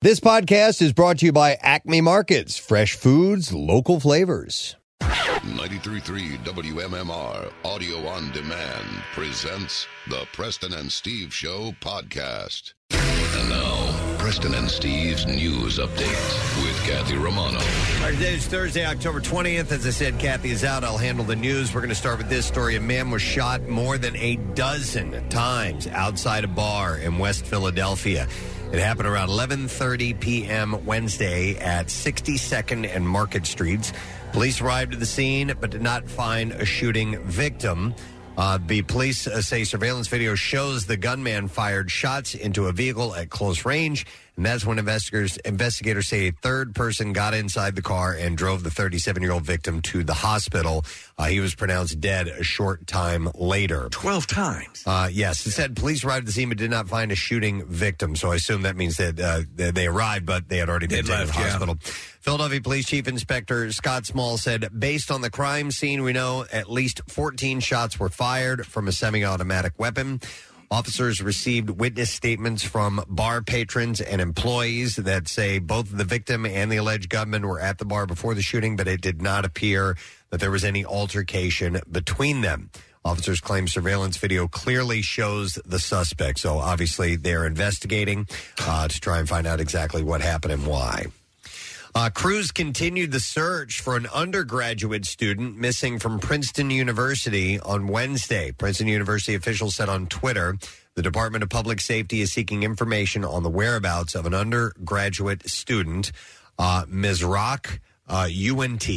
This podcast is brought to you by Acme Markets, fresh foods, local flavors. 933 WMMR Audio on Demand presents the Preston and Steve Show podcast. And now, Preston and Steve's news update with Kathy Romano. All right, today is Thursday, October 20th. As I said, Kathy is out. I'll handle the news. We're going to start with this story. A man was shot more than a dozen times outside a bar in West Philadelphia. It happened around 11:30 p.m. Wednesday at 62nd and Market Streets. Police arrived at the scene but did not find a shooting victim. Uh, the police uh, say surveillance video shows the gunman fired shots into a vehicle at close range, and that's when investigators investigators say a third person got inside the car and drove the 37 year old victim to the hospital. Uh, he was pronounced dead a short time later. Twelve times. Uh, yes, it said police arrived at the scene but did not find a shooting victim. So I assume that means that uh, they they arrived, but they had already been They'd taken to left, the yeah. hospital. Philadelphia Police Chief Inspector Scott Small said, based on the crime scene, we know at least 14 shots were fired from a semi automatic weapon. Officers received witness statements from bar patrons and employees that say both the victim and the alleged gunman were at the bar before the shooting, but it did not appear that there was any altercation between them. Officers claim surveillance video clearly shows the suspect, so obviously they're investigating uh, to try and find out exactly what happened and why. Uh, crews continued the search for an undergraduate student missing from Princeton University on Wednesday. Princeton University officials said on Twitter the Department of Public Safety is seeking information on the whereabouts of an undergraduate student, uh, Ms. Rock uh, UNT,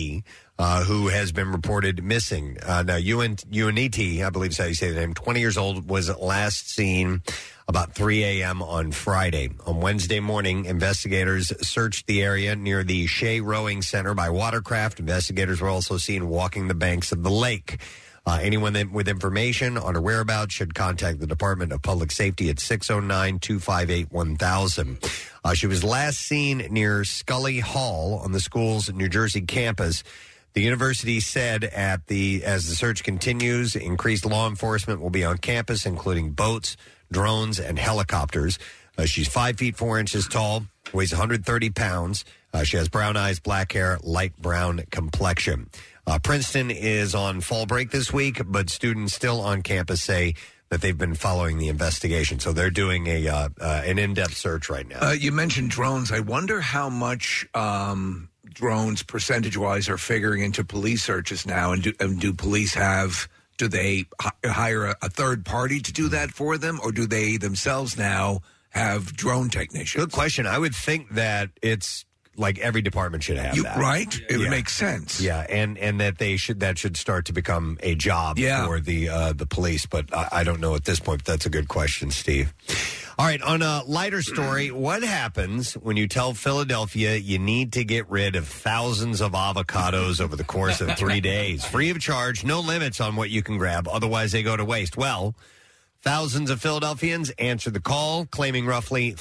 uh, who has been reported missing. Uh, now, UNT, UNET, I believe is how you say the name, 20 years old, was last seen about 3 a.m. on Friday. On Wednesday morning, investigators searched the area near the Shea Rowing Center by watercraft. Investigators were also seen walking the banks of the lake. Uh, anyone that, with information on her whereabouts should contact the Department of Public Safety at 609 258 1000. Uh, She was last seen near Scully Hall on the school's New Jersey campus. The university said at the as the search continues, increased law enforcement will be on campus, including boats, drones, and helicopters. Uh, she's five feet four inches tall, weighs 130 pounds. Uh, she has brown eyes, black hair, light brown complexion. Uh, Princeton is on fall break this week, but students still on campus say that they've been following the investigation, so they're doing a uh, uh, an in depth search right now. Uh, you mentioned drones. I wonder how much um, drones, percentage wise, are figuring into police searches now. And do, and do police have, do they hi- hire a, a third party to do that for them, or do they themselves now have drone technicians? Good question. I would think that it's like every department should have You- that, right? It would make sense. Yeah, and and that they should that should start to become a job Yeah. for the uh, the police. But I, I don't know at this point. But that's a good question, Steve. All right, on a lighter story, what happens when you tell Philadelphia you need to get rid of thousands of avocados over the course of three days, free of charge, no limits on what you can grab, otherwise they go to waste? Well. Thousands of Philadelphians answered the call, claiming roughly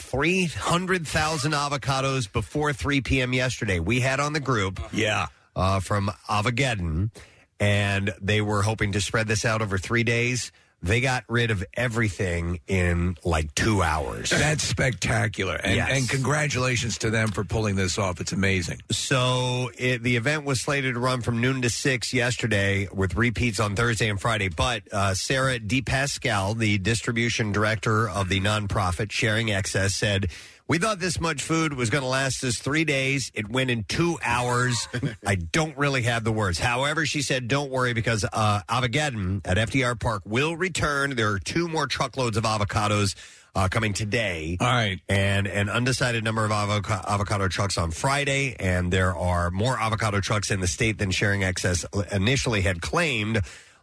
300,000 avocados before 3 p.m. yesterday. We had on the group yeah. uh, from Avageddon, and they were hoping to spread this out over three days. They got rid of everything in like two hours. That's spectacular. And, Yes. and congratulations to them for pulling this off. It's amazing. So it, the event was slated to run from noon to six yesterday, with repeats on Thursday and Friday. But uh, Sarah DePascal, the distribution director of the nonprofit Sharing Excess, said. We thought this much food was going to last us three days. It went in two hours. I don't really have the words. However, she said, don't worry because uh, Avogadon at FDR Park will return. There are two more truckloads of avocados uh, coming today. All right. And an undecided number of avoca- avocado trucks on Friday, and there are more avocado trucks in the state than Sharing Access initially had claimed.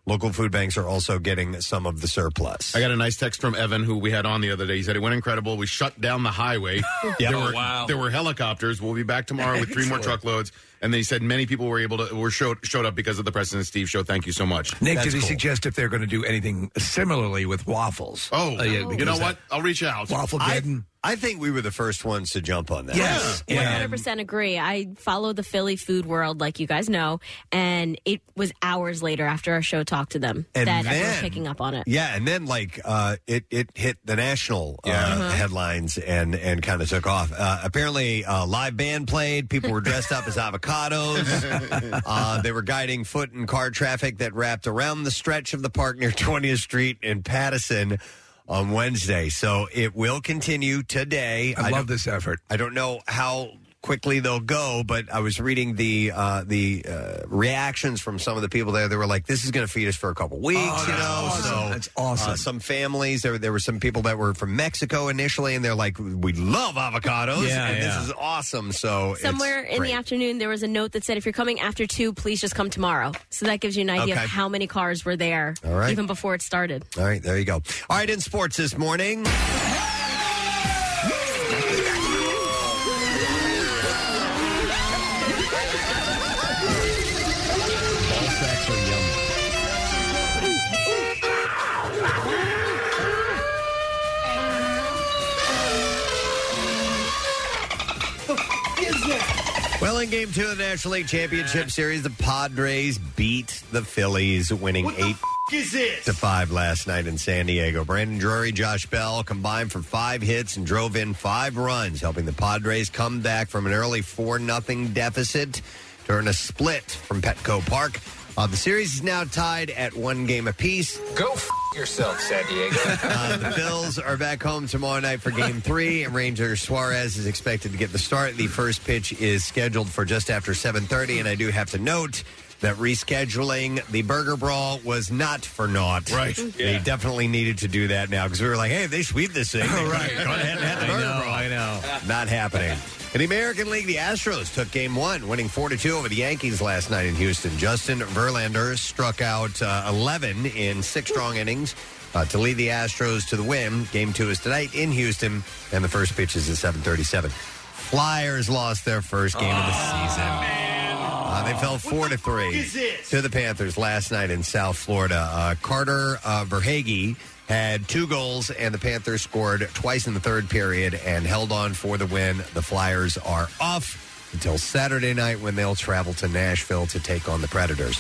Local food banks are also getting some of the surplus. I got a nice text from Evan, who we had on the other day. He said it went incredible. We shut down the highway. Yeah. There Oh, were, wow. There were helicopters. We'll be back tomorrow with three more Excellent. truckloads. And they said many people were able to were showed showed up because of the Preston and Steve show. Thank you so much, Nick, did he suggest if they're going to do anything similarly with waffles? Oh, Uh, yeah, you know because what? I'll reach out. Waffle I, Geddon. I think we were the first ones to jump on that. Yes. Yeah. Yeah. And- 100% agree. I follow the Philly food world, like you guys know, and it was hours later after our show talked to them And that everyone was then- picking up on it. Yeah, and then like uh, it it hit the national uh, Uh-huh. headlines and and kind of took off. Uh, apparently, a live band played. People were dressed up as avocados. uh, they were guiding foot and car traffic that wrapped around the stretch of the park near 20th Street in Pattison on Wednesday. So it will continue today. I, love don't- this effort. I don't know how quickly they'll go, but I was reading the uh, the uh, reactions from some of the people there. They were like, "This is going to feed us for a couple weeks," you know. So that's awesome. uh, some families there. There were some people that were from Mexico initially, and they're like, "We love avocados, Yeah, and yeah. this is awesome." So it's Somewhere in great. the afternoon, there was a note that said, if you're coming after two, please just come tomorrow. So that gives you an idea Okay. of how many cars were there All right. even before it started. All right, there you go. All right, in sports this morning. Well, in game two of the National League Championship Series, the Padres beat the Phillies, winning eight to five last night in San Diego. Brandon Drury, Josh Bell combined for five hits and drove in five runs, helping the Padres come back from an early four nothing deficit during a split from Petco Park. Uh, the series is now tied at one game apiece. Go f- yourself, San Diego. Uh, the Bills are back home tomorrow night for Game Three, and Ranger Suarez is expected to get the start. The first pitch is scheduled for just after 7:30, and I do have to note that rescheduling the Burger Brawl was not for naught. Right? They definitely needed to do that now because we were like, "Hey, if they sweep this thing." All right, go ahead and have the Burger Brawl. I know, not happening. In the American League, the Astros took Game One, winning four to two over the Yankees last night in Houston. Justin Verlander struck out uh, 11 in six strong innings uh, to lead the Astros to the win. Game two is tonight in Houston, and the first pitch is at 7:37. Flyers lost their first game of the season. Uh, they fell four to three to the Panthers last night in South Florida. Uh, Carter uh, Verhage had two goals, and the Panthers scored twice in the third period and held on for the win. The Flyers are off. Until Saturday night, when they'll travel to Nashville to take on the Predators.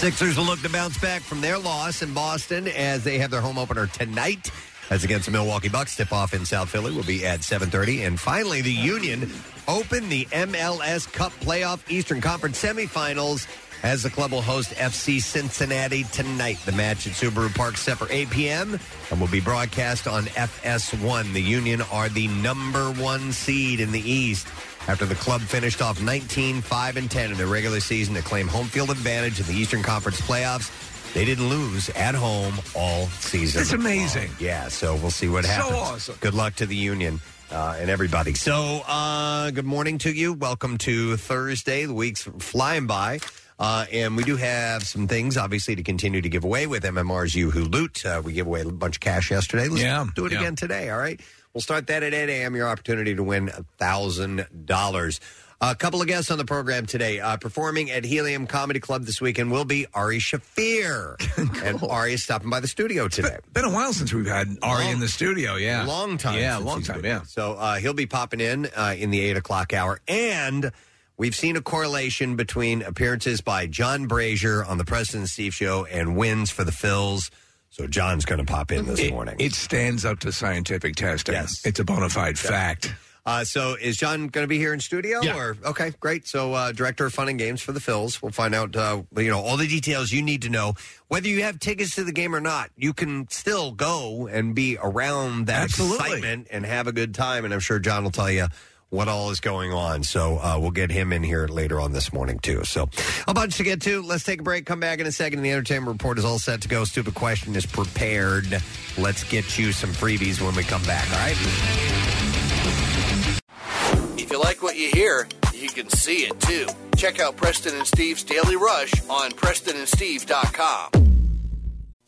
Sixers will look to bounce back from their loss in Boston as they have their home opener tonight. That's against the Milwaukee Bucks. Tip off in South Philly will be at 7:30. And finally, the Union open the MLS Cup playoff Eastern Conference semifinals as the club will host FC Cincinnati tonight. The match at Subaru Park set for 8 p.m. and will be broadcast on FS1. The Union are the number one seed in the East after the club finished off 19, 5, and 10 in their regular season to claim home field advantage in the Eastern Conference playoffs. They didn't lose at home all season. It's amazing. long. Yeah, so we'll see what So happens. awesome. Good luck to the union uh, and everybody. So, uh, good morning to you. Welcome to Thursday. The week's flying by. Uh, and we do have some things, obviously, to continue to give away with MMR's You Who Loot. Uh, we gave away a bunch of cash yesterday. Let's Yeah, do it yeah. again today, all right? We'll start that at 8 a.m. Your opportunity to win $1,000. A couple of guests on the program today. Uh, performing at Helium Comedy Club this weekend will be Ari Shafir. And Ari is stopping by the studio today. Been a while since we've had Ari in the studio. Yeah, Long time. Yeah, since long he's time. been. Yeah. So uh, he'll be popping in uh, in the eight o'clock hour, and we've seen a correlation between appearances by John Brazier on the President and Steve Show and wins for the Phils. So John's going to pop in this It, morning. it stands up to scientific testing. Yes. It's a bona fide fact. Uh, so is John going to be here in studio? Yeah. Or okay, great. So uh, director of fun and games for the Phils. We'll find out uh, you know all the details you need to know. Whether you have tickets to the game or not, you can still go and be around that Absolutely. excitement and have a good time. And I'm sure John will tell you what all is going on. So uh, we'll get him in here later on this morning too. So a bunch to get to. Let's take a break. Come back in a second. The entertainment report is all set to go. Stupid question is prepared. Let's get you some freebies when we come back. All right. If you like what you hear, you can see it too. Check out Preston and Steve's Daily Rush on PrestonandSteve.com.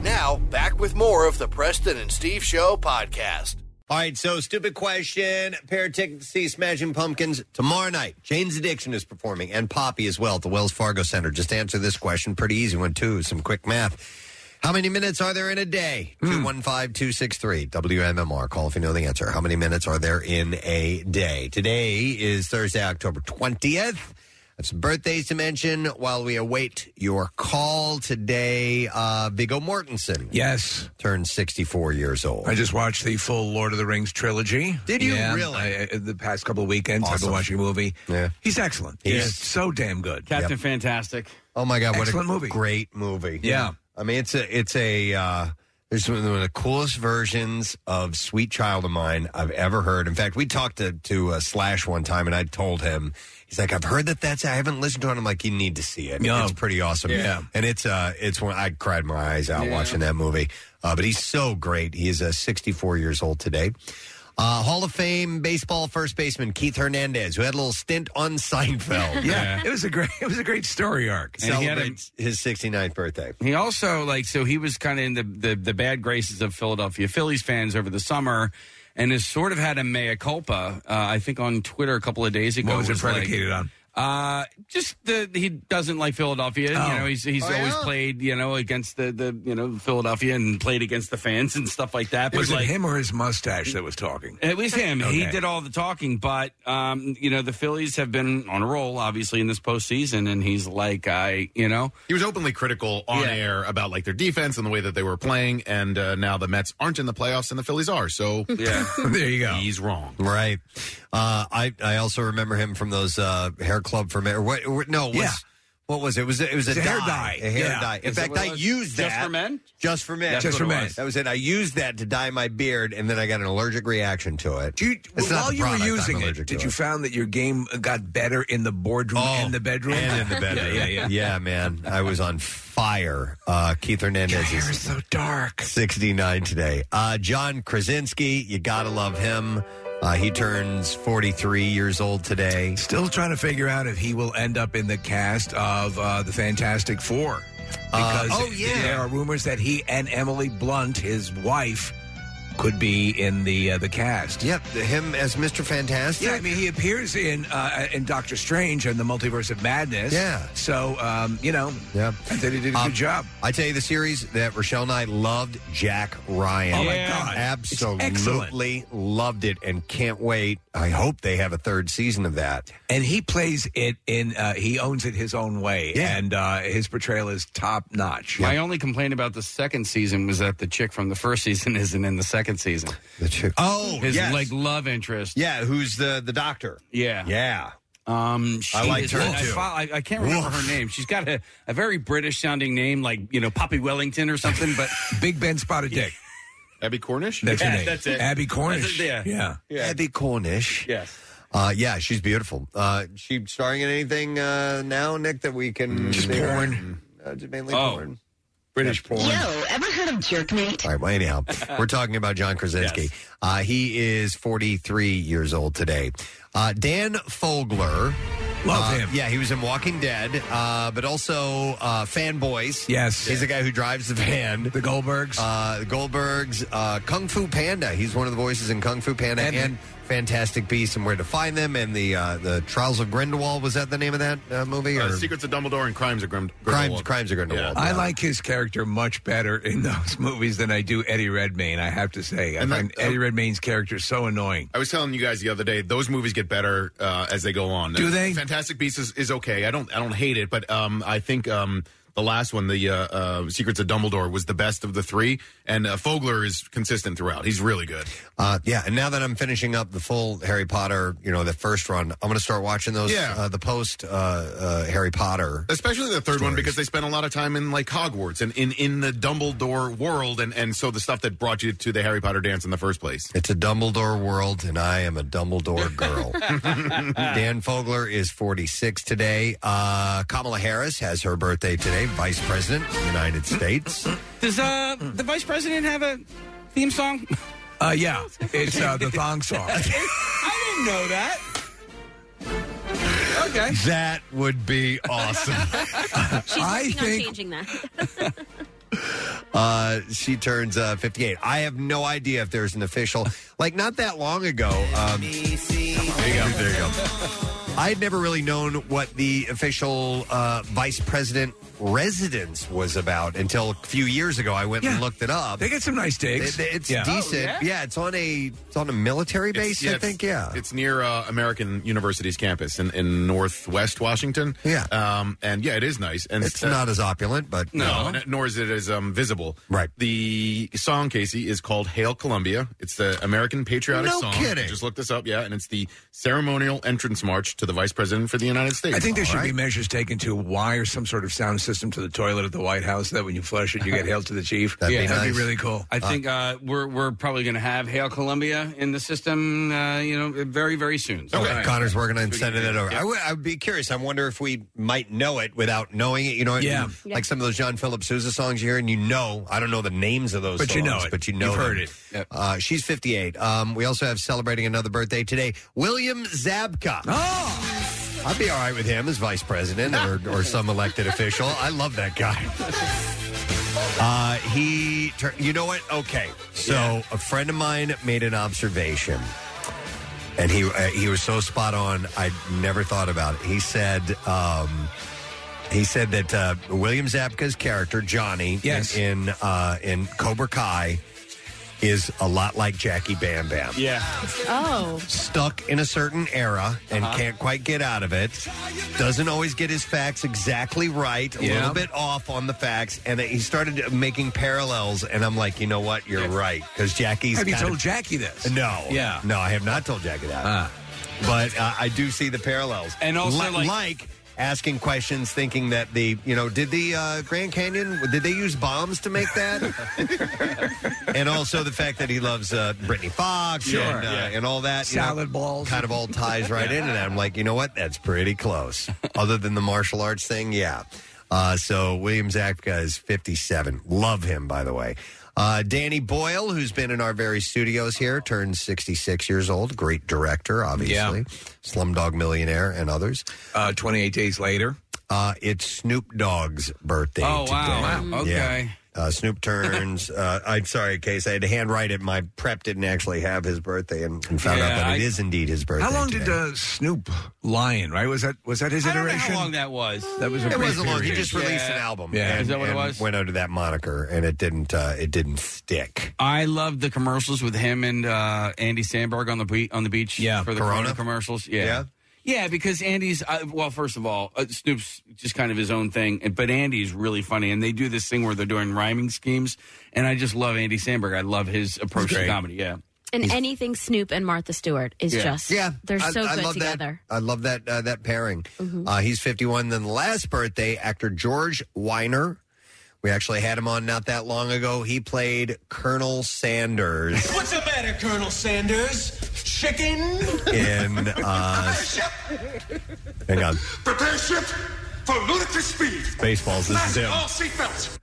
Now, back with more of the Preston and Steve Show podcast. All right, so stupid question. Pair of tickets to see Smashing Pumpkins tomorrow night. Jane's Addiction is performing, and Poppy as well at the Wells Fargo Center. Just answer this question. Pretty easy one, too. Some quick math. How many minutes are there in a day? 215 263 WMMR. Call if you know the answer. How many minutes are there in a day? Today is Thursday, October 20th. I have some birthdays to mention while we await your call today. Uh, Viggo Mortensen. Yes. Turned 64 years old. I just watched the full Lord of the Rings trilogy. Did you Yeah, really? I- I- the past couple of weekends, I've Awesome. been watching a movie. Yeah. He's excellent. He He's is. so damn good. Captain Yep. Fantastic. Oh my god, what Excellent a movie. great movie. Yeah. I mean it's a it's a uh there's one of the coolest versions of Sweet Child of Mine I've ever heard. In fact, we talked to, to uh, Slash one time, and I told him, he's like, I've heard that that's, I haven't listened to it. I'm like, you need to see it. Yeah. It's pretty awesome. Yeah. And it's, uh, it's when I cried my eyes out Yeah. watching that movie. Uh, but he's so great. He is uh, 64 years old today. Uh, Hall of Fame baseball first baseman Keith Hernandez, who had a little stint on Seinfeld. Yeah, it was a great, it was a great story arc. And he had a- celebrates his 69th birthday. He also like so he was kind of in the, the the bad graces of Philadelphia Phillies fans over the summer, and has sort of had a mea culpa. Uh, I think on Twitter a couple of days ago. What was it like, predicated on? Uh, just the he doesn't like Philadelphia. Oh. You know, he's he's Oh, always played you know against the the you know Philadelphia and played against the fans and stuff like that. But Was like it him or his mustache that was talking? It was him. He Okay. did all the talking, but um, you know the Phillies have been on a roll, obviously, in this postseason, and he's like, I, you know, He was openly critical on Yeah. air about like their defense and the way that they were playing, and uh, now the Mets aren't in the playoffs and the Phillies are. So yeah, There you go. he's wrong. Right. Uh, I I also remember him from those uh, hair club for men. or What, or- no, it was, Yeah. what was it? It was it was a, It's a hair dye. A hair Yeah. dye. In Is that fact, what I it was? used that Just for men? Just for men. That's Just what for it men. was. That was it. I used that to dye my beard, and then I got an allergic reaction to it. Do you, It's not while the you product, were I'm using it, allergic did to you it. found that your game got better in the boardroom Oh, and the bedroom? and in the bedroom. yeah, yeah. yeah, man. I was on fire. Uh, Keith Your Hernandez hair is is so dark. 69 today. Uh, John Krasinski, you gotta love him. Uh, he turns 43 years old today. Still trying to figure out if he will end up in the cast of uh, the Fantastic Four. Uh, Because oh, yeah. there are rumors that he and Emily Blunt, his wife, could be in the uh, the cast. Yep, him as Mr. Fantastic. Yeah, I mean, he appears in uh, in Doctor Strange and the Multiverse of Madness. Yeah. So, um, you know, Yeah. I think he did a Um, good job. I tell you the series that Rochelle and I loved, Jack Ryan. Oh, my Yeah. God. It's excellent. Absolutely loved it and can't wait. I hope they have a third season of that. And he plays it in, uh, he owns it his own way. Yeah. And uh, his portrayal is top notch. My only complaint about the second season was that the chick from the first season isn't in the second season. The two- oh, His yes. like love interest. yeah, who's the the doctor? Yeah. Yeah. Um, she I liked is- her, I, too. fo- I, I can't remember Woof. her name. She's got a, a very British sounding name, like, you know, Poppy Wellington or something, but Big Ben Spotted Dick. Abby Cornish. That's Yeah, her name. that's it. Abby Cornish. That's it, yeah. yeah. Abby Cornish. yes. Uh, yeah, she's beautiful. Uh, she starring in anything uh, now, Nick, that we can Just say- porn. Uh, just mainly Oh. porn. British porn. Yo, Oh, ever heard of Jerkmate? All right. Well, anyhow, we're talking about John Krasinski. Uh, he is 43 years old today. Uh, Dan Fogler. Love uh, him. Yeah, he was in Walking Dead, uh, but also uh, Fanboys. Yes. He's the guy who drives the van. The Goldbergs. Uh, Goldberg's uh, Kung Fu Panda. He's one of the voices in Kung Fu Panda and, And- Fantastic Beasts and Where to Find Them and the uh, the Trials of Grindelwald. Was that the name of that uh, movie? Uh, or Secrets of Dumbledore and Crimes of Grim- Crimes Grindelwald. Crimes of Grindelwald. I yeah. like his character much better in those movies than I do Eddie Redmayne, I have to say. I And that- find Eddie Redmayne's character so annoying. I was telling you guys the other day; those movies get better uh, as they go on. Do they? Fantastic Beasts is, is okay. I don't I don't hate it, but um, I think um, the last one, the uh, uh, Secrets of Dumbledore, was the best of the three, and uh, Fogler is consistent throughout. He's really good. Uh, yeah, and now that I'm finishing up the full Harry Potter, you know, the first run, I'm going to start watching those. Yeah. Uh, the post uh, uh, Harry Potter, Especially the third one because they spent a lot of time in like Hogwarts and in, in the Dumbledore world, and, and so the stuff that brought you to the Harry Potter dance in the first place. It's a Dumbledore world, and I am a Dumbledore girl. Dan Fogler is 46 today. Uh, Kamala Harris has her birthday today, Vice President of the United States. Does uh, the vice president have a theme song? Uh, yeah, it's uh, the thong song. I didn't know that. Okay. That would be awesome. She's I working think- on changing that. Uh, she turns uh, 58. I have no idea if there's an official. Like, not that long ago. Um, there you go. There you go. I had never really known what the official uh, vice president residence was about until a few years ago. I went and looked it up. They get some nice digs. It- it's Yeah. decent. Oh, yeah? yeah? it's on a it's on a military It's- base. yeah, I it's- think. Yeah. It's near uh, American University's campus in, in Northwest Washington. Yeah. Um, and yeah, it is nice. And uh, It's not as opulent, but no, n- nor is it as um, visible. Right. The song, Casey, is called Hail Columbia. It's the American patriotic No song. kidding. I just look this up, yeah. And it's the ceremonial entrance march to the vice president for the United States. I think there All should right. be measures taken to wire some sort of sound system to the toilet at the White House that when you flush it, you get hailed to the chief. That'd be that'd nice. be really cool. I think uh, we're we're probably going to have Hail Columbia in the system, uh, you know, very very soon. So- Okay. Connor's working on So we sending can- it over. I would, I would be curious. I wonder if we might know it without knowing it. You know, what I Yeah. mean? Yeah. like some of those John Philip Sousa songs you hear, and you know, I don't know the names of those, But you songs, know it. but you know, You've them. heard it. Yep. Uh, she's fifty-eight. Um, we also have celebrating another birthday today, William Zabka. Oh, I'd be all right with him as vice president or, or some elected official. I love that guy. Uh, he, tur- you know what? Okay, so a friend of mine made an observation, and he uh, he was so spot on. I never thought about it. He said. Um, he said that uh, William Zabka's character Johnny Yes. in in, uh, in Cobra Kai is a lot like Jackie Bam Bam Yeah. Oh. stuck in a certain era and Uh-huh. can't quite get out of it. Doesn't always get his facts exactly right. A Yeah. little bit off on the facts, and he started making parallels. And I'm like, you know what? You're right because Jackie's. Have you kind of- told Jackie this? No. Yeah. Ah. No, I have not told Jackie that. But uh, I do see the parallels, And also, Li- like- asking questions, thinking that the you know did the uh, Grand Canyon did they use bombs to make that? and also the fact that he loves uh, Brittany Fox Sure, and, uh, yeah. and all that you know, Salad balls. kind of all ties right in, and I'm like, you know what? That's pretty close. Other than the martial arts thing, yeah. Uh, so William Zabka is 57. Love him, by the way. Uh, Danny Boyle, who's been in our very studios here, turned 66 years old. Great director, obviously. Slumdog Millionaire and others. Uh, 28 days later. Uh, it's Snoop Dogg's birthday. Oh, today. wow. Wow, okay. Yeah. Uh, Snoop turns. Uh, I'm sorry, Case. I had to handwrite it. My prep didn't actually have his birthday and, and found out Yeah, that it I- is indeed his birthday. How long today. did uh, Snoop Lion? Right? Was that was that his I don't know iteration? how long that was. That was a It brief wasn't long. He period. just released an album. Yeah. and, Is that what it and was? Went under that moniker, and it didn't. Uh, it didn't stick. I loved the commercials with him and uh, Andy Sandberg on the be- on the beach. Yeah, for the Corona? Corona, commercials. Yeah. Yeah? yeah, because Andy's uh, well, first of all, uh, Snoop's just kind of his own thing, and- but Andy's really funny, and they do this thing where they're doing rhyming schemes, and I just love Andy Sandberg. I love his approach to comedy. Yeah, And anything Snoop and Martha Stewart is Yeah. just Yeah, they're I- so I good love that- together. Mm-hmm. I love that uh, that pairing. Uh, he's 51. Then the last birthday, actor George Weiner. We actually had him on not that long ago. He played Colonel Sanders What's the matter, Colonel Sanders? Chicken? in. Uh, hang on, Prepare ship for ludicrous speed. Spaceballs. This is him. seatbelts.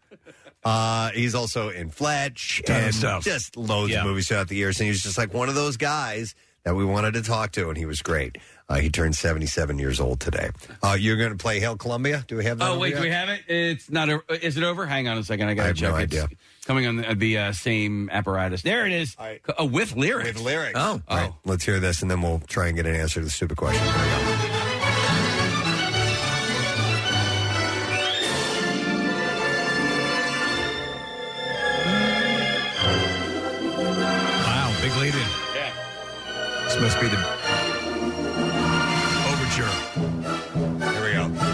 Uh, he's also in Fletch Ton of and stuff. just loads of movies throughout the years. And he was just like one of those guys that we wanted to talk to, and he was great. Uh, he turned 77 years old today. Uh, you're going to play Hail Columbia? Do we have that? Oh over wait, yet? do we have it? It's not. A, uh, is it over? Hang on a second. I gotta I have check. no It's idea. Coming on the, the uh, same apparatus. There it is. oh, with lyrics. With lyrics. Oh, All right, let's hear this, and then we'll try and get an answer to the stupid question. Here we go. Wow, big lead in. Yeah. This must be the overture. Here we go.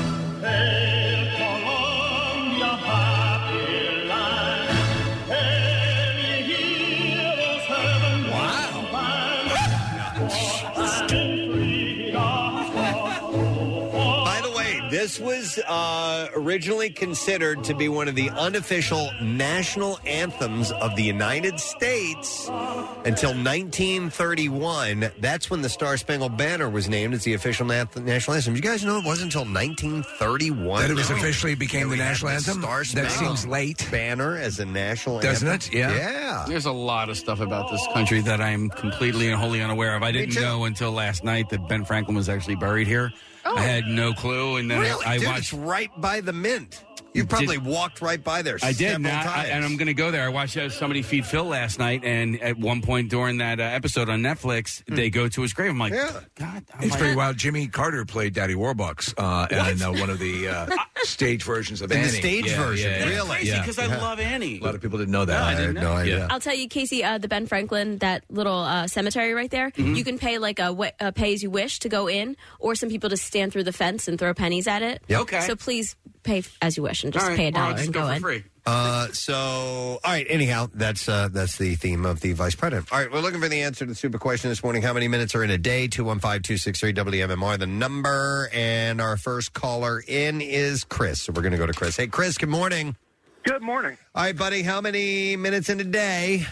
This was uh, originally considered to be one of the unofficial national anthems of the United States until 1931. That's when the Star Spangled Banner was named as the official nath- national anthem. You guys know it wasn't until 1931 That it was that we- officially became that the we had national anthem? Star That seems late. Banner as a national Doesn't anthem. it? Yeah. Yeah. There's a lot of stuff about this country that I'm completely and wholly unaware of. I didn't know until last night that Ben Franklin was actually buried here. I had no clue, and then I- Oh. Really? I, Dude, watched. it's right by the Mint. You probably walked right by there. I did, several and, I- I- times. and I'm going to go there. I watched uh, somebody feed Phil last night, and at one point during that uh, episode on Netflix, Hmm. they go to his grave. I'm like, "Eh." God, it's pretty wild. Jimmy Carter played Daddy Warbucks uh, in uh, one of the uh, stage versions of In the Annie. stage version, really? That's crazy, 'cause I love Annie. A lot of people didn't know that. No, I didn't know. Yeah. I'll tell you, Casey, uh, the Ben Franklin, that little uh, cemetery right there, Mhm. you can pay like a, wh- a pay as you wish to go in, or some people just stand through the fence and throw pennies at it. Yep. Okay. So please pay f- as you wish and just pay a dollar and go, in. Uh, so, all right. Anyhow, that's uh, that's the theme of the vice president. All right, we're looking for the answer to the super question this morning. How many minutes are in a day? Two one five two six three WMMR. The number and our first caller in is Chris. So we're going to go to Chris. Hey, Chris. Good morning. Good morning. All right, buddy. How many minutes in a day?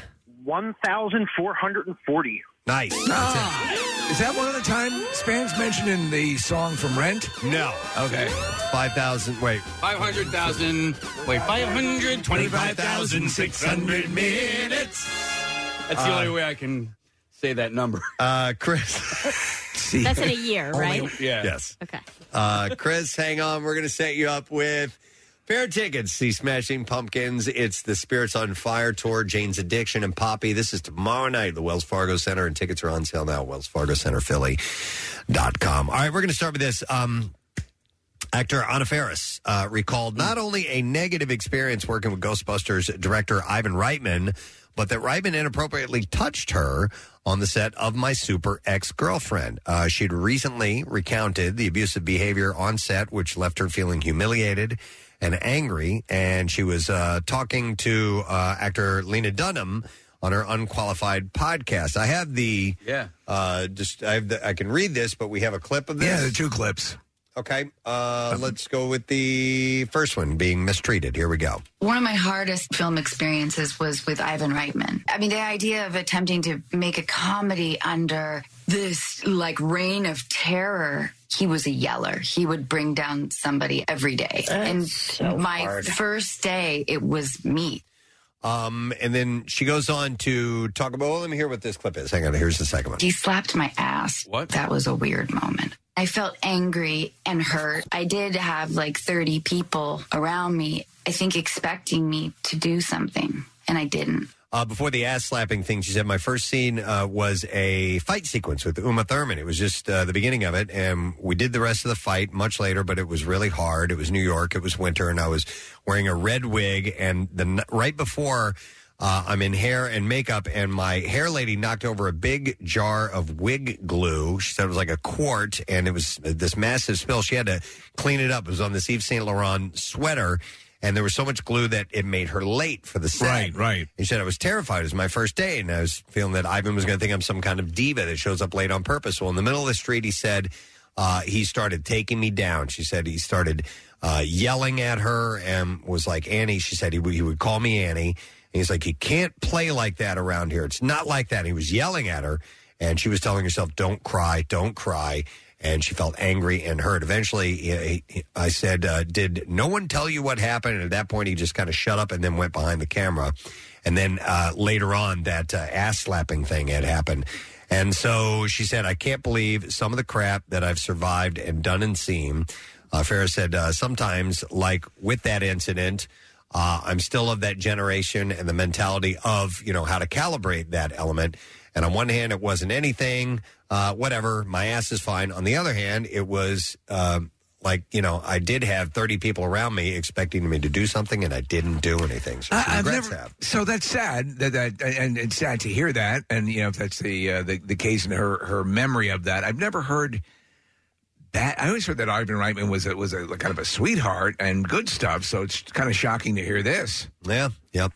One thousand four hundred and forty. Nice. Ah! Is that one of the time spans mentioned in the song from Rent? No. Okay. Five thousand. Wait. 500,000. Wait, 525,600 minutes. That's the Uh, only way I can say that number. Uh, Chris. That's in a year, right? yeah. Yes. Okay. Uh, Chris, hang on. We're going to set you up with fair tickets. The Smashing Pumpkins. It's the Spirits on Fire tour. Jane's Addiction and Poppy. This is tomorrow night at the Wells Fargo Center, and tickets are on sale now. Wells Fargo Center Philly dot com. All right, we're going to start with this. Um, Actor Anna Faris uh, recalled not only a negative experience working with Ghostbusters director Ivan Reitman, but that Reitman inappropriately touched her on the set of My Super Ex Girlfriend. Uh, she'd recently recounted the abusive behavior on set, which left her feeling humiliated and angry. And she was uh, talking to uh, actor Lena Dunham on her unqualified podcast. I have the yeah. Uh, just I have the, I can read this, but we have a clip of this. Yeah, the two clips. Um, Okay, uh, let's go with the first one being mistreated. Here we go. One of my hardest film experiences was with Ivan Reitman. I mean, the idea of attempting to make a comedy under this like reign of terror. He was a yeller. He would bring down somebody every day. and my hard. first day, it was me. Um, and then she goes on to talk about. Well, let me hear what this clip is. Hang on, here's the second one. He slapped my ass. What? That was a weird moment. I felt angry and hurt. I did have like 30 people around me, I think, expecting me to do something, and I didn't. Uh, before the ass slapping thing, she said, My first scene uh, was a fight sequence with Uma Thurman. It was just uh, the beginning of it. And we did the rest of the fight much later, but it was really hard. It was New York, it was winter, and I was wearing a red wig. And the n- right before. Uh, I'm in hair and makeup, and my hair lady knocked over a big jar of wig glue. She said it was like a quart, and it was this massive spill. She had to clean it up. It was on this Yves Saint Laurent sweater, and there was so much glue that it made her late for the set. Right, right. And she said, I was terrified. It was my first day, and I was feeling that Ivan was going to think I'm some kind of diva that shows up late on purpose. Well, in the middle of the street, he said, uh, he started taking me down. She said he started uh, yelling at her and was like, Annie, she said he, would- he would call me Annie. And he's like, you can't play like that around here. It's not like that. He was yelling at her, and she was telling herself, don't cry, don't cry. And she felt angry and hurt. Eventually, he- he- I said, uh, Did no one tell you what happened? And at that point, he just kind of shut up and then went behind the camera. And then uh, later on, that uh, ass slapping thing had happened. And so she said, I can't believe some of the crap that I've survived and done and seen. Uh, Farrah said, uh, sometimes, like with that incident, uh, I'm still of that generation and the mentality of, you know, how to calibrate that element. And on one hand, it wasn't anything, uh, whatever, my ass is fine. On the other hand, it was uh, like, you know, I did have 30 people around me expecting me to do something and I didn't do anything. So she I've regrets never- that. So that's sad. That, that and it's sad to hear that. And you know, if that's the uh, the, the case in her her memory of that, I've never heard that. I always heard that Ivan Reitman was a, was a kind of a sweetheart and good stuff. So it's kind of shocking to hear this. Yeah. Yep.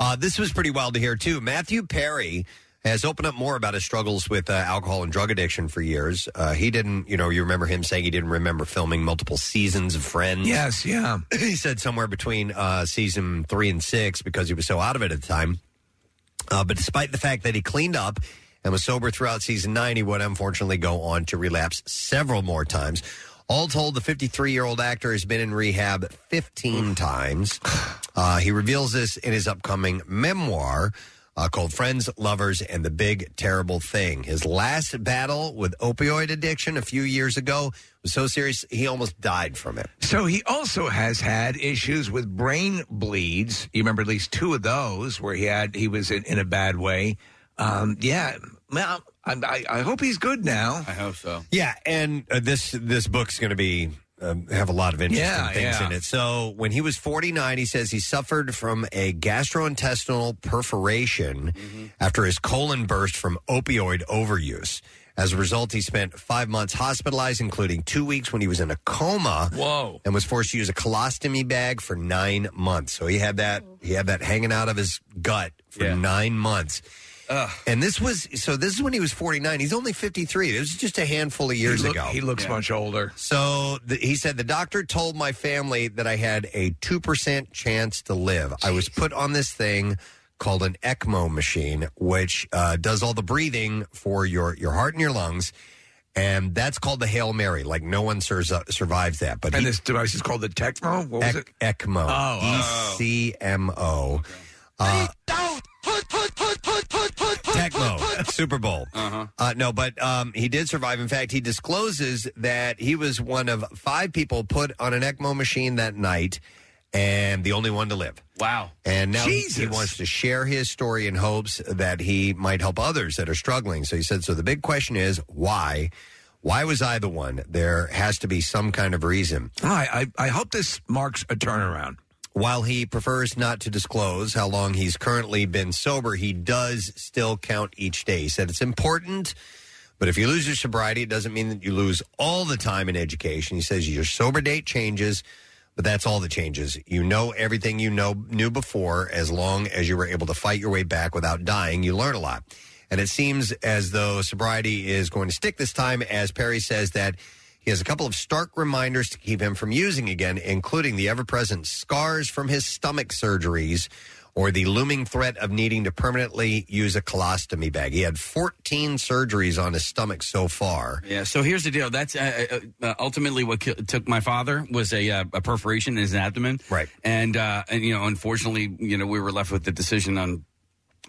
Uh, this was pretty wild to hear, too. Matthew Perry has opened up more about his struggles with uh, alcohol and drug addiction for years. Uh, he didn't, you know, you remember him saying he didn't remember filming multiple seasons of Friends. Yes, yeah. he said somewhere between uh, season three and six because he was so out of it at the time. Uh, but despite the fact that he cleaned up and was sober throughout season nine, he would unfortunately go on to relapse several more times. All told, the 53 year old actor has been in rehab 15 times. Uh, he reveals this in his upcoming memoir uh, called Friends, Lovers, and the Big Terrible Thing. His last battle with opioid addiction a few years ago was so serious, he almost died from it. So he also has had issues with brain bleeds. You remember at least two of those where he had he was in, in a bad way. Um, yeah, well, I'm- I, I hope he's good now. I hope so. Yeah, and uh, this this book's going to be um, have a lot of interesting Yeah, things yeah. in it. So when he was 49, he says he suffered from a gastrointestinal perforation Mm-hmm. after his colon burst from opioid overuse. As a result, he spent five months hospitalized, including two weeks when he was in a coma. Whoa! And was forced to use a colostomy bag for nine months. So he had that he had that hanging out of his gut for nine months. And this was so. This is when he was 49. He's only 53. It was just a handful of years He look- ago. he looks Yeah. much older. So the, he said the doctor told my family that I had a two percent chance to live. I was put on this thing called an ECMO machine, which uh, does all the breathing for your your heart and your lungs. And that's called the Hail Mary. Like no one sur- survives that. But and he- this device is called the Tecmo. What was Ec- it? ECMO. Oh, oh. E C M O. Uh, Tecmo Super Bowl. Uh-huh. no, but um, he did survive. In fact, he discloses that he was one of five people put on an ECMO machine that night, and the only one to live. Wow! And now he- he Jesus. wants to share his story in hopes that he might help others that are struggling. So he said, "So the big question is why? Why was I the one? There has to be some kind of reason." I, I I hope this marks a turnaround. While he prefers not to disclose how long he's currently been sober, he does still count each day. He said it's important, but if you lose your sobriety, it doesn't mean that you lose all the time in education. He says your sober date changes, but that's all that changes. You know everything you know knew before as long as you were able to fight your way back without dying, you learn a lot. And it seems as though sobriety is going to stick this time as Perry says that he has a couple of stark reminders to keep him from using again, including the ever present scars from his stomach surgeries or the looming threat of needing to permanently use a colostomy bag. He had 14 surgeries on his stomach so far. Yeah. So here's the deal. That's uh, uh, uh, ultimately what ki- took my father was a, uh, a perforation in his abdomen. Right. And uh, and you know, unfortunately, you know, we were left with the decision on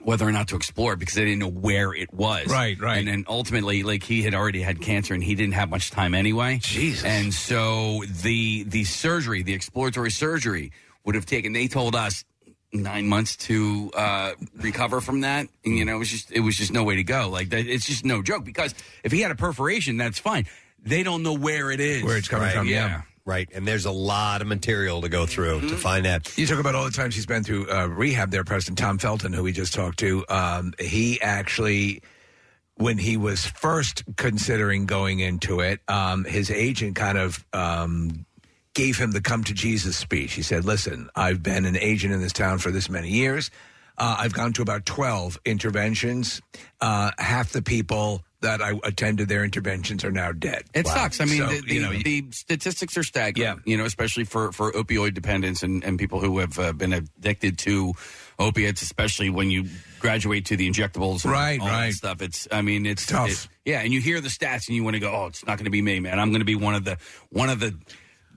whether or not to explore it because they didn't know where it was. Right. Right. And then ultimately, like he had already had cancer and he didn't have much time anyway. Jesus. And so the the surgery, the exploratory surgery, would have taken. They told us nine months to uh, recover from that. And, you know, it was just it was just no way to go. Like that, it's just no joke because if he had a perforation, that's fine. They don't know where it is, Where it's coming from, yeah. Right. And there's a lot of material to go through to find that. You talk about all the times he's been through uh, rehab there, President Tom Felton, who we just talked to. Um, he actually, when he was first considering going into it, um, his agent kind of um, gave him the come to Jesus speech. He said, Listen, I've been an agent in this town for this many years. Uh, I've gone to about 12 interventions. Uh, half the people that I attended their interventions are now dead. It sucks. I mean, So, the, the, you know, the statistics are staggering. You know, especially for, for opioid dependence and, and people who have uh, been addicted to opiates, especially when you graduate to the injectables, and Right, all right. That stuff. It's, I mean, it's Tough. it- yeah, and you hear the stats and you want to go, oh, it's not going to be me, man. I'm going to be one of the one of the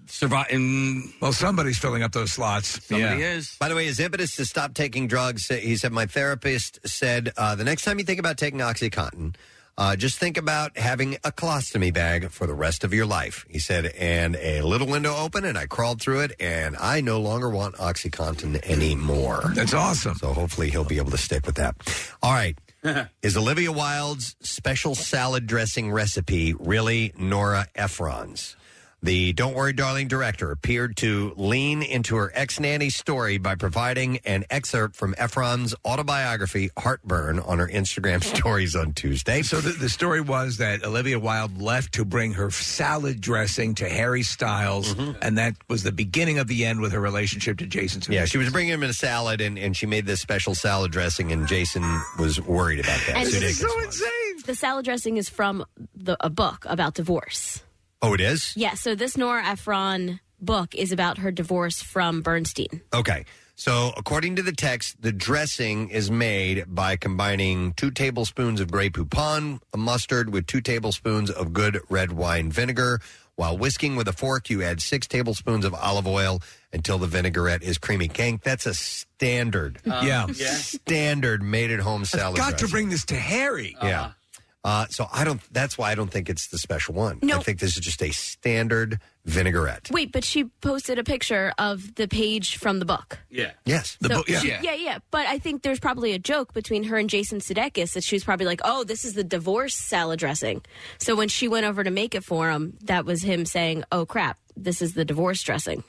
surviving. Well, somebody's filling up those slots. Somebody is. By the way, his impetus to stop taking drugs, he said, my therapist said, uh, the next time you think about taking OxyContin, uh, just think about having a colostomy bag for the rest of your life. He said, and a little window opened, and I crawled through it, and I no longer want OxyContin anymore. That's awesome. So hopefully he'll be able to stick with that. All right. Is Olivia Wilde's special salad dressing recipe really Nora Ephron's? The Don't Worry Darling director appeared to lean into her ex nanny story by providing an excerpt from Efron's autobiography, Heartburn, on her Instagram stories on Tuesday. So the, the story was that Olivia Wilde left to bring her salad dressing to Harry Styles, Mm-hmm. and that was the beginning of the end with her relationship to Jason. Sudeikis. Yeah, she was bringing him in a salad, and, and she made this special salad dressing, and Jason was worried about that. And Sudeikis. insane. The salad dressing is from the, a book about divorce. oh, it is? Yeah, so this Nora Ephron book is about her divorce from Bernstein. Okay. So, according to the text, the dressing is made by combining two tablespoons of Grey Poupon mustard with two tablespoons of good red wine vinegar. While whisking with a fork, you add six tablespoons of olive oil until the vinaigrette is creamy. Gang, that's a standard. Um, Yeah. yeah. Standard made at home salad. Got to dressing. bring this to Harry. Yeah. Uh, so I don't. That's why I don't think it's the special one. No. I think this is just a standard vinaigrette. Wait, but she posted a picture of the page from the book. Yeah. Yes. So she- yeah, yeah. But I think there's probably a joke between her and Jason Sudeikis that she was probably like, "Oh, this is the divorce salad dressing." So when she went over to make it for him, that was him saying, "Oh crap, this is the divorce dressing."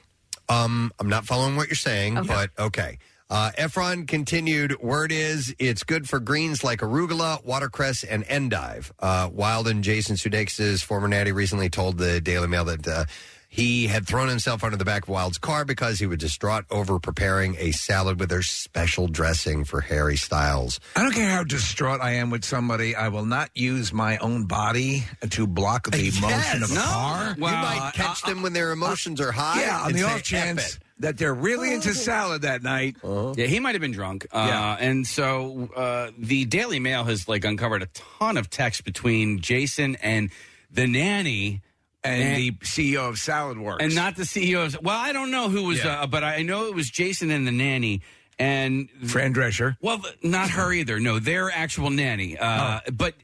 Um, I'm not following what you're saying, but okay. Uh, Efron continued. Word is it's good for greens like arugula, watercress, and endive. Uh, Wild and Jason Sudeikis' former natty recently told the Daily Mail that uh, he had thrown himself under the back of Wild's car because he was distraught over preparing a salad with her special dressing for Harry Styles. I don't care how distraught I am with somebody. I will not use my own body to block the motion of a car. You might catch them when their emotions are high. uh, yeah, on and the say, off "F chance it." Oh. that they're really into salad that night. Yeah, he might have been drunk. Uh, And so uh, the Daily Mail has like uncovered a ton of text between Jason and the nanny And the CEO of Salad Works. and not the CEO. Of, well, I don't know who was, uh, but I know it was Jason and the nanny. And Fran Drescher. Well, th- not her either. No, their actual nanny. Uh, Oh. But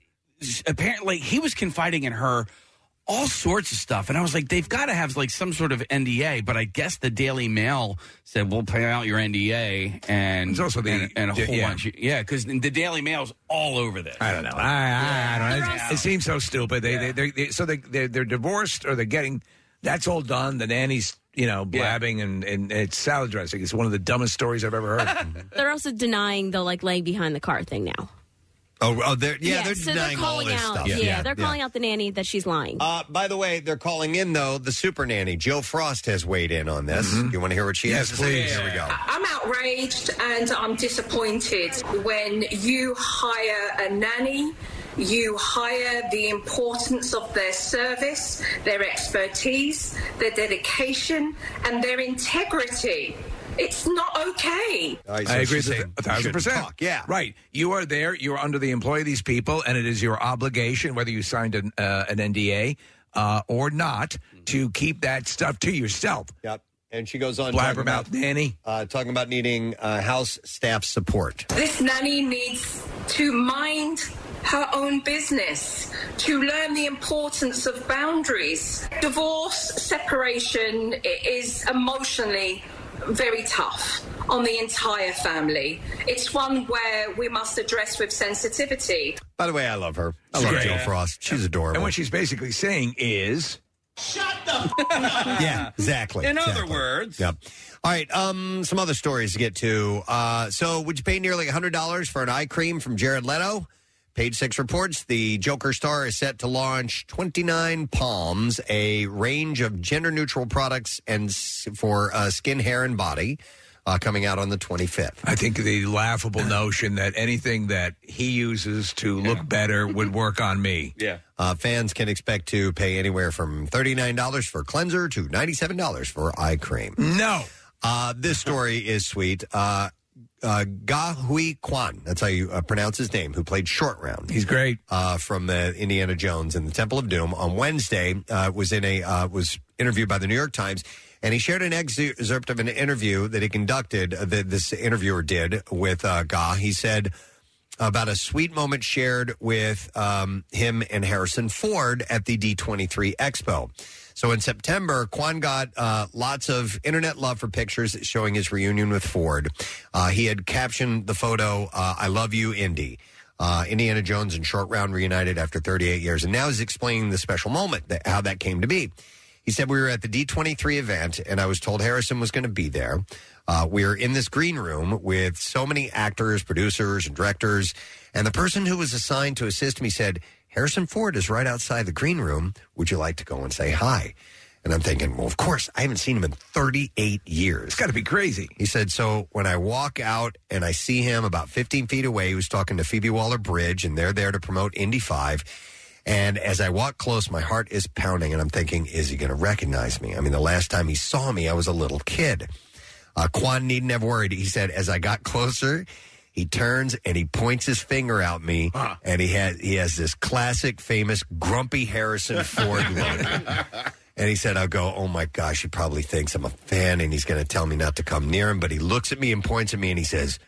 s- apparently, he was confiding in her all sorts of stuff, and I was like, they've got to have like some sort of NDA. But I guess the Daily Mail said we'll pay out your NDA, and It's also the- and, and a yeah, whole yeah. bunch. Of, yeah, because the Daily Mail's all over this. I don't know. I, I, I don't know. It, it seems so stupid. They, they, they, they so they, they're, they're divorced or they're getting. That's all done. The nanny's, you know, blabbing and, and it's salad dressing. It's one of the dumbest stories I've ever heard. They're also denying the like laying behind the car thing now. Oh, oh they're, yeah, they're so denying they're calling all this out. stuff. Yeah, they're calling out the nanny that she's lying. Uh, by the way, they're calling in though the super nanny Jill Frost has weighed in on this. Mm-hmm. You want to hear what she Yes, has to say? please. Here we go. I'm outraged and I'm disappointed when you hire a nanny. You hire the importance of their service, their expertise, their dedication, and their integrity. It's not okay. I agree with a thousand percent. Yeah, right. You are there. You are under the employ of these people, and it is your obligation, whether you signed an, uh, an NDA uh, or not, to keep that stuff to yourself. Yep. And she goes on blabbermouth talking about- nanny, uh, talking about needing uh, house staff support. This nanny needs to mind her own business, to learn the importance of boundaries. Divorce, separation i- is emotionally very tough on the entire family. It's one where we must address with sensitivity. By the way, I love her. I She's love great. Jill Frost. She's adorable. and what she's basically saying is, yeah, exactly. In other exactly. words. Yep. All right. Um, some other stories to get to. Uh, so, would you pay nearly $100 for an eye cream from Jared Leto? Page six reports the Joker star is set to launch 29 Palms, a range of gender neutral products and s- for uh, skin, hair, and body, uh, coming out on the 25th. I think the laughable notion that anything that he uses to look better would work on me. Yeah. Uh, fans can expect to pay anywhere from $39 for cleanser to $97 for eye cream. No. Uh, this story is sweet. Uh, uh, Ga Hui Kwan, that's how you uh, pronounce his name, who played Short Round. He's great. Uh, from uh, Indiana Jones and the Temple of Doom on Wednesday uh, was in a uh, was interviewed by the New York Times, and he shared an excerpt of an interview that he conducted uh, that this interviewer did with uh, Ga. He said about a sweet moment shared with um, him and Harrison Ford at the D23 Expo. So in September, Quan got uh, lots of internet love for pictures showing his reunion with Ford. Uh, he had captioned the photo, uh, I love you, Indy. Uh, Indiana Jones and Short Round reunited after 38 years. And now he's explaining the special moment, that, how that came to be. He said, We were at the D23 event, and I was told Harrison was going to be there. Uh, we are in this green room with so many actors, producers, and directors. And the person who was assigned to assist me said, Harrison Ford is right outside the green room. Would you like to go and say hi? And I'm thinking, well, of course, I haven't seen him in 38 years. It's got to be crazy. He said, so when I walk out and I see him about 15 feet away, he was talking to Phoebe Waller Bridge, and they're there to promote Indy 5. And as I walk close, my heart is pounding, and I'm thinking, is he going to recognize me? I mean, the last time he saw me, I was a little kid. Uh, Quan needn't have worried. He said, as I got closer, he turns and he points his finger at me, and he has he has this classic, famous, grumpy Harrison Ford look. And he said, I'll go, oh my gosh, he probably thinks I'm a fan and he's going to tell me not to come near him. But he looks at me and points at me and he says,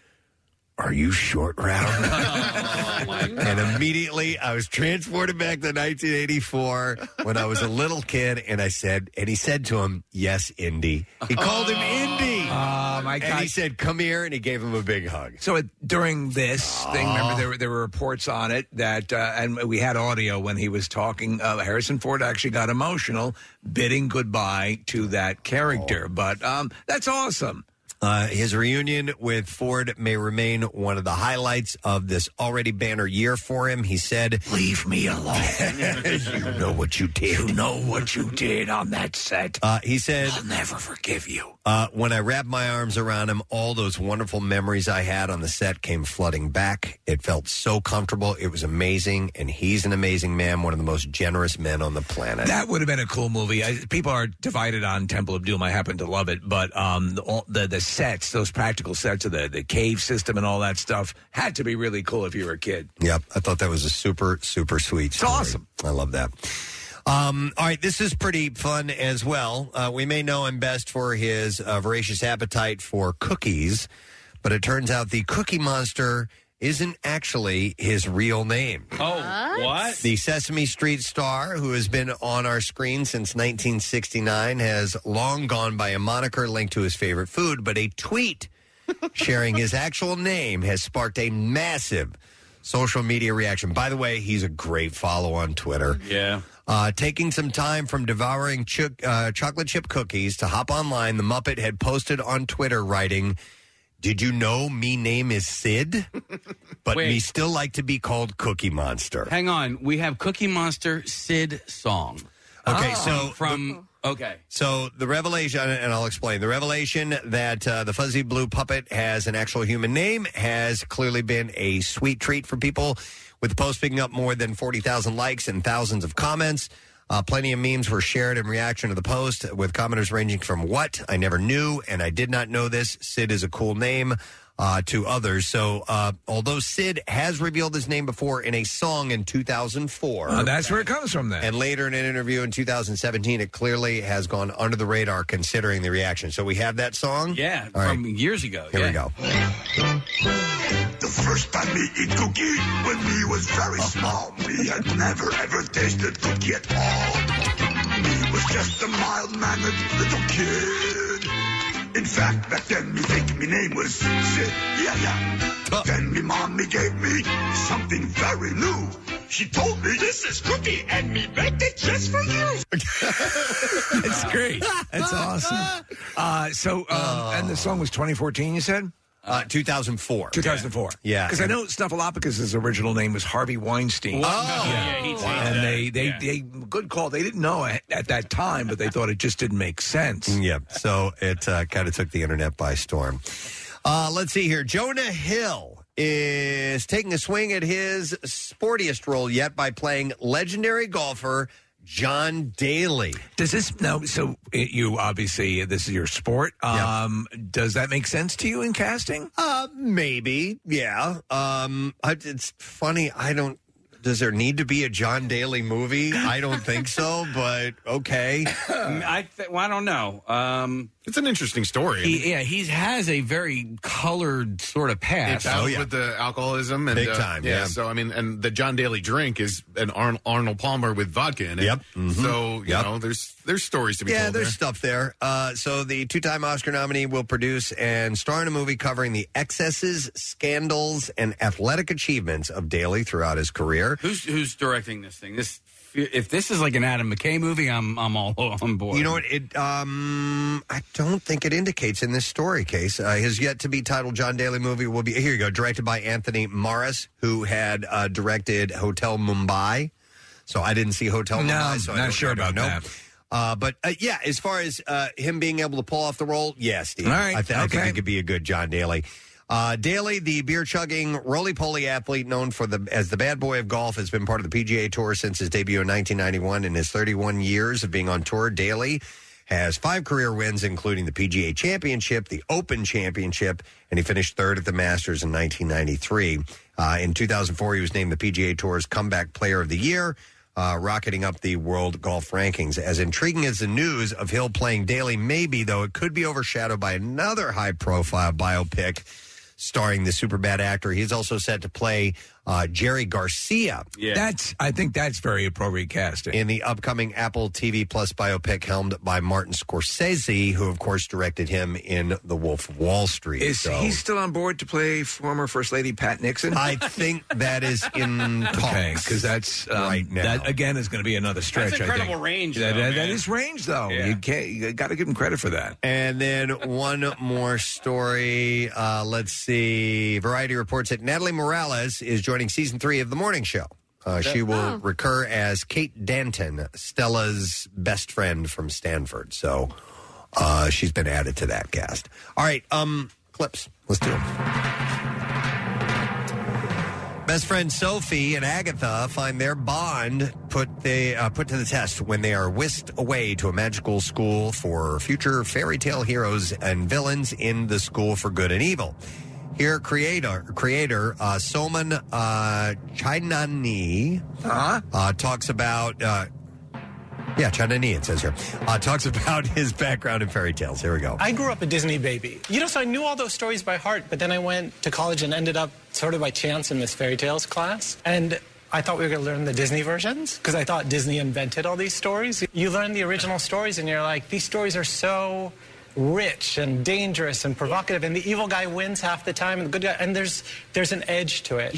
Are you short round? and immediately I was transported back to 1984 when I was a little kid. And I said, and he said to him, Yes, Indy. He called him Indy. Oh, my And he God. said, Come here. And he gave him a big Ah. hug. So it, during this thing, remember there were, there were reports on it that, uh, and we had audio when he was talking. Uh, Harrison Ford actually got emotional bidding goodbye to that character, Oh. but um, that's awesome. Uh, his reunion with Ford may remain one of the highlights of this already banner year for him. He said, Leave me alone. you know what you did. You know what you did on that set. Uh, he said, I'll never forgive you. Uh, when I wrapped my arms around him, all those wonderful memories I had on the set came flooding back. It felt so comfortable. It was amazing. And he's an amazing man, one of the most generous men on the planet. That would have been a cool movie. I, people are divided on Temple of Doom. I happen to love it, but um, the, all, the the sets, those practical sets of the the cave system and all that stuff, had to be really cool if you were a kid. Yep, I thought that was a super, super sweet. It's awesome. I love that. Um, all right, this is pretty fun as well. Uh, we may know him best for his uh, voracious appetite for cookies, but it turns out the Cookie Monster isn't actually his real name. Oh, what? The Sesame Street star, who has been on our screen since 1969, has long gone by a moniker linked to his favorite food, but a tweet sharing his actual name has sparked a massive social media reaction. By the way, he's a great follow on Twitter. Yeah. Uh, taking some time from devouring cho- uh, chocolate chip cookies to hop online, the Muppet had posted on Twitter, writing, Did you know me name is Sid? But me still like to be called Cookie Monster. Hang on. We have Cookie Monster Sid song. Uh, Okay, so from Oh. okay. So the revelation, and I'll explain the revelation that uh, the fuzzy blue puppet has an actual human name has clearly been a sweet treat for people. With the post picking up more than forty thousand likes and thousands of comments, uh, plenty of memes were shared in reaction to the post, with commenters ranging from "What I never knew and I did not know this." Sid is a cool name. Uh, to others. So, uh, although Sid has revealed his name before in a song in 2004, Uh, that's where it comes from. Then and later in an interview in 2017, it clearly has gone under the radar considering the reaction. So we have that song? Yeah, All right. from years ago. Here yeah. we go. The first time me eat cookie when me was very small. Me had never ever tasted cookie at all. Me was just a mild-mannered little kid. In fact, back then me think me name was Sid. Yeah, yeah. Then me mommy gave me something very new. She told me this is cookie and me baked it just for you. That's great. That's awesome. Uh, so, um, and the song was 2014. You said. Oh. Uh, 2004. 2004. Yeah. Because I know Snuffleupagus's original name was Harvey Weinstein. Oh. Yeah, he changed And that. they, they, they, good call. They didn't know it at that time, but they thought it just didn't make sense. Yep. Mm, So it uh, kind of took the internet by storm. Uh, let's see here. Jonah Hill is taking a swing at his sportiest role yet by playing legendary golfer John Daly. Does this now? So it, you obviously this is your sport. Um, Does that make sense to you in casting? Uh, maybe. Yeah. Um, I- it's funny. I don't. Does there need to be a John Daly movie? I don't think so. But okay. I th- well, I don't know. Um, it's an interesting story. He, yeah, he has a very colored sort of It's past. out Oh, with the alcoholism and Oh, Big uh, time, yeah. So I mean, and the John Daly drink is an Arn- Arnold Palmer with vodka in it. Yep. Mhm. So you Yep. know, there's there's stories to be yeah, told. there's there. stuff there. Uh, so the two-time Oscar nominee will produce and star in a movie covering the excesses, scandals, and athletic achievements of Daly throughout his career. Who's who's directing this thing? This if this is like an Adam McKay movie, I'm I'm all on board. You know what? It. Um, I don't think it indicates in this story case. Uh, his yet to be titled John Daly movie will be here. You go, directed by Anthony Morris, who had uh, directed Hotel Mumbai. So I didn't see Hotel No, Mumbai. So I not don't- sure I don't about know. that. Uh, but uh, yeah, as far as uh, him being able to pull off the role, yeah, Steve. All right, I, th- I think okay. he could be a good John Daly. Uh, Daly, the beer chugging roly poly athlete known for the as the bad boy of golf, has been part of the PGA Tour since his debut in 1991. In his 31 years of being on tour, Daly has five career wins, including the PGA Championship, the Open Championship, and he finished third at the Masters in 1993. Uh, in 2004, he was named the PGA Tour's Comeback Player of the Year uh, rocketing up the world golf rankings. As intriguing as the news of Hill playing daily may be, though, it could be overshadowed by another high profile biopic starring the super bad actor. He's also set to play uh, Jerry Garcia. Yeah. That's I think that's very appropriate casting. In the upcoming Apple TV Plus biopic helmed by Martin Scorsese, who, of course, directed him in The Wolf of Wall Street. Is So- he still on board to play former First Lady Pat Nixon? I think that is in okay because that's um, right now. That again is going to be another stretch. I think. incredible range, That, though, that- that man. is range though. You can't. You got to give him credit for that. And then one more story. Uh, let's see. Variety reports that Natalie Morales is joining season three of The Morning Show. Uh, she will Oh. recur as Kate Danton, Stella's best friend from Stanford. So uh, she's been added to that cast. All right, um, clips. Let's do it. Best friend Sophie and Agatha find their bond put they uh, put to the test when they are whisked away to a magical school for future fairy tale heroes and villains in the school for good and evil. Here, creator creator uh, Soman uh, Chainani uh, talks about uh, yeah Chainani it says here uh, talks about his background in fairy tales. Here we go. I grew up a Disney baby. You know, so I knew all those stories by heart, but then I went to college and ended up sort of by chance in this fairy tales class. And I thought we were going to learn the Disney versions because I thought Disney invented all these stories. You learn the original stories and you're like, these stories are so rich and dangerous and provocative and the evil guy wins half the time and the good guy and there's there's an edge to it.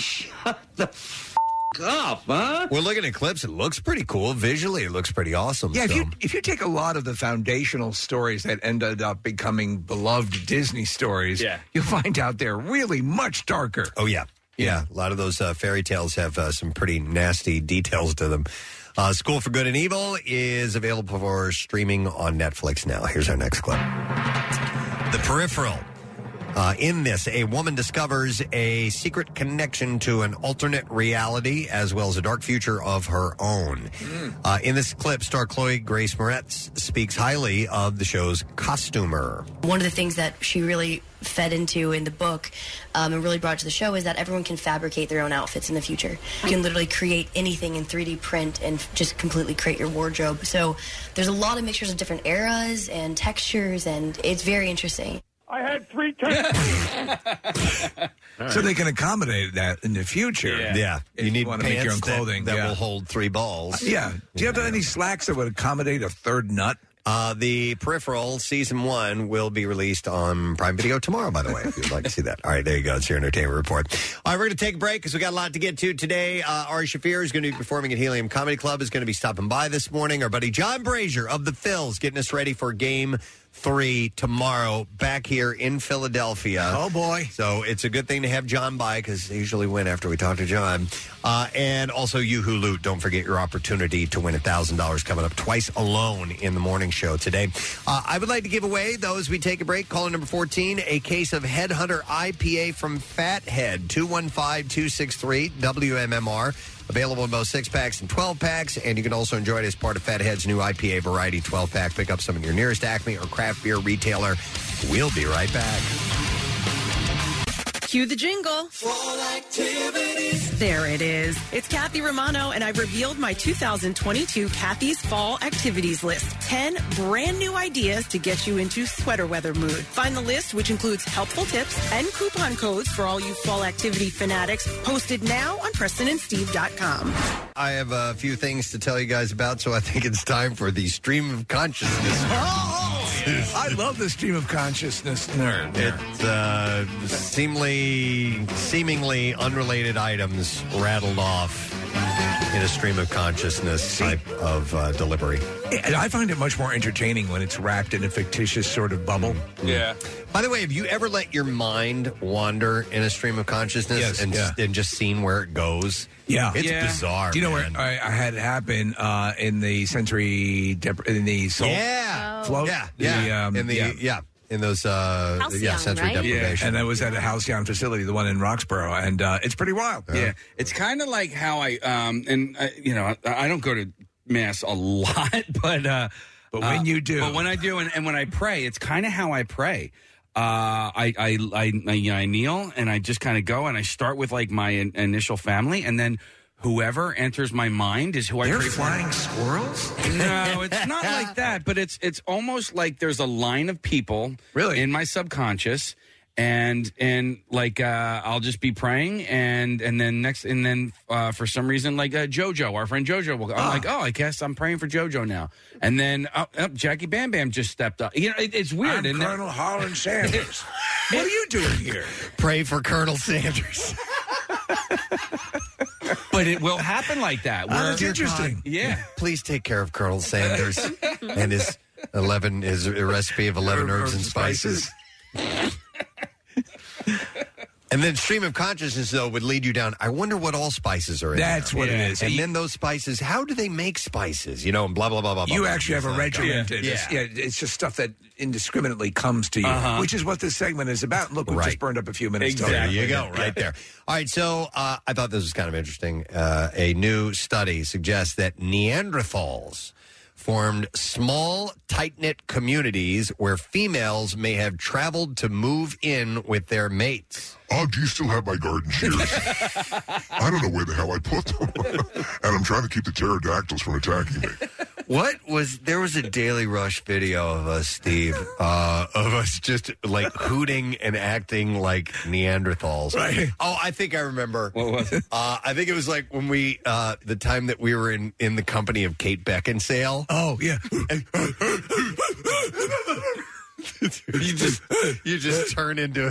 Up, huh? We're looking at clips. It looks pretty cool visually. It looks pretty awesome. Yeah, if so. you if you take a lot of the foundational stories that ended up becoming beloved Disney stories, Yeah. you'll find out they're really much darker. Oh yeah, yeah. A lot of those uh, fairy tales have uh, some pretty nasty details to them. Uh, School for Good and Evil is available for streaming on Netflix now. Here's our next clip. The Peripheral. Uh, in this, a woman discovers a secret connection to an alternate reality as well as a dark future of her own. Uh, in this clip, star Chloe Grace Moretz speaks highly of the show's costumer. One of the things that she really fed into in the book um, and really brought to the show is that everyone can fabricate their own outfits in the future. You can literally create anything in 3D print and f- just completely create your wardrobe. So there's a lot of mixtures of different eras and textures, and it's very interesting. I had three times. So they can accommodate that in the future. Yeah. Yeah. If You need wanna make your pants own that- clothing that will hold three balls. Yeah. Do you have any slacks that would accommodate a third nut? Uh, the Peripheral season one will be released on Prime Video tomorrow. By the way, if you'd like to see that. All right, there you go. It's your entertainment report. All right, we're going to take a break because we got a lot to get to today. Uh, Ari Shafir is going to be performing at Helium Comedy Club. Is going to be stopping by this morning. Our buddy John Brazier of the Phils getting us ready for Game Three tomorrow back here in Philadelphia. Oh boy! So it's a good thing to have John by because they usually win after we talk to John. Uh, and also, you who loot, don't forget your opportunity to win thousand dollars coming up twice alone in the morning show today. Uh, I would like to give away, though, as we take a break, caller number 14, a case of Headhunter IPA from Fathead, 215 263 WMMR. Available in both six packs and 12 packs, and you can also enjoy it as part of Fathead's new IPA variety 12 pack. Pick up some in your nearest Acme or craft beer retailer. We'll be right back. Cue the jingle. There it is. It's Kathy Romano, and I've revealed my 2022 Kathy's Fall Activities List. 10 brand new ideas to get you into sweater weather mood. Find the list, which includes helpful tips and coupon codes for all you fall activity fanatics, posted now on PrestonandSteve.com. I have a few things to tell you guys about, so I think it's time for the stream of consciousness. Oh, I love the stream of consciousness nerd. It's uh, seemingly, seemingly unrelated items rattled off in a stream of consciousness type of uh, delivery. And I find it much more entertaining when it's wrapped in a fictitious sort of bubble. Yeah. By the way, have you ever let your mind wander in a stream of consciousness Yes, and, yeah. and just seen where it goes? Yeah, It's bizarre. Do you know man. where I, I had it happen uh, in the sensory dep- in the soul Yeah. float? um, Yeah. Yeah. in the, yeah. In those, uh, yeah, sensory deprivation. and I was at a Halcyon facility, the one in Roxborough, and uh, it's pretty wild. Yeah, it's kind of like how I um and I, you know I, I don't go to mass a lot, but uh, But when you do- but when I do, and, and when I pray, it's kind of how I pray. Uh, I I I, I, you know, I kneel and I just kind of go and I start with like my in, initial family, and then whoever enters my mind is who I They're pray for. flying squirrels. No, it's not like that, but it's it's almost like there's a line of people really in my subconscious and and like uh, I'll just be praying and and then next and then uh, for some reason like uh, JoJo, our friend JoJo will I'm like, Ah. "Oh, I guess I'm praying for JoJo now." And then oh, oh, Jackie Bam Bam just stepped up. You know, it, it's weird. I'm isn't it? Colonel Holland Sanders. what are you doing here? Pray for Colonel Sanders. but it will happen like that. Ah, Where- where- Dear God, Yeah. Please take care of Colonel Sanders and his eleven his recipe of eleven herbs and spices. And then stream of consciousness though would lead you down. I wonder what all spices are in. That's there. what it Yeah. is. And You- then those spices. How do they make spices? You know, and blah blah blah blah. you blah, actually have blah, a blah, regiment. blah. It's, yeah. it's just stuff that indiscriminately comes to you, Uh-huh. which is what this segment is about. Look, we Right. just burned up a few minutes. Exactly. There you go, Yeah. right there. All right, so uh, I thought this was kind of interesting. Uh, a new study suggests that Neanderthals formed small, tight knit communities where females may have traveled to move in with their mates. Oh, do you still have my garden shears? I don't know where the hell I put them. and I'm trying to keep the pterodactyls from attacking me. What was there was a Daily Rush video of us, Steve, uh, of us just like hooting and acting like Neanderthals. Right. Oh, I think I remember. What was it? Uh, I think it was like when we uh, the time that we were in in the company of Kate Beckinsale. Oh yeah. you just you just turn into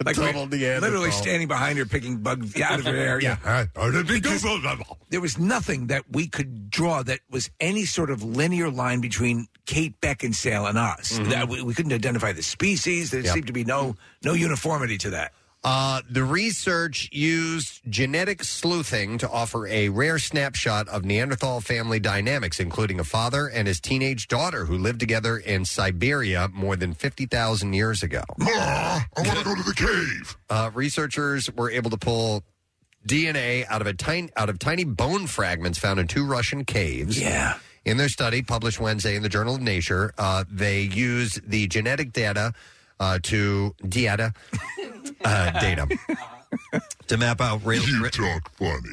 a Like total we're Neanderthal. literally standing behind her picking bugs out of her hair. Yeah. There was nothing that we could draw that was any sort of linear line between Kate Beckinsale and us. Mm-hmm. That we, we couldn't identify the species. There Yep. seemed to be no no uniformity to that. Uh, the research used genetic sleuthing to offer a rare snapshot of Neanderthal family dynamics, including a father and his teenage daughter who lived together in Siberia more than 50,000 years ago. I want to go to the cave. Uh, researchers were able to pull DNA out of a tiny out of tiny bone fragments found in two Russian caves. Yeah. In their study, published Wednesday in the Journal of Nature, uh, they used the genetic data uh, to data uh, data to map out real,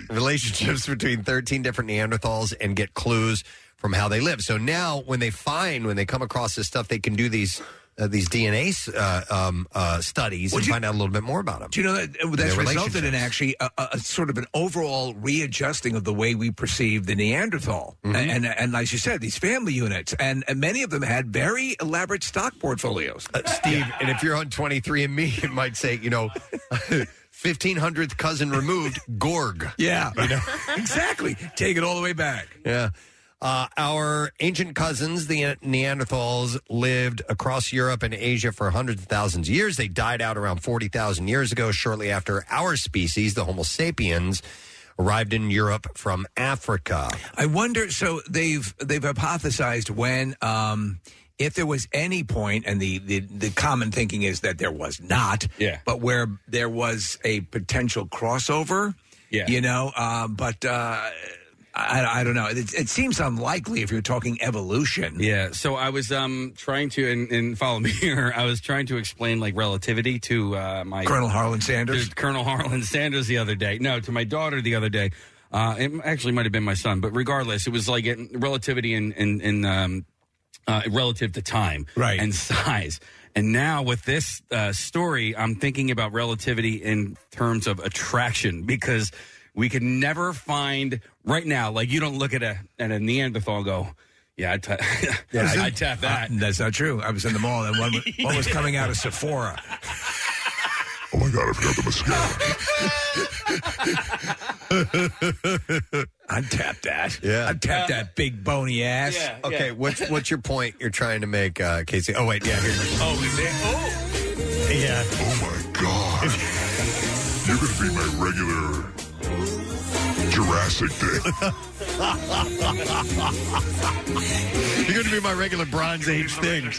relationships between 13 different Neanderthals and get clues from how they live. So now, when they find, when they come across this stuff, they can do these uh, these DNA uh, um, uh, studies and find out a little bit more about them. Do you know that uh, And that's their resulted in relationships. actually a, a, a sort of an overall readjusting of the way we perceive the Neanderthal, Mm-hmm. and, and and as you said, these family units, and, and many of them had very elaborate stock portfolios. Uh, Steve, and if you're on 23 and Me, it might say, you know, 1500th cousin removed, Gorg. Yeah, You know? Oh exactly. Take it all the way back. Yeah. Uh, our ancient cousins, the Neanderthals, lived across Europe and Asia for hundreds of thousands of years. They died out around 40,000 years ago, shortly after our species, the Homo sapiens, arrived in Europe from Africa. I wonder. So they've they've hypothesized when, um, if there was any point, and the, the the common thinking is that there was not. Yeah. But where there was a potential crossover. Yeah. You know, uh, but. Uh, I, I don't know. It, it seems unlikely if you're talking evolution. Yeah. So I was um trying to and, and follow me here. I was trying to explain like relativity to uh, my Colonel Harlan Sanders? to Colonel Harlan Sanders the other day. No, to my daughter the other day. Uh, it actually might have been my son, but regardless, it was like in- relativity and and and um, uh, relative to time, right, and size. And now with this uh, story, I'm thinking about relativity in terms of attraction because we can never find right now. Like you don't look at a at a Neanderthal and go. Yeah, I ta- yeah, I, tap that. Uh, that's not true. I was in the mall and one, one was coming out of Sephora. Oh my God, I forgot the mascara. I'd tap that. Yeah. I'd tap that big bony ass. okay, what's what's your point you're trying to make, uh, Casey? Oh wait, yeah, here. Oh, is it? Oh. Yeah. Oh my god. You're gonna be my regular Jurassic thing. You're gonna be my regular Bronze Age thing.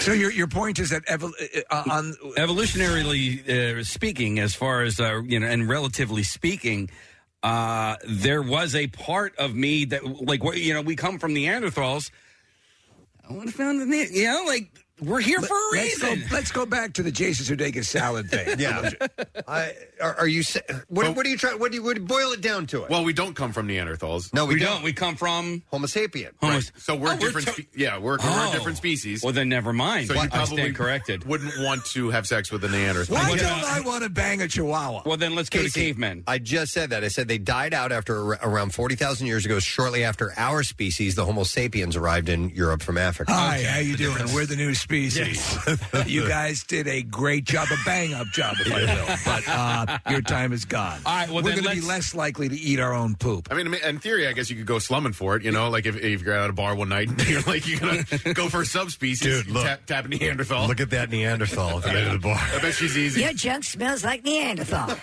So your your point is that evol- uh, on evolutionarily uh, speaking, as far as uh, you know, and relatively speaking, uh, there was a part of me that, like, what you know, we come from Neanderthals. I want to found the Ne- you know, like we're here for a let's go- reason. let's go back to the Jason Sudeikis salad thing. Yeah. I, are, are you? sa- What, what are you trying? What do you would boil it down to? It. Well, we don't come from Neanderthals. No, we We don't. We come from Homo sapien. Right. So we're different. spe- yeah, we're, we're Oh. a different species. Well, then never mind. So Well, you I probably stand corrected. Wouldn't want to have sex with a Neanderthal. Why don't I want to bang a chihuahua? Well, then let's Casey, I just said that. I said they died out after ar- around 40,000 years ago, shortly after our species, the Homo sapiens, arrived in Europe from Africa. Ah. Hi, how you doing? We're the new species. you guys did a great job, a bang up job, if I will. But uh, your time is gone. All right, well, we're then going to be let's- less likely to eat our own poop. I mean, in theory, I guess you could go slumming for it. You know, like if, if you're out at a bar one night and you're like, you're going to go for a subspecies, Dude, you look. tap, tap a Neanderthal. Look at that Neanderthal at the end of the bar. I bet she's easy. Your junk smells like Neanderthal.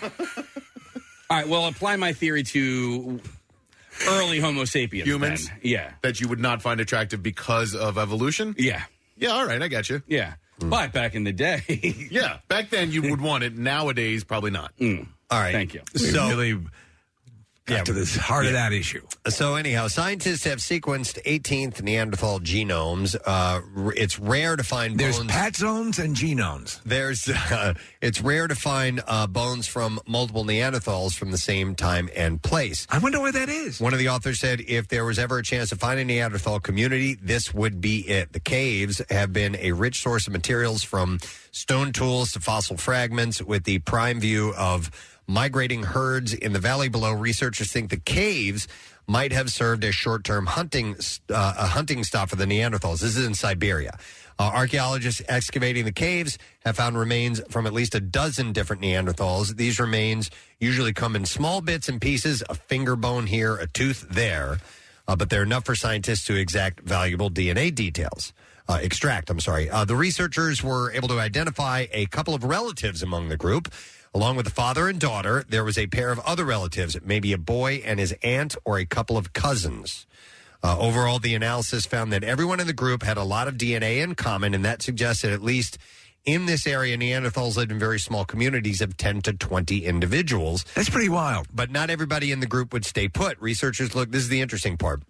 All right. Well, apply my theory to early Homo sapiens. Humans? then. Yeah. That you would not find attractive because of evolution? Yeah. Yeah, all right, I got you. Yeah. Hmm. But back in the day. yeah, back then you would want it. Nowadays, probably not. All right. Hmm. Thank you. We really got to the heart of that issue. So, anyhow, scientists have sequenced 18th Neanderthal genomes. Uh, r- it's rare to find There's bones. patzones and genomes. There's uh, it's rare to find uh, bones from multiple Neanderthals from the same time and place. I wonder why that is. One of the authors said if there was ever a chance to find a Neanderthal community, this would be it. The caves have been a rich source of materials from stone tools to fossil fragments with the prime view of migrating herds in the valley below. Researchers think the caves might have served as short-term hunting uh, a hunting stop for the Neanderthals. This is in Siberia. Uh, archaeologists excavating the caves have found remains from at least a dozen different Neanderthals. These remains usually come in small bits and pieces, a finger bone here, a tooth there, uh, but they're enough for scientists to exact valuable DNA details. Uh, extract, I'm sorry. Uh, the researchers were able to identify a couple of relatives among the group. Along with the father and daughter, there was a pair of other relatives, maybe a boy and his aunt or a couple of cousins. Uh, overall, the analysis found that everyone in the group had a lot of DNA in common, and that suggested at least in this area, Neanderthals lived in very small communities of 10 to 20 individuals. That's pretty wild. But not everybody in the group would stay put. Researchers look, this is the interesting part.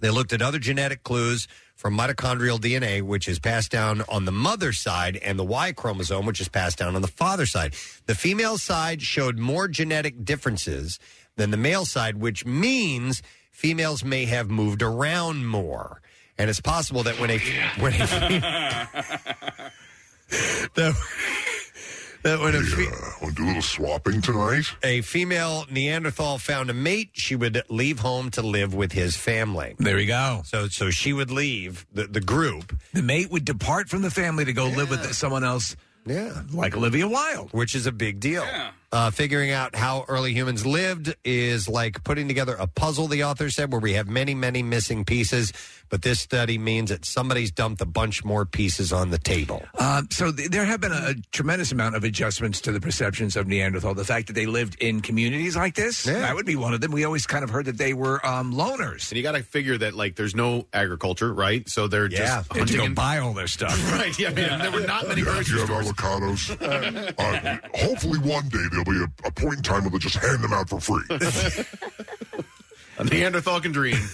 They looked at other genetic clues from mitochondrial DNA, which is passed down on the mother's side, and the Y chromosome, which is passed down on the father's side. The female side showed more genetic differences than the male side, which means females may have moved around more. And it's possible that when a when a that, that when a fe- Want to Uh, do a little swapping tonight? a female Neanderthal found a mate, she would leave home to live with his family. There you go. So, so she would leave the, the group, The mate would depart from the family to go live with someone else. Yeah, like Olivia Wilde, which is a big deal. Uh, figuring out how early humans lived is like putting together a puzzle, the author said, where we have many, many missing pieces. But this study means that somebody's dumped a bunch more pieces on the table. Um, so th- there have been a, a tremendous amount of adjustments to the perceptions of Neanderthal. The fact that they lived in communities like this, that would be one of them. We always kind of heard that they were um, loners. And you got to figure that, like, there's no agriculture, right? So they're just they had to hunting go and- buy all their stuff. Right, yeah, man, there were not many Yeah, do grocery you have stores. avocados? Uh, hopefully, one day there'll be a, a point in time where they'll just hand them out for free. A Neanderthal can dream.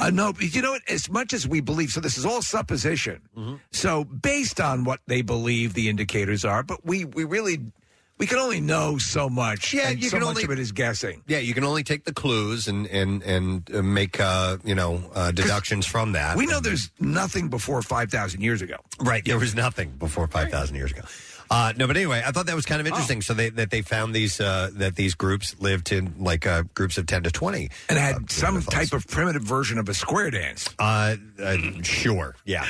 Uh, no, but you know what? As much as we believe, so this is all supposition. Mm-hmm. So based on what they believe the indicators are, but we we really we can only know so much. Yeah, and you so can much only- of it is guessing. Yeah, you can only take the clues and and and uh, make uh, you know uh, deductions from that. We know there's nothing before five thousand years ago. Right. There was nothing before 5,000 years ago. Uh, no, but anyway, I thought that was kind of interesting. So they, that they found these uh, that these groups lived in like uh, groups of 10 to 20. And had some type of primitive version of a square dance. Uh, uh, sure. Yeah.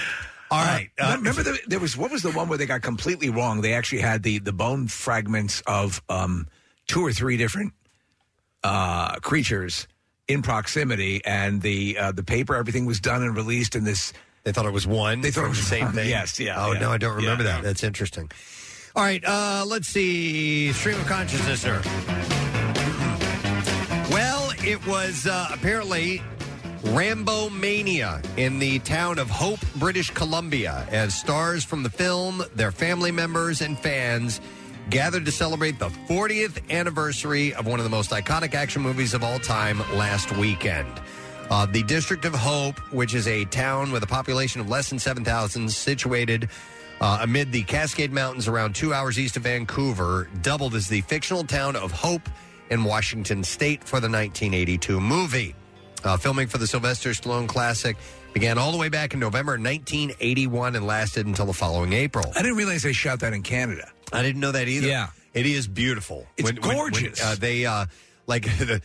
All right. Uh, remember the, there was what was the one where they got completely wrong? They actually had the the bone fragments of um, two or three different uh, creatures in proximity, and the uh, the paper everything was done and released in this. They thought it was one. They thought it was the same thing. Yes. Yeah. Oh yeah, no, I don't remember yeah. that. That's interesting. All right, uh, let's see. Stream of consciousness, sir. Well, it was uh, apparently Rambo Mania in the town of Hope, British Columbia, as stars from the film, their family members, and fans gathered to celebrate the 40th anniversary of one of the most iconic action movies of all time last weekend. Uh, the District of Hope, which is a town with a population of less than 7,000, situated uh, amid the Cascade Mountains around two hours east of Vancouver, doubled as the fictional town of Hope in Washington state for the 1982 movie. Uh, filming for the Sylvester Stallone classic began all the way back in November 1981 and lasted until the following April. I didn't realize they shot that in Canada. I didn't know that either. Yeah. it is beautiful. It's gorgeous. uh, they uh, like the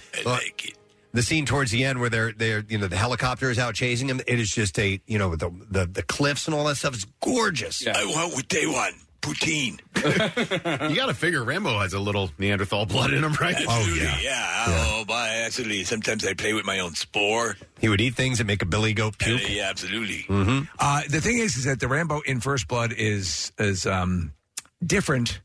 the scene towards the end where they're they're you know the helicopter is out chasing them. It is just a you know the the, the cliffs and all that stuff is gorgeous. I want what they want. Poutine. you got to figure Rambo has a little Neanderthal blood in him, right? Absolutely, yeah. Oh, by actually, sometimes I play with my own spore. He would eat things and make a billy goat puke. Uh, yeah, absolutely. Mm-hmm. Uh, the thing is, is that the Rambo in First Blood is is um, different,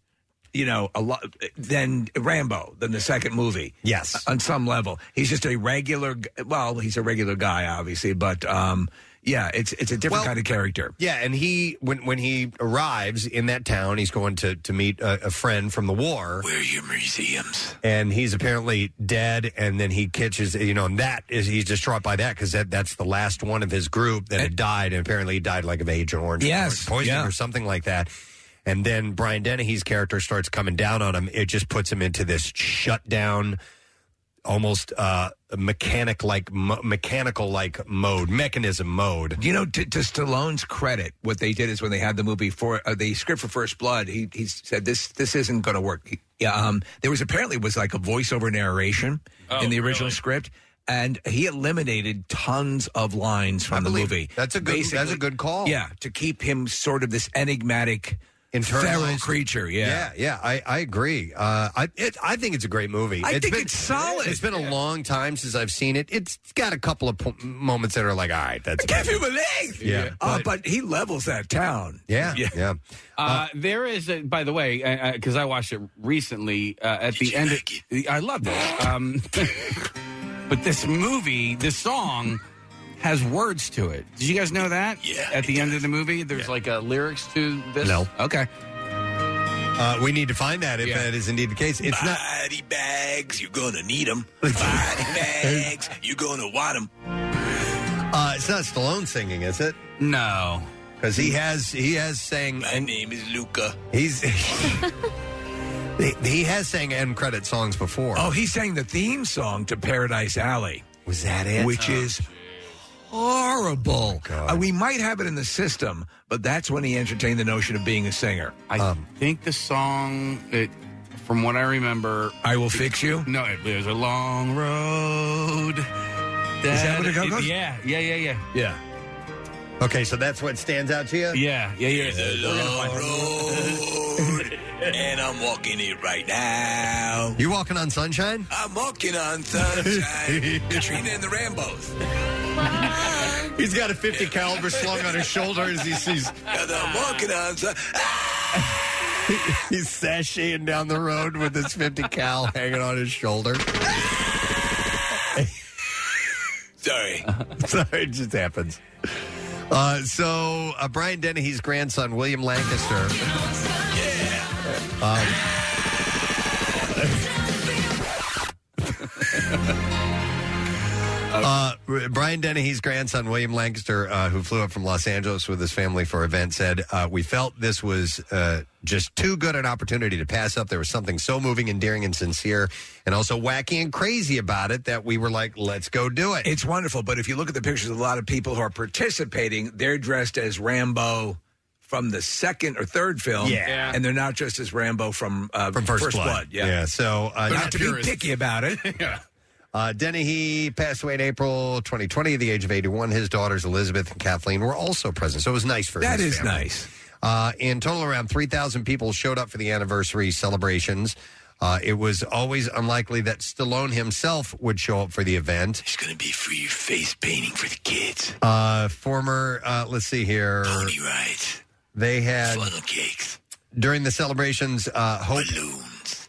you know, a lot than Rambo than the second movie. Yes, on some level, he's just a regular. g- Well, he's a regular guy, obviously, but um, yeah, it's it's a different Well- kind of character. Yeah, and he when when he arrives in that town, he's going to to meet a, a friend from the war. Where are your museums? And he's apparently dead, and then he catches you know, and that is he's distraught by that because that that's the last one of his group that had died, and apparently he died like of Agent Orange, Yes, or poisoning yeah. or something like that. And then Brian Dennehy's character starts coming down on him. It just puts him into this shutdown, almost uh, mechanic like mo- mechanical like mode, mechanism mode. You know, to, to Stallone's credit, what they did is when they had the movie for uh, the script for First Blood, he he said this this isn't going to work. He- yeah, um, there was apparently was like a voiceover narration in the original script, and he eliminated tons of lines from the movie. That's a good- that's Basically- a good call. Yeah, to keep him sort of this enigmatic, feral Internalized. creature. yeah, Yeah, yeah, I, I agree. Uh, I it, I think it's a great movie. I think been, it's solid. It's been a long time since I've seen it. It's got a couple of po- moments that are like, all right, that's give him a leg. Yeah, uh, but he levels that town. yeah, yeah. Uh, there is, a, by the way, because I watched it recently. Uh, at the end, of, I loved it. Um, but this movie, this song, has words to it. Did you guys know that? Yeah. At the end of the movie, there's like a lyrics to this. No. Okay. Uh, we need to find that if that is indeed the case. It's not. Body bags, you're gonna need them. Body bags, you're gonna want them. Uh, it's not Stallone singing, is it? No, because he has he has sang. My name is Luca. He's he, he has sang end credit songs before. Oh, he sang the theme song to Paradise Alley. Was that it? Which Oh, is horrible. Uh, we might have it in the system, but that's when he entertained the notion of being a singer. I think the song that, from what I remember, I will fix you. No, it was a long road. Is that what it goes? Yeah, yeah, yeah, yeah. Yeah. Okay, so that's what stands out to you. Yeah, yeah, yeah. and I'm walking it right now. You walking on sunshine? I'm walking on sunshine. Katrina and the Rambos. He's got a 50 caliber slung on his shoulder as he sees. And I'm walking on sunshine. He's sashaying down the road with his 50 cal hanging on his shoulder. Sorry. Sorry, it just happens. Uh, so, uh, Brian Dennehy's grandson, William Lancaster. Um, Uh, R- Brian Dennehy's grandson, William Lancaster, uh, who flew up from Los Angeles with his family for an event, said, uh, We felt this was uh, just too good an opportunity to pass up. There was something so moving, endearing, and sincere, and also wacky and crazy about it that we were like, let's go do it. It's wonderful, but if you look at the pictures of a lot of people who are participating, they're dressed as Rambo from the second or third film, Yeah. Yeah. and they're not dressed as Rambo from uh, From First Blood. Yeah, Yeah, so, uh, But not not to be purists. picky about it. Uh, Uh, Dennehy passed away in April 2020 at the age of 81. His daughters, Elizabeth and Kathleen, were also present. So it was nice for That his is family. nice. Uh, in total, around 3,000 people showed up for the anniversary celebrations. Uh, it was always unlikely that Stallone himself would show up for the event. He's going to be for your face painting for the kids. Uh, former, uh, let's see here. Pony rides. They had funnel cakes during the celebrations. Uh, Hope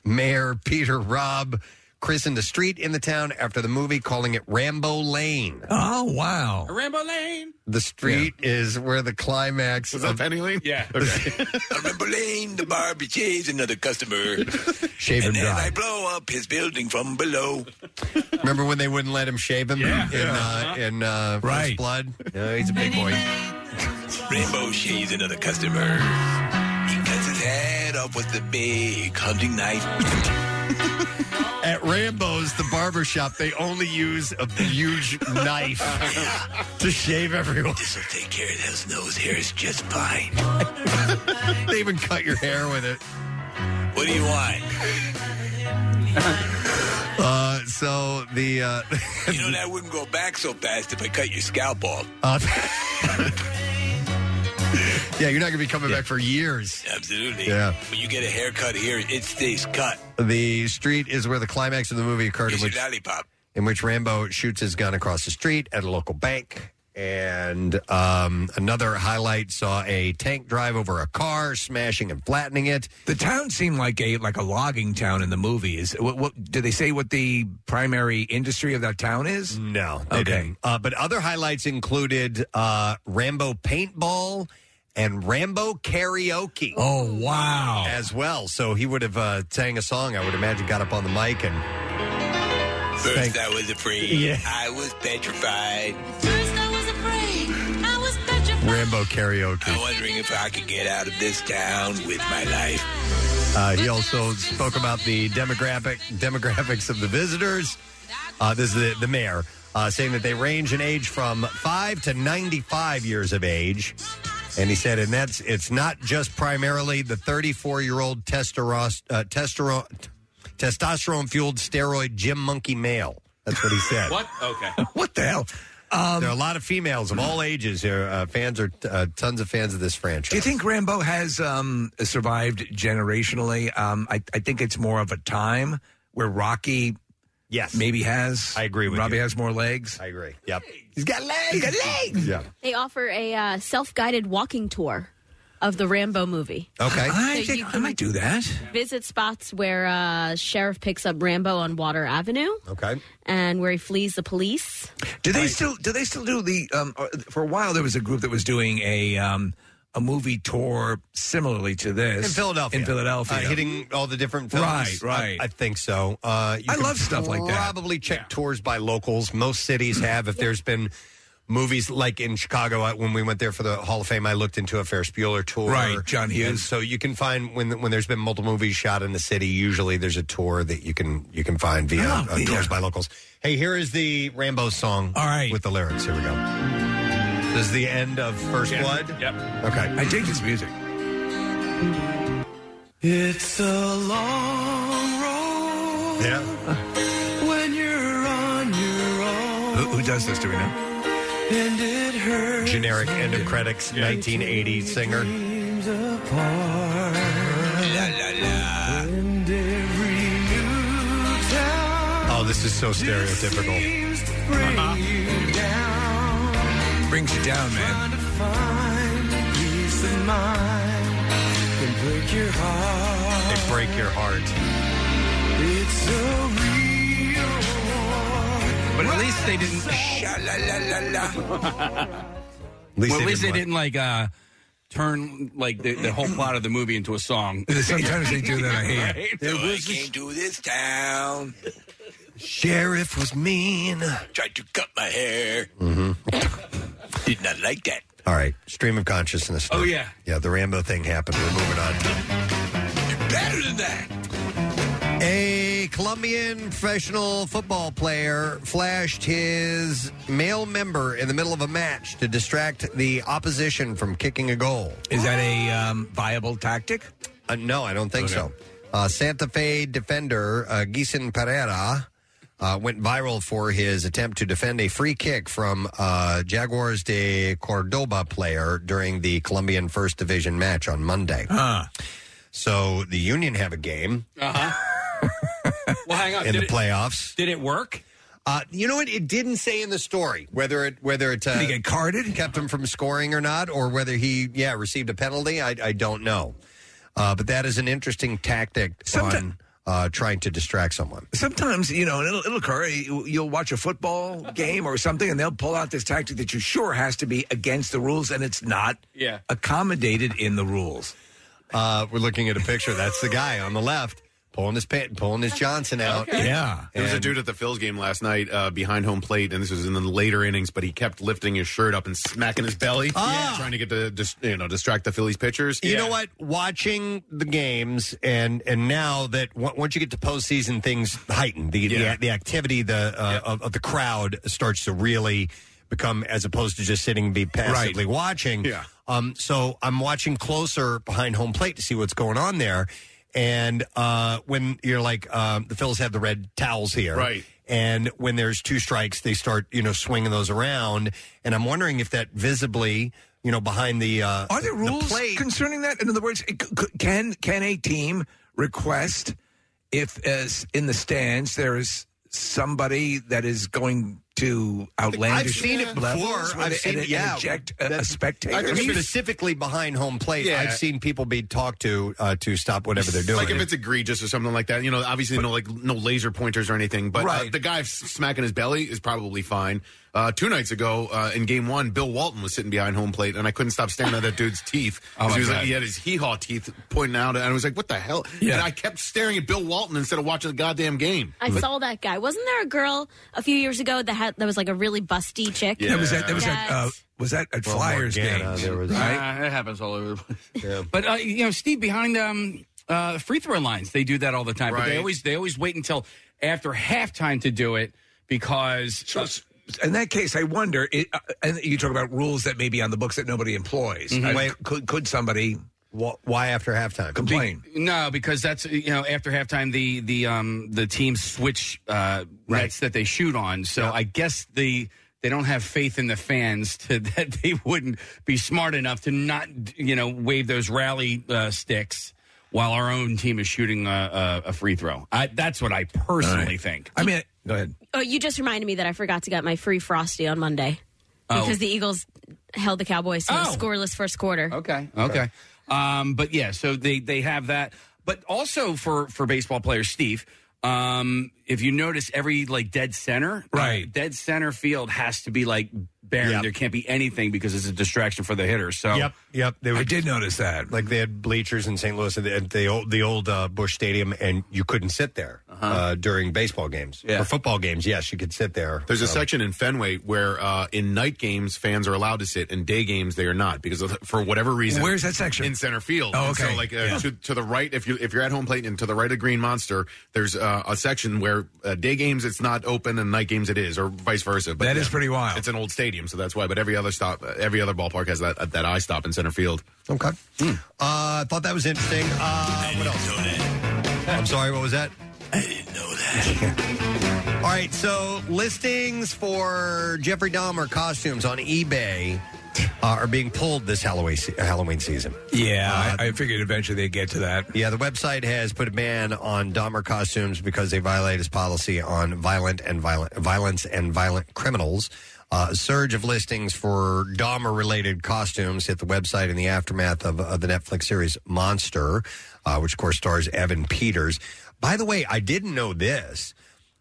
Mayor Peter Robb christened a street in the town after the movie, calling it Rambo Lane. Oh wow! Rambo Lane. The street is where the climax. Is that Penny Lane? Yeah. Okay. Remember Lane, the barber chase another customer. Shave and him then dry. I blow up his building from below. Remember when they wouldn't let him shave him in uh, in uh, First Blood? Yeah, he's a big boy. Rainbow shaves another customer. He cuts his head off with the big hunting knife. At Rambo's, the barber shop, they only use a huge knife to shave everyone. This will take care of those nose hairs just fine. they even cut your hair with it. What do you want? Uh, so the uh, You know that wouldn't go back so fast if I cut your scalp off. uh, yeah, you're not going to be coming back for years. Absolutely. Yeah. When you get a haircut here, it stays cut. The street is where the climax of the movie occurred, in Here's which, your lollipop. in which Rambo shoots his gun across the street at a local bank. And um, another highlight saw a tank drive over a car, smashing and flattening it. The town seemed like a like a logging town in the movie. Is what, what do they say? What the primary industry of that town is? No. Okay. Uh, but other highlights included uh, Rambo paintball and Rambo karaoke. Oh wow! As well, so he would have uh, sang a song. I would imagine got up on the mic and First, Thank- I was afraid. Yeah. I was petrified. Rambo karaoke. I'm wondering if I could get out of this town with my life. Uh, he also spoke about the demographic demographics of the visitors. Uh, this is the, the mayor uh, saying that they range in age from five to ninety-five years of age, and he said, and that's it's not just primarily the thirty-four-year-old testosterone uh, testosterone testosterone-fueled steroid gym monkey male. That's what he said. What? Okay. what the hell? there are a lot of females of all ages here. Uh, fans are uh, tons of fans of this franchise. Do you think Rambo has um, survived generationally? Um, I, I think it's more of a time where Rocky, yes, maybe has. I agree with Robbie you. has more legs. I agree. Yep, he's got legs. He's got legs. Yeah. They offer a uh, self-guided walking tour of the Rambo movie. Okay. I, So you think I might do that. Visit spots where uh, sheriff picks up Rambo on Water Avenue Okay. and where he flees the police. Do they still do they still do the um, uh, for a while there was a group that was doing a um, a movie tour similarly to this in Philadelphia. in Philadelphia Uh, hitting all the different films. Right, right. I, I think so. Uh, you I can love stuff like that. Probably check tours by locals. Most cities have. If there's been movies like in Chicago I- when we went there for the Hall of Fame, I looked into a Ferris Bueller tour. Right, John Hughes. And so you can find when when there's been multiple movies shot in the city. Usually there's a tour that you can you can find via Oh, uh, yeah. tours by locals. Hey, here is the Rambo song. All right, with the lyrics. Here we go. This is the end of First Blood. Yep. Okay. I dig this music. It's a long road Yeah. when you're on your own, Who, who does this? Do we know? and it hurts. Generic end of credits, 1980 singer. Dreams apart. And every new town Oh, this is so Uh-huh. stereotypical. seems to bring you down. Brings you down, man. Trying to find peace of mind can break your heart. They break your heart. It's a real war. But at least they didn't. well, at least they didn't like uh, turn like the, the whole plot of the movie into a song. Sometimes they do that. I hate. Right? So I came to this town. Sheriff was mean. Tried to cut my hair. Did not like that. Mm-hmm. All right, stream of consciousness. Oh, yeah. yeah. The Rambo thing happened. We're moving on. Better than that. A Colombian professional football player flashed his male member in the middle of a match to distract the opposition from kicking a goal. Is that a um, viable tactic? Uh, no, I don't think so. Uh, Santa Fe defender uh, Gison Pereira uh, went viral for his attempt to defend a free kick from uh, Jaguars de Cordoba player during the Colombian First Division match on Monday. Ah. So the Union have a game Uh-huh. Well, hang on. in Did the it- playoffs. did it work? Uh, you know what? It didn't say in the story whether it whether it uh, Did he get carded, kept him from scoring or not, or whether he yeah received a penalty. I, I don't know, uh, but that is an interesting tactic on uh, trying to distract someone. Sometimes, you know, and it'll, it'll occur. You- You'll watch a football game or something, and they'll pull out this tactic that you sure has to be against the rules, and it's not Yeah. accommodated in the rules. Uh, we're looking at a picture. That's the guy on the left pulling his pant, pulling his Johnson out. There was a dude at the Phil's game last night uh, behind home plate, and this was in the later innings, but he kept lifting his shirt up and smacking his belly, trying to get to dis- you know distract the Phillies pitchers. You know what? Watching the games and and now that w- once you get to postseason, things heighten. The Yeah. the, the activity the uh, of, of the crowd starts to really become as opposed to just sitting and be passively watching. Yeah. Um. So I'm watching closer behind home plate to see what's going on there. And uh, when you're like um, the Phils have the red towels here, Right. And when there's two strikes, they start you know swinging those around. And I'm wondering if that visibly, you know, behind the uh, Are there rules concerning that? In other words, it c- c- can can a team request if as in the stands there is somebody that is going to outlandish? I've seen it levels before. where I've they- seen and- it, and yeah. eject a- a spectator. specifically behind home plate. Yeah. I've seen people be talked to uh, to stop whatever they're doing. Like if it's egregious or something like that, you know, obviously no like no laser pointers or anything, but uh, Right. the guy s- smacking his belly is probably fine. Uh, two nights ago uh, in game one, Bill Walton was sitting behind home plate, and I couldn't stop staring at that dude's teeth. Oh, 'Cause my he, was, like, God. he had his hee haw teeth pointing out, and I was like, "What the hell?" Yeah. And I kept staring at Bill Walton instead of watching the goddamn game. I saw that guy. Wasn't there a girl a few years ago that had that was like a really busty chick? Yeah, was that that was That- at uh, was that at Well, Flyers Morgana, games? there was- right? Uh, it happens all over the place. But uh, you know, Steve, behind um, uh, free throw lines, they do that all the time. But they Right. always they always wait until after halftime to do it because So it's- in that case, I wonder. It, uh, and you talk about rules that may be on the books that nobody employs. Mhm. Uh, Wait. could could somebody why after halftime complain? no, because that's you know after halftime the the um the teams switch uh, nets that they shoot on. So I guess the they don't have faith in the fans to, that they wouldn't be smart enough to not you know wave those rally uh, sticks while our own team is shooting a, a, a free throw. I, that's what I personally think. I mean, go ahead. Oh, you just reminded me that I forgot to get my free frosty on Monday Oh. because the Eagles held the Cowboys to a Oh. scoreless first quarter. Okay. Okay. Um, but yeah, so they they have that. But also for for baseball players, Steve, um, if you notice, every like dead center, right, dead center field has to be like barren. There can't be anything because it's a distraction for the hitter. So Yep, yep. They I did notice that. Like they had bleachers in St. Louis at the, at the old, the old uh, Bush Stadium, and you couldn't sit there uh during baseball games or football games. Yes, you could sit there. There's a Oh. Um, section in Fenway where uh, in night games fans are allowed to sit, and day games they are not because of, for whatever reason. Where's that section? In center field. Oh, And so okay. like uh, Yeah. to, to the right, if you if you're at home plate and to the right of Green Monster, there's uh, a section where uh, day games it's not open and night games it is, or vice versa. But That is pretty wild. It's an old stadium, so that's why. But every other stop, every other ballpark has that that eye stop in center field. Okay. Uh, I thought that was interesting. Uh, what else? I'm sorry, what was that? I didn't know that. All right, so listings for Jeffrey Dahmer costumes on eBay uh, are being pulled this Halloween, se- Halloween season. Yeah, I, I figured eventually they get to that. Yeah, the website has put a ban on Dahmer costumes because they violate his policy on violent and violent violence and violent criminals. Uh, a surge of listings for Dahmer related costumes hit the website in the aftermath of, of the Netflix series Monster, uh, which of course stars Evan Peters. By the way, I didn't know this.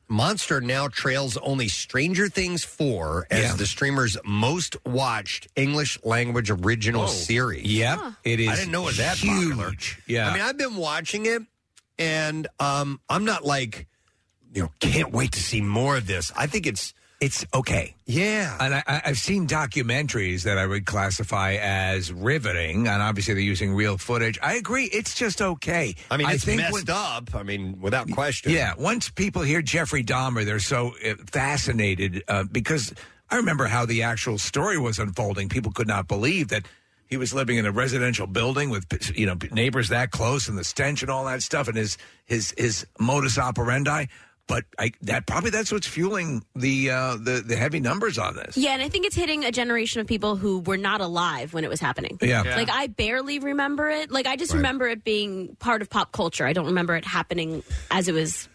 Monster now trails only Stranger Things 4 as the streamer's most watched English language original Oh. series. Yep, Huh. it is I didn't know it was that huge. popular. Yeah. I mean, I've been watching it, and um, I'm not like, you know, can't wait to see more of this. I think it's it's okay. Yeah, and I, I- I've seen documentaries that I would classify as riveting, and obviously they're using real footage. I agree, it's just okay. I mean, it's think messed when- up. I mean, without question. Yeah, once people hear Jeffrey Dahmer, they're so uh, fascinated uh, because I remember how the actual story was unfolding. People could not believe that he was living in a residential building with you know neighbors that close and the stench and all that stuff and his his his modus operandi. but I that probably that's what's fueling the uh, the the heavy numbers on this. Yeah, and I think it's hitting a generation of people who were not alive when it was happening. Yeah. Yeah. Like I barely remember it. Like I just remember it being part of pop culture. I don't remember it happening as it was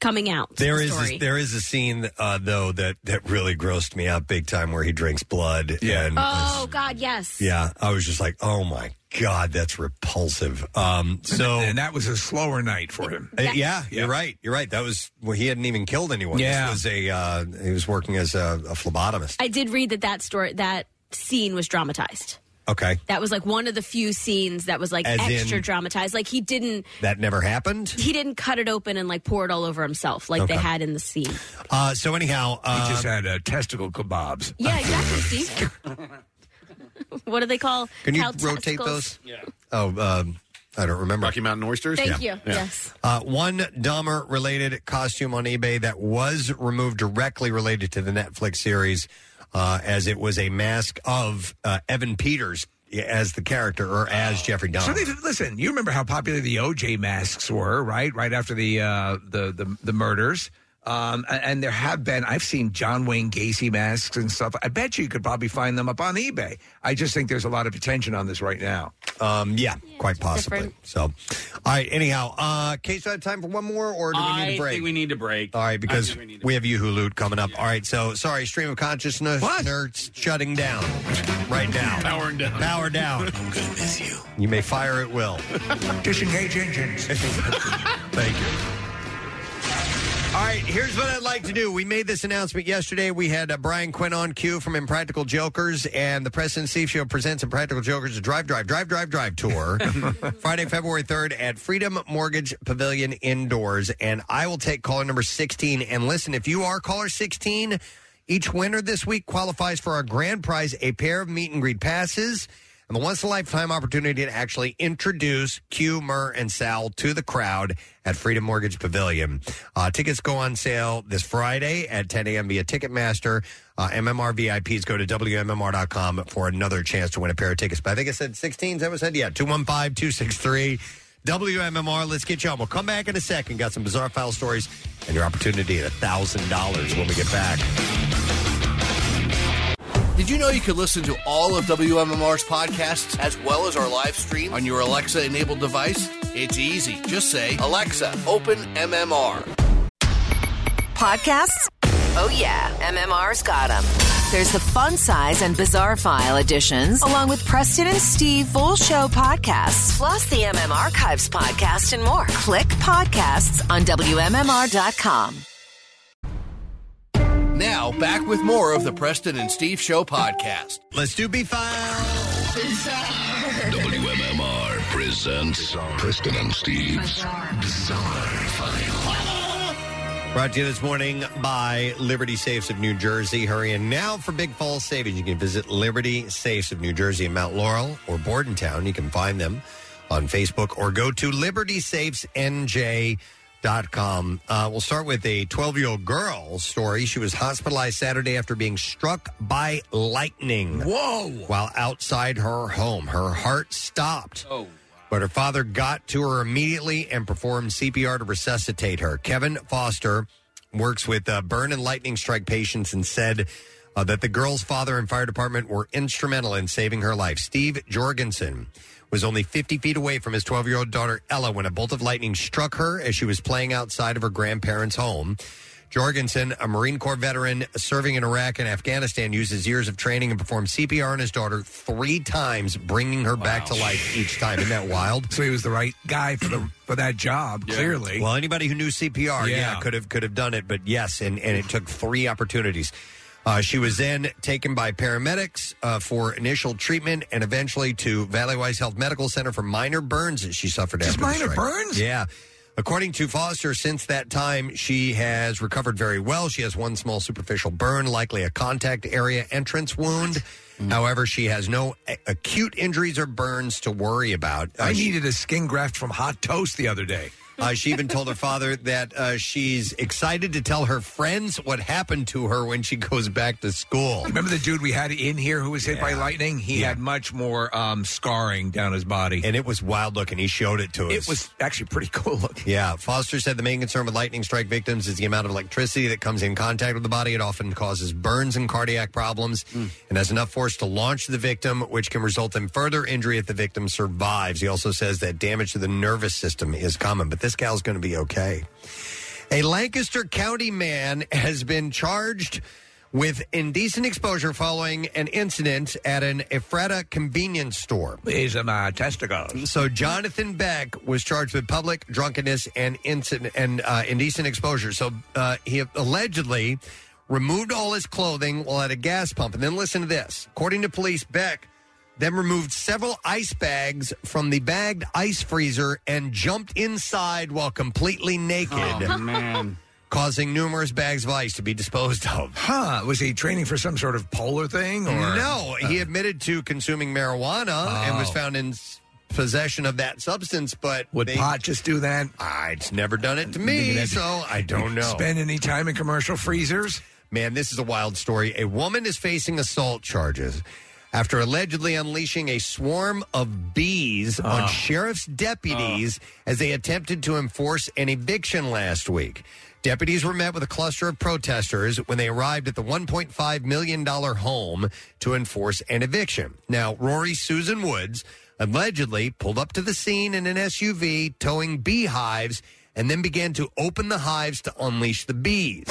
coming out. There the is story. a, there is a scene uh, though that that really grossed me out big time where he drinks blood. Yeah. And Oh god, yes. Yeah, I was just like, oh my god, that's repulsive. Um, so and that was a slower night for him. Uh, yeah, you're right. You're right. That was well, he hadn't even killed anyone. Yeah. this was a uh, he was working as a, a phlebotomist. I did read that that story that scene was dramatized. Okay, That was like one of the few scenes that was like As in- extra dramatized. Like he didn't that never happened. he didn't cut it open and like pour it all over himself like they Okay. had in the scene. Uh, so anyhow, uh, he just had uh, testicle kebabs. Yeah, exactly, Steve. what do they call Can you cow rotate testicles? those? Yeah. Oh, um, I don't remember. Rocky Mountain oysters. Thank you. Yes. Uh, one Dahmer related costume on eBay that was removed directly related to the Netflix series, uh, as it was a mask of uh, Evan Peters as the character or Oh. as Jeffrey Dahmer. So they, listen, you remember how popular the OJ masks were, right? Right after the uh, the, the the murders, um, a- and there have been. I've seen John Wayne Gacy masks and stuff. I bet you you could probably find them up on eBay. I just think there's a lot of attention on this right now. Um, yeah, quite possibly. different. So, all right. Anyhow, uh, case I have time for one more, or do we need I a break? think we need to break. all right, I because think we we, have Yoo-Hoo Loot coming up. All right, so sorry, stream of consciousness nerds shutting down right now. Powering down. Power down. Gonna miss you. You may fire at will. Disengage engines. Thank you. All right, here's what I'd like to do. We made this announcement yesterday. We had uh, Brian Quinn on cue from Impractical Jokers, and the President and Steve Show presents Impractical Jokers Drive, Drive, Drive, Drive, Drive Tour, Friday, February 3rd at Freedom Mortgage Pavilion indoors. And I will take caller number 16. And listen, if you are caller 16, each winner this week qualifies for our grand prize a pair of meet and greet passes and the once in a lifetime opportunity to actually introduce Q, Murr, and Sal to the crowd at Freedom Mortgage Pavilion. Uh, tickets go on sale this Friday at 10 a.m. via Ticketmaster. Uh, MMR VIPs go to WMMR.com for another chance to win a pair of tickets. But I think I said 16. Is that what I said? Yeah, 215 263. WMMR, let's get you on. We'll come back in a second. Got some bizarre file stories and your opportunity at $1,000 when we get back. Did you know you could listen to all of WMMR's podcasts as well as our live stream on your Alexa enabled device? It's easy. Just say, Alexa, open MMR. Podcasts? Oh, yeah. MMR's got them. There's the Fun Size and Bizarre File editions, along with Preston and Steve full show podcasts, plus the MM Archives podcast and more. Click podcasts on WMMR.com. Now, back with more of the Preston and Steve Show podcast. Let's do B File. WMMR presents Preston and Steve's Bizarre File. Brought to you this morning by Liberty Safes of New Jersey. Hurry in now for big fall savings. You can visit Liberty Safes of New Jersey in Mount Laurel or Bordentown. You can find them on Facebook or go to libertysafesnj.com. Uh, we'll start with a 12 year old girl story. She was hospitalized Saturday after being struck by lightning. Whoa! While outside her home, her heart stopped. But her father got to her immediately and performed CPR to resuscitate her. Kevin Foster works with uh, burn and lightning strike patients and said uh, that the girl's father and fire department were instrumental in saving her life. Steve Jorgensen was only 50 feet away from his 12 year old daughter Ella when a bolt of lightning struck her as she was playing outside of her grandparents' home. Jorgensen, a Marine Corps veteran serving in Iraq and Afghanistan, used his years of training and performed CPR on his daughter three times, bringing her back to life each time. Isn't that wild? so he was the right guy for the for that job. Clearly, Well, anybody who knew CPR, yeah, Yeah. could have could have done it, but yes, and and it took three opportunities. Uh, she was then taken by paramedics uh, for initial treatment and eventually to Valley Wise Health Medical Center for minor burns that she suffered after the minor strike. burns? Yeah. According to Foster, since that time, she has recovered very well. She has one small superficial burn, likely a contact area entrance wound. Mm. However, she has no a- acute injuries or burns to worry about. Uh, I she- needed a skin graft from hot toast the other day. Uh, she even told her father that uh, she's excited to tell her friends what happened to her when she goes back to school. Remember the dude we had in here who was hit by lightning? He had much more um, scarring down his body. And it was wild looking. He showed it to us. It was actually pretty cool looking. Yeah, Foster said the main concern with lightning strike victims is the amount of electricity that comes in contact with the body. It often causes burns and cardiac problems and has enough force to launch the victim, which can result in further injury if the victim survives. He also says that damage to the nervous system is common, but this gal's going to be okay. A Lancaster County man has been charged with indecent exposure following an incident at an Ephrata convenience store. These are uh, my testicles. So Jonathan Beck was charged with public drunkenness and incident and uh, indecent exposure. So uh, he allegedly removed all his clothing while at a gas pump. And then listen to this: according to police, Beck then removed several ice bags from the bagged ice freezer and jumped inside while completely naked. Oh, man. Causing numerous bags of ice to be disposed of. Huh? Was he training for some sort of polar thing? Or Uh, Oh. No, he admitted to consuming marijuana and was found in s- possession of that substance. But Would they- pot just do that? I, it's never done it to me, so I don't know. Spend any time in commercial freezers? Man, this is a wild story. A woman is facing assault charges after allegedly unleashing a swarm of bees Ah. on sheriff's deputies as they attempted to enforce an eviction last week. Deputies were met with a cluster of protesters when they arrived at the $1.5 million home to enforce an eviction. Now, Rory Susan Woods allegedly pulled up to the scene in an SUV towing beehives and then began to open the hives to unleash the bees.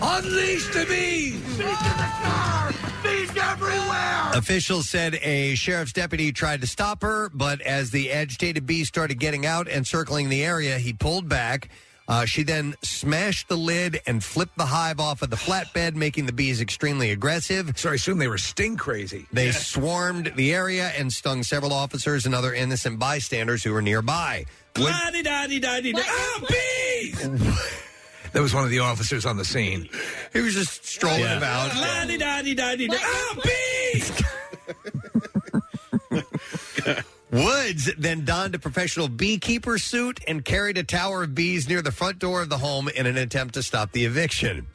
Unleash the bees! Bees in the car! Bees everywhere! Officials said a sheriff's deputy tried to stop her, but as the agitated bee started getting out and circling the area, he pulled back. Uh, she then smashed the lid and flipped the hive off of the flatbed, making the bees extremely aggressive. So I assume they were sting crazy. They swarmed the area and stung several officers and other innocent bystanders who were nearby. Wood- Da-di-da-di-da-di-da. Ah, bees! That was one of the officers on the scene. He was just strolling about. La-di-da-di-da-di-da. Ah, bees! Woods then donned a professional beekeeper suit and carried a tower of bees near the front door of the home in an attempt to stop the eviction.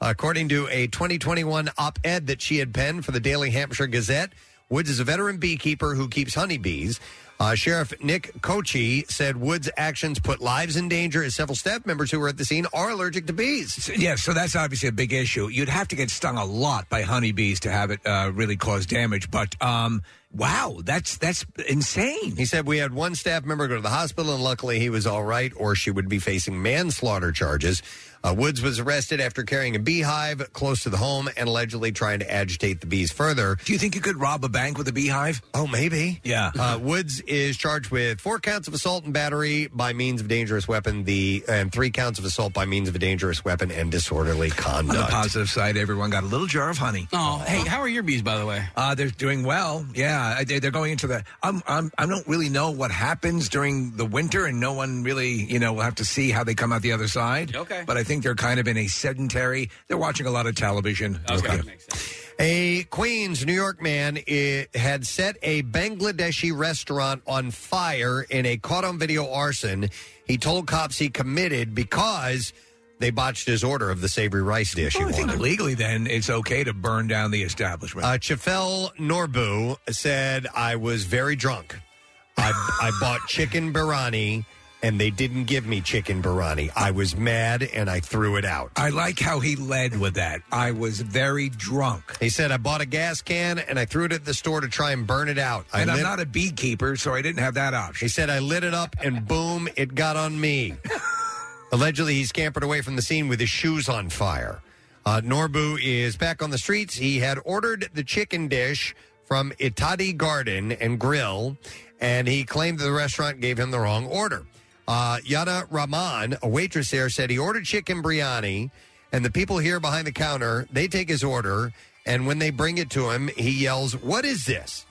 According to a 2021 op ed that she had penned for the Daily Hampshire Gazette, Woods is a veteran beekeeper who keeps honeybees. Uh, Sheriff Nick Kochi said Woods' actions put lives in danger as several staff members who were at the scene are allergic to bees. Yeah, so that's obviously a big issue. You'd have to get stung a lot by honeybees to have it uh, really cause damage. But um, wow, that's that's insane. He said we had one staff member go to the hospital, and luckily he was all right, or she would be facing manslaughter charges. Uh, Woods was arrested after carrying a beehive close to the home and allegedly trying to agitate the bees further. Do you think you could rob a bank with a beehive? Oh, maybe. Yeah. Uh, Woods is charged with four counts of assault and battery by means of dangerous weapon, the and three counts of assault by means of a dangerous weapon and disorderly On the conduct. positive side, everyone got a little jar of honey. Oh, hey, how are your bees, by the way? Uh, they're doing well. Yeah, they- they're going into the. I'm, I'm, I don't really know what happens during the winter, and no one really, you know, will have to see how they come out the other side. Okay. But I think they're kind of in a sedentary. They're watching a lot of television. Okay. A Queens, New York man eh, had set a Bangladeshi restaurant on fire in a caught on video arson. He told cops he committed because they botched his order of the savory rice dish. he I think wanted. legally, then it's okay to burn down the establishment. Uh, Chafel Norbu said, I was very drunk. I, I bought chicken birani and they didn't give me chicken birani. I was mad and I threw it out. I like how he led with that. I was very drunk. He said, I bought a gas can and I threw it at the store to try and burn it out. I And I'm lit- not a beekeeper, so I didn't have that option. He said, I lit it up and boom, it got on me. Allegedly, he scampered away from the scene with his shoes on fire. Uh, Norbu is back on the streets. He had ordered the chicken dish from Itadi Garden and Grill, and he claimed that the restaurant gave him the wrong order. Uh, Yada Rahman, a waitress there, said he ordered chicken biryani, and the people here behind the counter, they take his order, and when they bring it to him, he yells, What is this?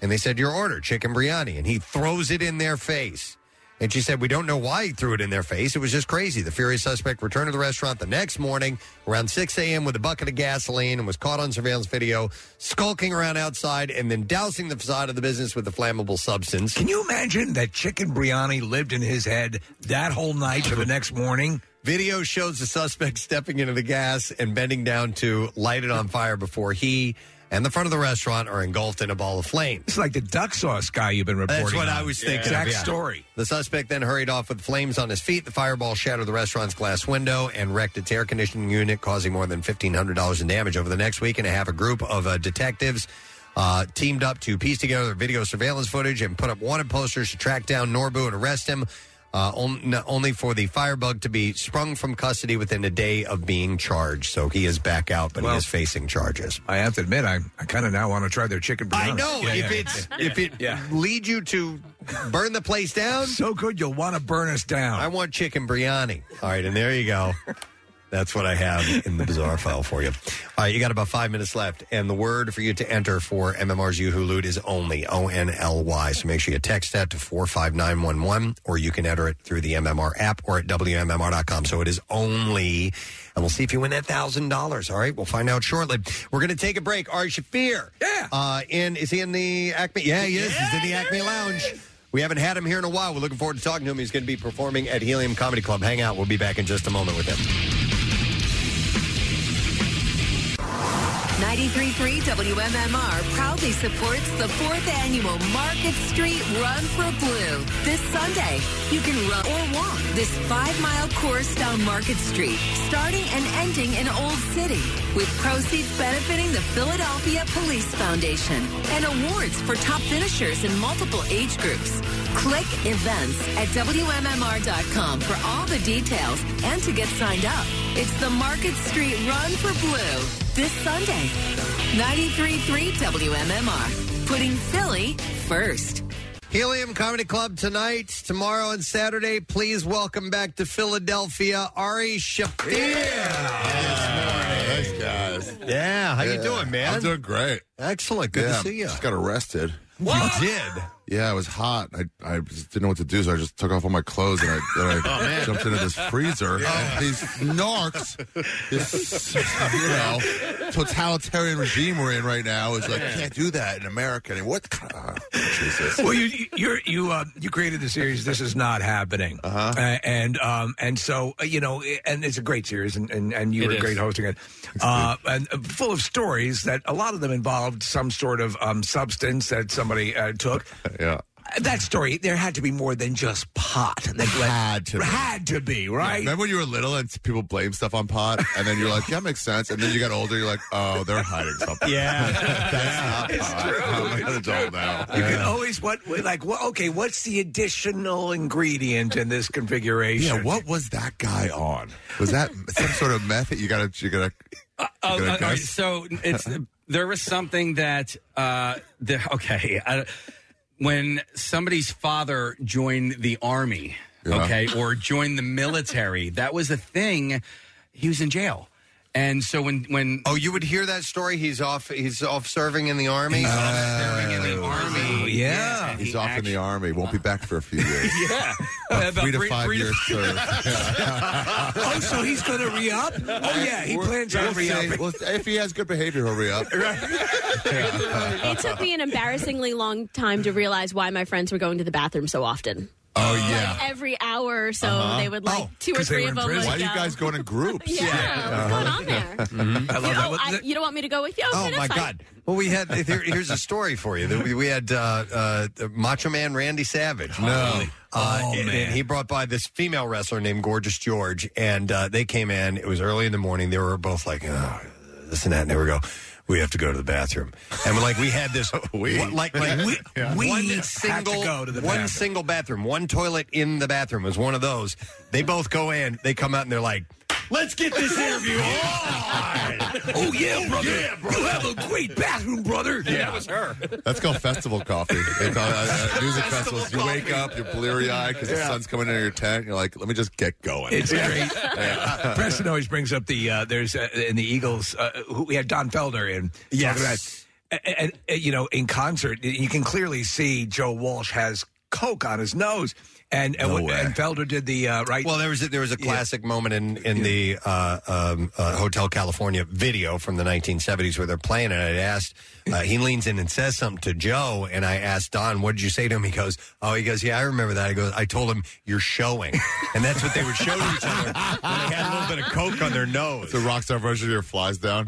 And they said, Your order, chicken biryani. And he throws it in their face. And she said, We don't know why he threw it in their face. It was just crazy. The furious suspect returned to the restaurant the next morning around 6 a.m. with a bucket of gasoline and was caught on surveillance video skulking around outside and then dousing the facade of the business with the flammable substance. Can you imagine that chicken biryani lived in his head that whole night to the next morning? Video shows the suspect stepping into the gas and bending down to light it on fire before he and the front of the restaurant are engulfed in a ball of flame. It's like the duck sauce guy you've been reporting. That's what on. I was thinking. of, Exact yeah. story. The suspect then hurried off with flames on his feet. The fireball shattered the restaurant's glass window and wrecked its air conditioning unit, causing more than fifteen hundred dollars in damage. Over the next week and a half, a group of uh, detectives. Uh, teamed up to piece together video surveillance footage and put up wanted posters to track down Norbu and arrest him, uh, on, n- only for the firebug to be sprung from custody within a day of being charged. So he is back out, but he Well, is facing charges. I have to admit, I, I kind of now want to try their chicken I biryani. know Yeah, if yeah, it's yeah. if it Yeah. leads you to burn the place down, so good you'll want to burn us down. I want chicken biryani. All right, and there you go. That's what I have in the bizarre file for you. All right, you got about five minutes left, and the word for you to enter for MMR's You Who Loot is only O N L Y. So make sure you text that to four five nine one one, or you can enter it through the MMR app or at wmmr.com. So it is only, and we'll see if you win that thousand dollars. All right, we'll find out shortly. We're going to take a break. Ari Shafir, yeah, uh, in is he in the Acme? Yeah, he is. He's in the Acme Lounge. We haven't had him here in a while. We're looking forward to talking to him. He's going to be performing at Helium Comedy Club. Hang out. We'll be back in just a moment with him. 93.3 WMMR proudly supports the fourth annual Market Street Run for Blue. This Sunday, you can run or walk this five-mile course down Market Street, starting and ending in Old City, with proceeds benefiting the Philadelphia Police Foundation and awards for top finishers in multiple age groups. Click events at WMMR.com for all the details and to get signed up. It's the Market Street Run for Blue this Sunday. 93.3 WMMR, putting Philly first. Helium Comedy Club tonight, tomorrow, and Saturday. Please welcome back to Philadelphia, Ari Shafir. Thanks, guys. Yeah, how you doing, man? I'm doing great. Excellent. Good to Yeah, see you. Just got arrested. What? You did? Yeah, it was hot. I, I just didn't know what to do, so I just took off all my clothes and I, and Oh, I man. jumped into this freezer. Yeah. And these narcs, this you know totalitarian regime we're in right now is like can't do that in America. uh, And what? kind of- Jesus. well, you you- you're, you uh, you created the series. This is not happening. Uh-huh. and um and so uh, you know, i- and it's a great series, and and, and you It were is. great hosting it, uh, and uh, full of stories that a lot of them involved some sort of um, substance that somebody uh, took. yeah. That story, there had to be more than just pot. That had to be. had to be right. Remember when you were little and people blame stuff on pot, and then you're like, yeah, makes sense. And then you got older, you're like, oh, they're hiding something. Yeah. That's not pot. I'm an adult now. You can always what like well, okay, what's the additional ingredient in this configuration? Yeah, what was that guy on? Was that some sort of method? You gotta, you gotta. Oh, Good uh, guess. all right, so it's there was something that uh, the, okay I, when somebody's father joined the army, Yeah. okay, or joined the military, that was a thing. He was in jail, and so when when oh, you would hear that story. He's off. He's off serving in the army. army. yeah. he's off in the army. Won't be back for a few years. yeah, About three to three- five three to- years. oh, so he's going to re up? Oh, yeah, he plans on re upping. Well, if he has good behavior, he'll re up. It took me an embarrassingly long time to realize why my friends were going to the bathroom so often. Oh yeah. Every hour or so, Uh-huh. they would like two or 'cause they three were of in them. prison. Would Why do you go. guys go in groups? Uh-huh. Yeah, what's going on there? Mm-hmm. I You- oh, I- you don't want me to go with you? Okay, Oh that's my fine. God! Well, we had here, here's a story for you. We, we had uh, uh, Macho Man Randy Savage. No. Uh, Oh, and, man. and he brought by this female wrestler named Gorgeous George, and uh, they came in. It was early in the morning. They were both like, oh, this and that, and they were go. We have to go to the bathroom, and we're like, we had this, we like, like We- Yeah. we one have to single, go to the one bathroom. single bathroom, one toilet in the bathroom was one of those. They both go in, they come out, and they're like, Let's get this interview on. oh yeah, brother. Yeah, brother. You have a great bathroom, brother. Yeah. That was her. That's called festival coffee. They call it, uh, uh, music festivals. You wake up, you're bleary eyed because the Yeah. sun's coming into your tent. You're like, let me just get going. It's great. Yeah. Preston always brings up the uh, there's uh, in the Eagles uh, who we had Don Felder in. Yes. talking about- and, and, uh, you know in concert you can clearly see Joe Walsh has coke on his nose. And and, No when- way. and Felder did the uh, right. Well, there was a, there was a Yeah. classic moment in in the uh, um, uh, Hotel California video from the 1970s where they're playing it. I asked uh, he leans in and says something to Joe, and I asked Don, "What did you say to him?" He goes, "Oh, he goes, yeah, I remember that." I goes, "I told him you're showing," and that's what they would show to each other when they had a little bit of coke on their nose. The rock star version of your flies down.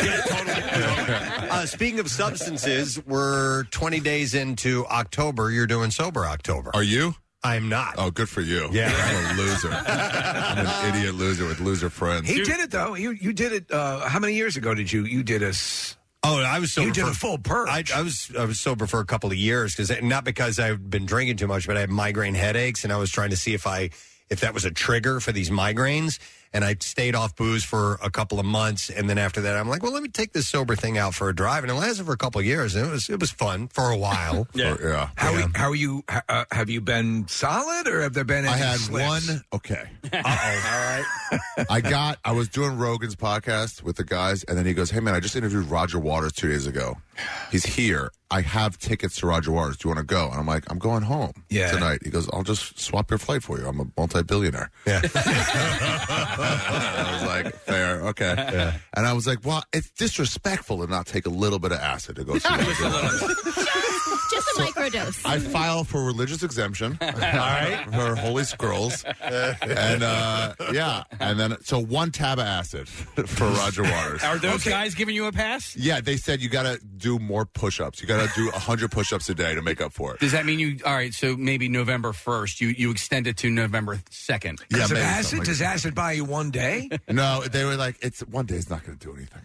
Uh, speaking of substances, we're 20 days into October. You're doing sober October. Are you? I'm not. Oh, good for you. Yeah. I'm a loser. I'm an idiot loser with loser friends. He did it though. You you did it. Uh, how many years ago did you you did a? s- Oh, I was sober. You did for, a full purge. I, I was I was sober for a couple of years because not because I've been drinking too much, but I had migraine headaches, and I was trying to see if I if that was a trigger for these migraines. And I stayed off booze for a couple of months, and then after that, I'm like, well, let me take this sober thing out for a drive, and it lasted for a couple of years, and it was it was fun for a while. Yeah. Oh, yeah. How how are you? ha- Uh, have you been solid or have there been? Any I had slips? one. Okay. Uh-oh. All right. I got. I was doing Rogan's podcast with the guys, and then he goes, "Hey man, I just interviewed Roger Waters two days ago. He's here. I have tickets to Roger Waters. Do you want to go?" And I'm like, "I'm going home Yeah. tonight." He goes, "I'll just swap your flight for you. I'm a multi-billionaire." Yeah. I was like, "Fair, okay." And I was like, "Well, it's disrespectful to not take a little bit of acid to go see." Roger Waters." Just a microdose. I file for religious exemption. All right. For Holy Scrolls. And uh, yeah. And then, so one tab of acid for Roger Waters. Are those guys giving you a pass? Yeah, they said you got to do more push ups. You got to do 100 push ups a day to make up for it. Does that mean you? All right, so maybe November first. You you extend it to November second. Yeah, maybe something Acid like does acid buy you one day? No, they were like, it's one day. It's not going to do anything.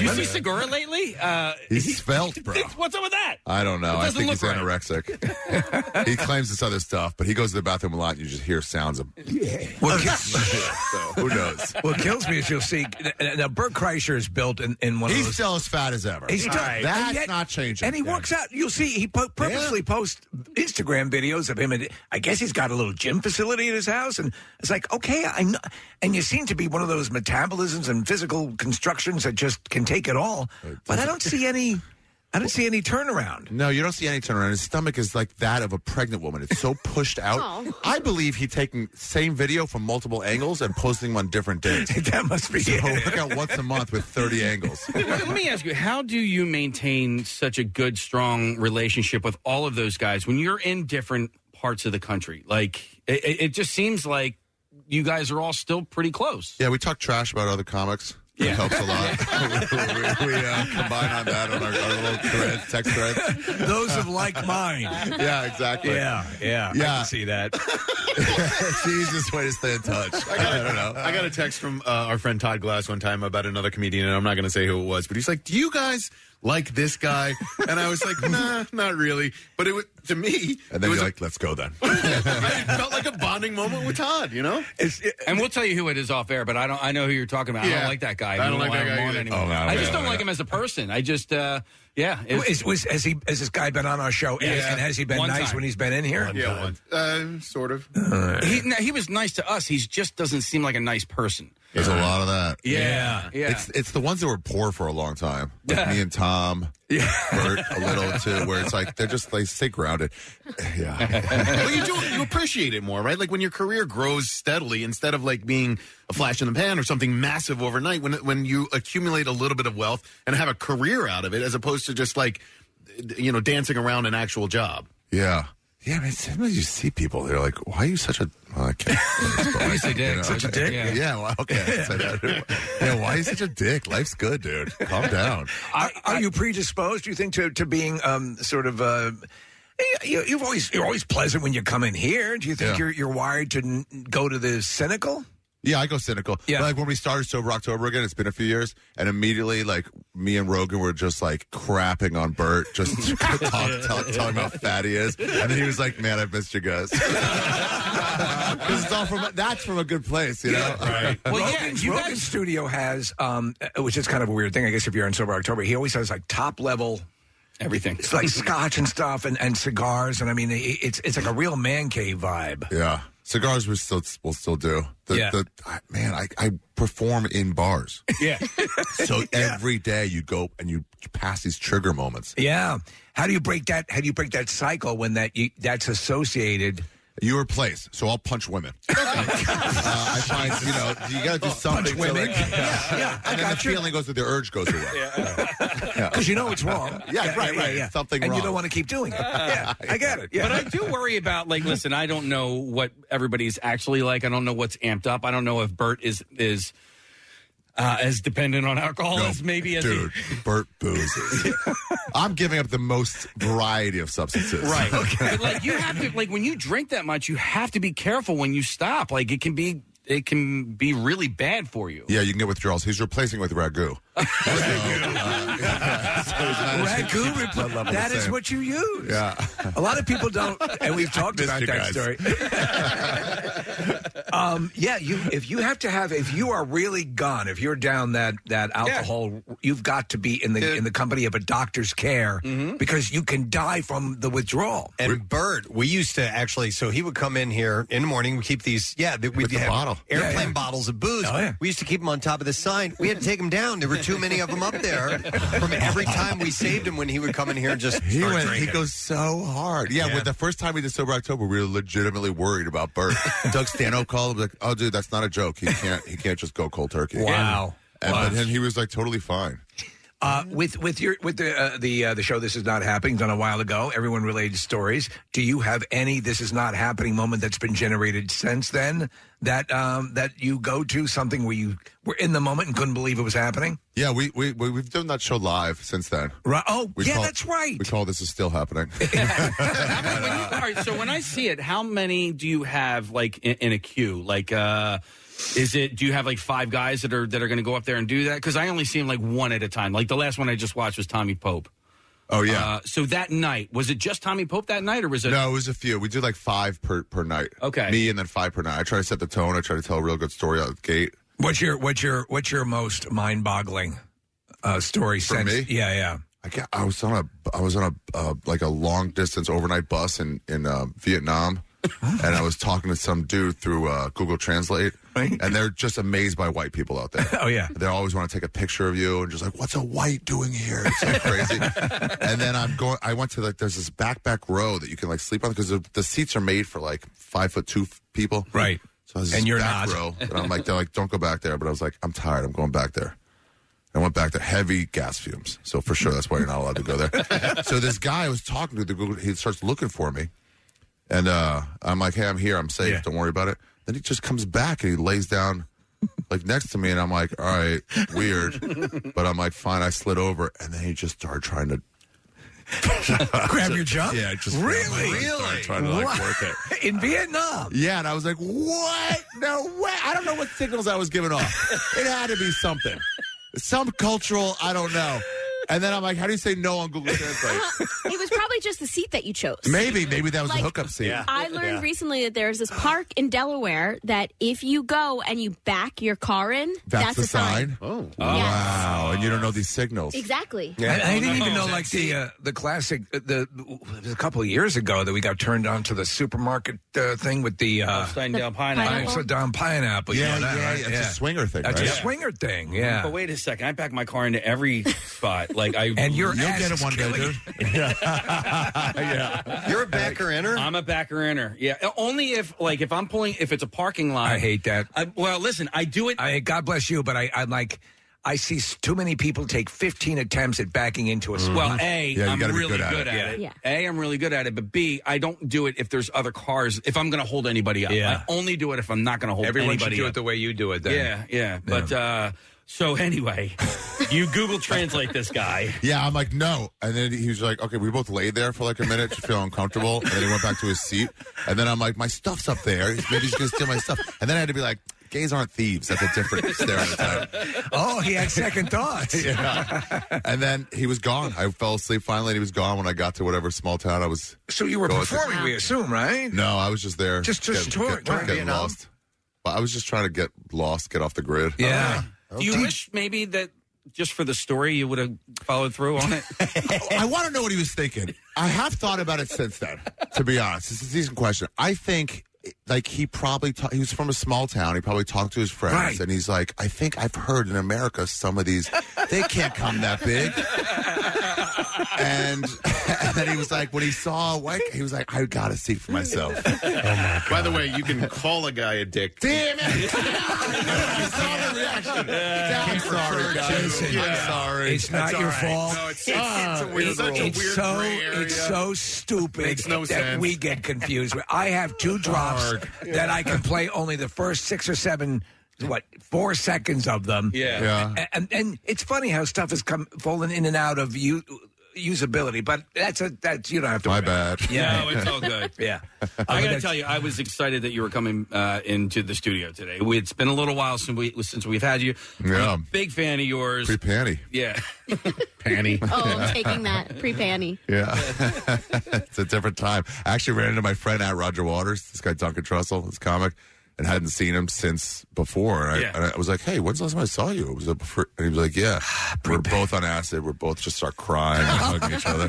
you see Segura lately? Uh, He's svelte, bro. What's up with that? I don't know. It I doesn't think look he's right. anorexic. he claims this other stuff, but he goes to the bathroom a lot. and You just hear sounds of. What, ki- Who knows? what kills me is you'll see. uh, Now, Bert Kreischer is built in, in one of He's those. still as fat as ever. He's still, and That's yet- not changing. And he works out. You'll see, he po- purposely posts Instagram videos of him. And I guess he's got a little gym facility at his house. And it's like, okay, I know. And you seem to be one of those metabolisms and physical constructions that just can take it all. But I don't see any. I don't see any turnaround. No, you don't see any turnaround. His stomach is like that of a pregnant woman. It's so pushed out. Aw. I believe he taking same video from multiple angles and posting them on different days. that must be so it. Look out once a month with thirty angles. Let- let me ask you, how do you maintain such a good, strong relationship with all of those guys when you're in different parts of the country? Like, it, it it just seems like you guys are all still pretty close. Yeah, we talk trash about other comics. It helps a Oh, lot. we we uh, combine on that on our, our little thread, text thread. Those of like mind. Yeah, exactly. Yeah, yeah. Yeah. I can see that. It's the easiest way to stay in touch. I, don't know. I got a text from uh, our friend Todd Glass one time about another comedian, and I'm not going to say who it was, but he's like, "Do you guys like this guy?" And I was like, "Nah, not really." But it was, to me, And it then was you're a- like, let's go then. it felt like a bonding moment with Todd. You know, and we'll tell you who it is off air, but I don't. I know who you're talking about. I Yeah. don't like that guy. I don't like why that I'm guy on either. anymore. Oh, no, I no, just no, don't like him as a person. I just, uh, yeah. it was- Is, was, has he? Has this guy been on our show? And, Yeah. and Oh, has he been One nice time. when he's been in here? yeah, one, uh, sort of. he, no, he was nice to us. He just doesn't seem like a nice person. There's a lot of that. Yeah, yeah. It's it's the ones that were poor for a long time, like me and Tom, Bert, a little too, where it's like they're just they stay grounded. but you do you appreciate it more, right? Like when your career grows steadily, instead of like being a flash in the pan or something massive overnight. When when you accumulate a little bit of wealth and have a career out of it, as opposed to just like you know dancing around an actual job. Yeah. Yeah, man. Sometimes you see people, they're like, "Why are you such a well, I can't- He's a dick. Such a dick? Yeah. well, okay. So that- yeah. Why are you such a dick? Life's good, dude. Calm down. Are, are you predisposed? Do you think to to being um, sort of uh, you, you've always you're always pleasant when you come in here? Do you think Yeah. you're you're wired to n- go to the cynical? Yeah, I go cynical. Yeah. Like when we started Sober October again, it's been a few years, and immediately, like, me and Rogan were just like crapping on Bert, just to talk, tell, tell him how fat he is. And then he was like, man, I missed you guys. 'Cause it's all from, that's from a good place, you know? Right. Well, Rogan's, Rogan's studio has, um, uh, which is kind of a weird thing, I guess. If you're in sober October, he always has like top level everything. It's like scotch and stuff, and, and cigars, and I mean, it- it's it's like a real man cave vibe. Yeah. Cigars we still will still do. The, Yeah. the, I- man, I, I perform in bars. Yeah. So every day you go and you pass these trigger moments. Yeah. How do you break that? How do you break that cycle when that you, that's associated Your place. So I'll punch women. uh, I find, you know, you got to do something. to, women. like- yeah, I and then got the you. feeling goes with the urge goes away. Because you know it's wrong. Yeah, right, right. It's something and wrong. you don't want to keep doing it. Yeah, I get it. Yeah. But I do worry about like, listen, I don't know what everybody's actually like. I don't know what's amped up. I don't know if Bert is is uh, as dependent on alcohol as maybe as dude, Bert boozes. I'm giving up the most variety of substances. he, right. But, like you have to like when you drink that much, you have to be careful when you stop. Like it can be it can be really bad for you. Yeah, you can get withdrawals. He's replacing with ragu. Ragu repl- level that the is same. what you use. Yeah. A lot of people don't, and we've talked Missed about you that guys. story. um, yeah, you if you have to have if you are really gone, if you're down that that alcohol, you've got to be in the in the company of a doctor's care Mm-hmm. because you can die from the withdrawal. And Bert, we used to actually, so he would come in here in the morning. We keep these, yeah, that we'd With the have bottle. airplane Yeah, yeah. bottles of booze. Oh, yeah. We used to keep them on top of the sign. We had to take them down. There were too many of them up there. From every time we saved him when he would come in here and just He start went. He drinking. goes so hard. Yeah, Yeah. When the first time we did sober October, we were legitimately worried about Bert. Doug Stano called him like, "Oh, dude, that's not a joke. He can't. He can't just go cold turkey." Wow. And Wow. but then he was like totally fine. Uh, with with your with the uh, the uh, the show this is not happening done a while ago everyone related stories do you have any this is not happening moment that's been generated since then that um that you go to something where you were in the moment and couldn't believe it was happening Yeah, we we we- we've done that show live since then. Right. Oh, we yeah, that's right. We call this is still happening. All right, so when I see it, how many do you have like in, in a queue? Like, uh is it? Do you have like five guys that are that are going to go up there and do that? Because I only see them like one at a time. Like the last one I just watched was Tommy Pope. Oh yeah. Uh, so that night was it just Tommy Pope that night, or was it? No, it was a few. We do like five per per night. Okay. Me and then five per night. I try to set the tone. I try to tell a real good story out of the gate. what's your what's your what's your most mind boggling uh story For since me? yeah yeah I, got, I was on a I was on a uh, like a long distance overnight bus in in uh, Vietnam, and I was talking to some dude through uh, Google Translate, and they're just amazed by white people out there. oh yeah They always want to take a picture of you and just like, what's a white doing here? It's so crazy. and then I'm going. I went to like there's this back back row that you can like sleep on because the, the seats are made for like five foot two f- people. Right. So I was And this you're back not. row, and I'm like, they're like, don't go back there. But I was like, I'm tired. I'm going back there. I went back there. Heavy gas fumes. So for sure, that's why you're not allowed to go there. so this guy I was talking to, the Google, he starts looking for me, and uh, I'm like, hey, I'm here. I'm safe. Don't worry about it. Then he just comes back and he lays down like next to me, and I'm like, all right, weird. but I'm like, fine. I slid over, and then he just started trying to. grab your junk Yeah, just grabbed my leg really and started trying to like work it. in vietnam Yeah, and I was like, what? No way. I don't know what signals I was giving off. It had to be something. Some cultural, I don't know. And then I'm like, how do you say no on Google Translate? it was probably just the seat that you chose. maybe, maybe that was Like, a hookup scene. I learned recently that there's this park in Delaware that if you go and you back your car in, That's, that's, the a sign. sign. Oh. Yes. Wow. And you don't know these signals. Exactly. I, Oh, I didn't even know like the uh, the classic uh, the a couple of years ago that we got turned on to the supermarket uh, thing with the Oh, uh, Steindale pineapple. Upside-down pineapple. you Yeah, know that, yeah, right? it's a swinger thing, That's a right? swinger thing. Yeah. But wait a second, I pack my car into every spot. Like I And your You'll ass get is it one day, killing dude. yeah. You're a backer inner? I'm a backer inner. Yeah. Only if like if I'm pulling if it's a parking lot. I hate that. I, well, listen, I do it. I, God bless you, but I, I'm like. I see s- too many people take 15 attempts at backing into a spot. Well, A, am really good at, it. A, I'm really good at it, but B, I don't do it if there's other cars. If I'm going to hold anybody up, Yeah. I only do it if I'm not going to hold Everyone should anybody do up. it the way you do it. Then. Yeah, yeah. But uh so anyway, you Google Translate this guy. Yeah, I'm like, no. And then he was like, okay, we both laid there for like a minute to feel uncomfortable. And then he went back to his seat. And then I'm like, my stuff's up there. Maybe he's going to steal my stuff. And then I had to be like, gays aren't thieves. That's a different stereotype. Oh, he had second thoughts. yeah. And then he was gone. I fell asleep finally, and he was gone when I got to whatever small town I was. So you were going to. performing, we assume, right? No, I was just there. Just- just getting, touring, get- touring getting Vietnam. lost. But I was just trying to get lost, get off the grid. Yeah. Do you wish maybe that just for the story you would have followed through on it? I want to know what he was thinking. I have thought about it since then. To be honest, it's a decent question. I think, like, he probably ta- he was from a small town. He probably talked to his friends, Right. and he's like, I think I've heard in America some of these they can't come that big. and, and then he was like, when he saw a white, he was like, I gotta see for myself. Oh By the way, you can call a guy a dick. Damn it! I'm sorry, Jason. I'm sorry. It's That's not your all right. fault. No, it's- it's- it's a Ah, weird rule. it's It's so, gray area. It's so stupid Makes no that sense. we get confused. I have two drops Dark. that I can play only the first six or seven. What four seconds of them? Yeah. Yeah. A- and, and it's funny how stuff has come fallen in and out of you usability, but that's a that's you don't have to. My worry about bad. it. No, it's all good. yeah, I got to that's- tell you, I was excited that you were coming uh, into the studio today. We- It's been a little while since we since we've had you. I'm a Yeah. big fan of yours. Free panty. yeah, Panty. Oh, I'm taking that pre panty. Yeah. it's a different time. I actually ran into my friend at Roger Waters, this guy Duncan Trussell, this comic, and hadn't seen him since before. And I, Yeah. and I was like, hey, when's the last time I saw you? It was a, before- and he was like, yeah. Ah, We're both on acid. We're both just start crying and hugging each other.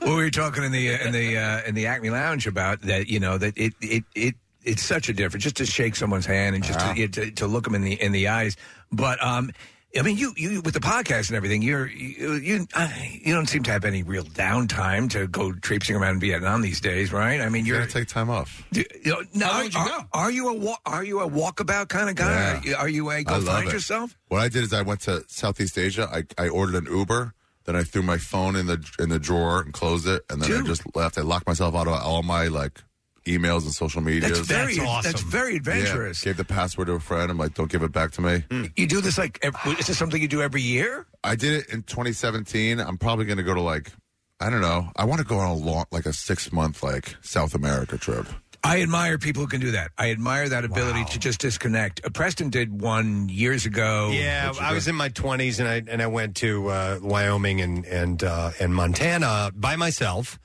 well, we were talking in the in the uh, in the Acme Lounge about that. You know that it it it it's such a difference just to shake someone's hand and just to- yeah, to, to, look them in the in the eyes. But um, I mean, you you with the podcast and everything, you're you you, uh, you don't seem to have any real downtime to go traipsing around in Vietnam these days, right? I mean, you're take time off. You know, now, are, are you a wa- are you a walkabout kind of guy? Are you a I go love find it. yourself? What I did is I went to Southeast Asia. I, I ordered an Uber. Then I threw my phone in the in the drawer and closed it, and then I just left. I locked myself out of all my like emails and social media. That's very that's very adventurous. gave the password to a friend. I'm like, don't give it back to me. Hmm. You do this like every, is this something you do every year? I did it in 2017. I'm probably going to go to like I don't know. I want to go on a long like a six month like South America trip. I admire people who can do that. I admire that ability to just disconnect. Uh, Preston did one years ago. Yeah, Which- I was in my twenties, and I and I went to uh, Wyoming and and uh, and Montana by myself,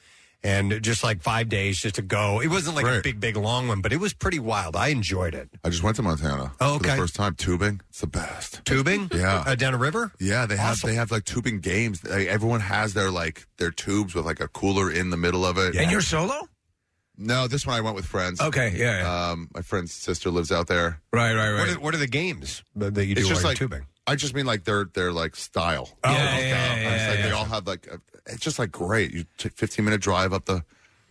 and just like five days just to go. It wasn't like a big, big long one, but it was pretty wild. I enjoyed it. I just went to Montana. Oh, For okay. the first time tubing. It's the best. Tubing, Yeah. uh, down a river. Yeah, they have they have like tubing games. Like, everyone has their like their tubes with like a cooler in the middle of it. And you're solo? No, this one I went with friends. Okay, yeah. Um, my friend's sister lives out there. Right, right, right. What are, what are the games that that you do it's while just you're like tubing? I just mean like their their like style. Oh, yeah, okay. It's like They all have like a, it's just like great. You take 15 minute drive up the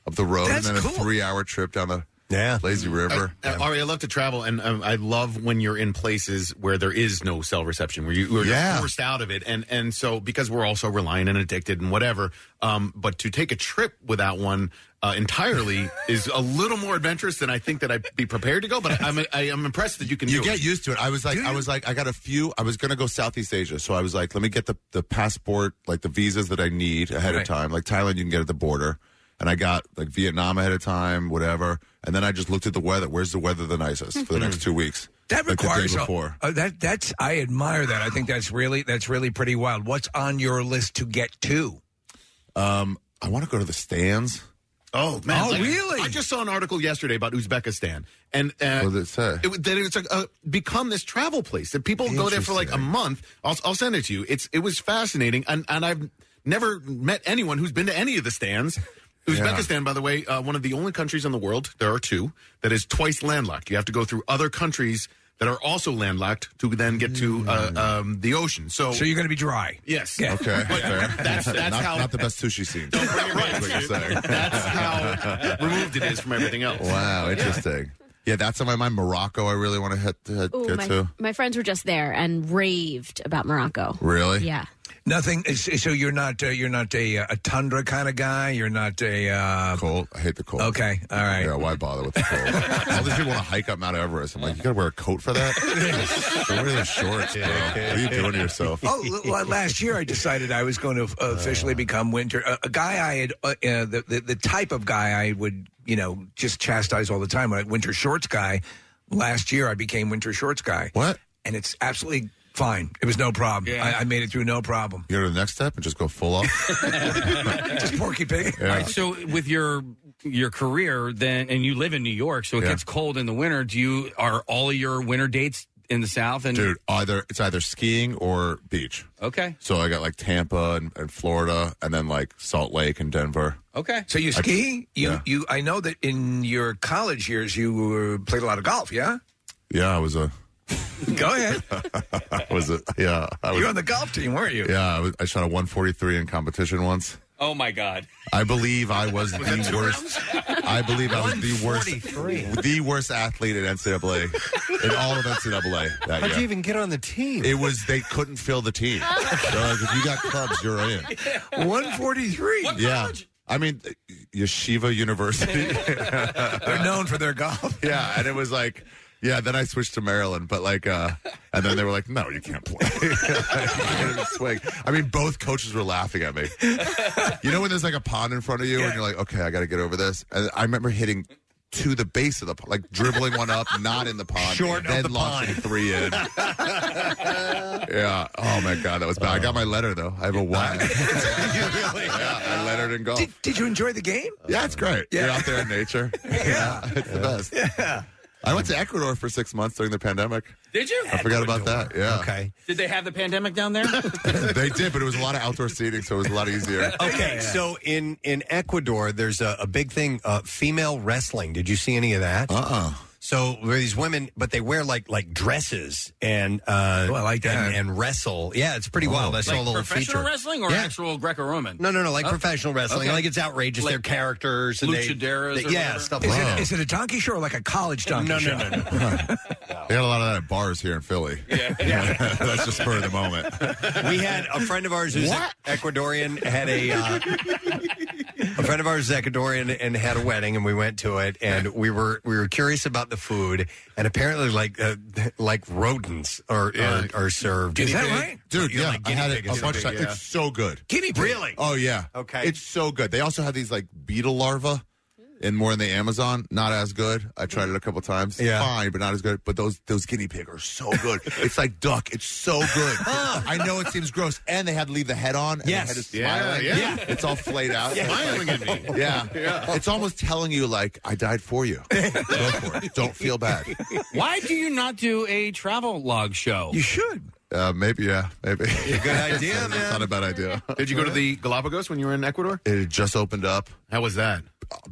up the road That's and then cool. a three hour trip down the yeah lazy river. I, I- Uh, Ari, I love to travel, and um, I love when you're in places where there is no cell reception, where, you, where Yeah. you're forced out of it, and and so because we're also reliant and addicted and whatever. Um, but to take a trip without one uh, entirely is a little more adventurous than I think that I'd be prepared to go. But I'm I am impressed that you can. you do get it. used to it. I was like, I was like, I got a few. I was gonna go Southeast Asia, so I was like, let me get the the passport, like the visas that I need ahead Right. of time. Like Thailand, you can get at the border, and I got like Vietnam ahead of time, whatever. And then I just looked at the weather. Where's the weather the nicest for the next two weeks? That Like, the day requires a- before. uh, that that's I admire that. I think that's really that's really pretty wild. What's on your list to get to? Um, I want to go to the stands. Oh man! Oh, really? I just saw an article yesterday about Uzbekistan, and uh, What did it say? It, that it's like, uh, become this travel place that people go there for like a month. I'll, I'll send it to you. It's it was fascinating, and and I've never met anyone who's been to any of the stands. Uzbekistan, by the way, uh, one of the only countries in the world there are two that is twice landlocked. You have to go through other countries that are also landlocked to then get to Mm. uh, um, the ocean. So, So you're going to be dry. Yes. Okay. But that's that's not, how not the best sushi scene. right. That's how removed it is from everything else. Wow, interesting. Yeah, that's on my mind. Morocco, I really want to head, head Ooh, go my, to. my friends were just there and raved about Morocco. Really? Yeah. Nothing. is- So you're not uh, you're not a uh, a tundra kind of guy. You're not a uh, cold. I hate the cold. Okay, all right. Yeah, why bother with the cold? All these people want to hike up Mount Everest. I'm like, you got to wear a coat for that? Go wear those shorts, bro. What are you doing to yourself? Oh, l- l- last year I decided I was going to uh, officially become winter. A, a guy I had, uh, uh, the, the the type of guy I would, you know, just chastise all the time. Like winter shorts guy. Last year I became winter shorts guy. What? And it's absolutely fine. It was no problem. I, I made it through no problem. You go to the next step and just go full off? just Porky Pig. All right, so with your your career, then, and you live in New York, so it gets cold in the winter. Do you are all of your winter dates in the South? And Dude, either it's either skiing or beach. okay, So I got like Tampa and, and Florida and then like Salt Lake and Denver. okay. So you I- ski? You yeah. you? I know that in your college years you uh, played a lot of golf. Yeah. Yeah, I was a Go ahead. was it? Yeah, I was, You were on the golf team, weren't you? Yeah, I, was, I shot a 143 in competition once. Oh my God! I believe I was the worst. I believe I was the worst, the worst athlete in NCAA in all of NCAA that How'd year. you even get on the team? It was they couldn't fill the team. They're like, if you got clubs, you're in. 143. yeah. I mean, Yeshiva University. They're known for their golf. Yeah, and it was like, yeah. Then I switched to Maryland, but like, uh and then they were like, no, you can't play. you can't even swing. I mean, both coaches were laughing at me. You know when there's like a pond in front of you, and you're like, okay, I got to get over this. And I remember hitting. To the base of the pond, like dribbling one up, not in the pond, Short of then the launching pond. three in. yeah. Oh my god, that was bad. I got my letter though. I have a Y. yeah, I lettered in golf. Did, did you enjoy the game? Yeah, it's great. You're out there in nature. yeah. It's the best. Yeah. I went to Ecuador for six months during the pandemic. Did you? I forgot about that. Yeah. Okay. Did they have the pandemic down there? they did, but it was a lot of outdoor seating, so it was a lot easier. Okay, so in in Ecuador, there's a, a big thing, uh, female wrestling. Did you see any of that? Uh uh So where these women, but they wear like like dresses and uh, Oh, I like that. Oh. and, and wrestle. Yeah, it's pretty wild. I saw like a little professional feature. wrestling or Yeah. actual Greco-Roman? No, no, no, like Oh. professional wrestling. Okay. Like it's outrageous. Like Their characters and they- luchaderos they- or yeah, whatever? stuff Is like that. it, is it a donkey show or like a college donkey No, no, show? no, no. They got a lot of that at bars here in Philly. Yeah. That's just spur of the moment. we had a friend of ours who's What? Ecuadorian had a uh, a friend of ours is Ecuadorian and had a wedding, and we went to it, and we were we were curious about the food, and apparently like uh, like rodents are are, are served. Is that right? Dude, yeah, I had it a bunch of times. Yeah. It's so good. Guinea pig. Really? Oh yeah. Okay. It's so good. They also have these like beetle larvae. And more in the Amazon, not as good. I tried it a couple times. Yeah. Fine, but not as good. But those those guinea pig are so good. it's like duck. It's so good. I know it seems gross. And they had to leave the head on. And Yes. The head is Yeah, smiling. yeah. Yeah. It's all flayed out. Yeah. It's Smiling like- at me. Yeah. Yeah. It's almost telling you like, I died for you. Go for it. Don't feel bad. Why do you not do a travel log show? You should. Uh, maybe, yeah. Maybe. Good idea, It's man. Not a bad idea. Did you go to the Galapagos when you were in Ecuador? It had just opened up. How was that?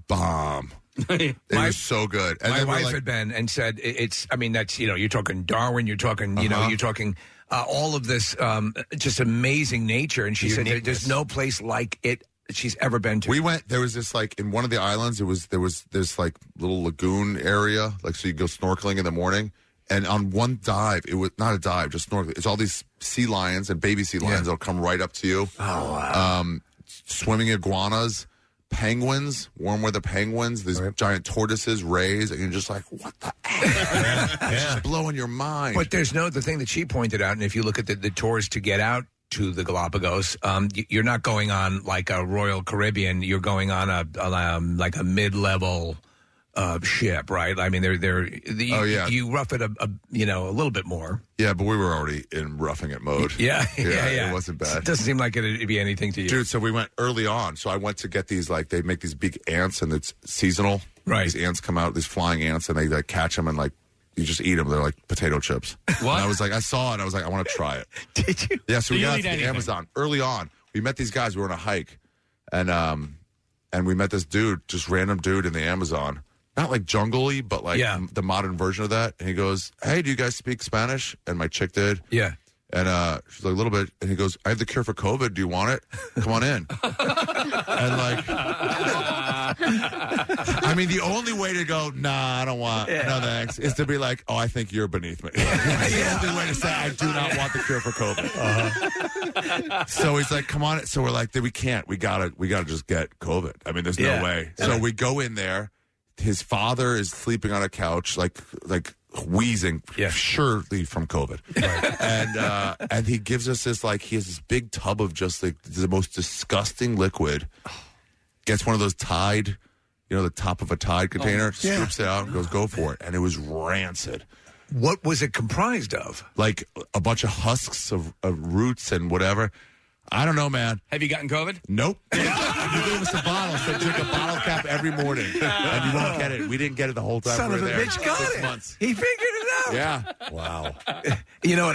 Bomb. it was so good. And my then we're wife like- had been and said it- it's. I mean, that's you know, you're talking Darwin, you're talking, you know, Uh-huh. you're talking uh, all of this um, just amazing nature. And she said that there's no place like it that she's ever been to. We went. There was this like in one of the islands. It was there was this like little lagoon area. Like so, you go snorkeling in the morning, and on one dive, it was not a dive, just snorkeling. It's all these sea lions and baby sea lions that'll come right up to you. Oh wow! Um, swimming iguanas, penguins, warm weather penguins, these giant tortoises, rays, and you're just like, what the? It's just blowing your mind. But there's no the thing that she pointed out, and if you look at the, the tours to get out to the Galapagos, um, y- you're not going on like a Royal Caribbean. You're going on a, a um, like a mid level. Uh, ship, right? I mean, they're they're. The, Oh, yeah. You rough it a, a you know a little bit more. Yeah, but we were already in roughing it mode. Yeah, yeah, yeah. It wasn't bad. It doesn't seem like it'd be anything to you. Dude, so we went early on. So I went to get these like they make these big ants and it's seasonal. Right. These ants come out, these flying ants, and they like catch them and like you just eat them. They're like potato chips. What? And I was like, I saw it. I was like, I want to try it. Did you? Yeah. So Do we you got out to eat the anything? Amazon early on. We met these guys. We were on a hike, and um, and we met this dude, just random dude in the Amazon. Not like jungly, but like Yeah. m- the modern version of that. And he goes, "Hey, do you guys speak Spanish?" And my chick did. Yeah. And uh, she's like, a little bit. And he goes, I have the cure for COVID. Do you want it? Come on in. and like, I mean, the only way to go, nah, I don't want, no thanks, is to be like, oh, I think you're beneath me. That's the only way to say, I do not want the cure for COVID. Uh-huh. so he's like, come on. in." So we're like, we can't. We gotta, we gotta just get COVID. I mean, there's Yeah. no way. So we go in there. His father is sleeping on a couch, like, like wheezing, surely from COVID. and uh, and he gives us this like he has this big tub of just like the most disgusting liquid. Gets one of those Tide, you know, the top of a Tide container, Oh, yeah. scoops it out, and goes go for it, and it was rancid. What was it comprised of? Like a bunch of husks of, of roots and whatever. I don't know, man. Have you gotten COVID? Nope. you gave us a bottle, so drink a bottle cap every morning, and you won't get it. We didn't get it the whole time. Son we of were a there. bitch got Six it. months. He figured it out. Yeah. Wow. You know what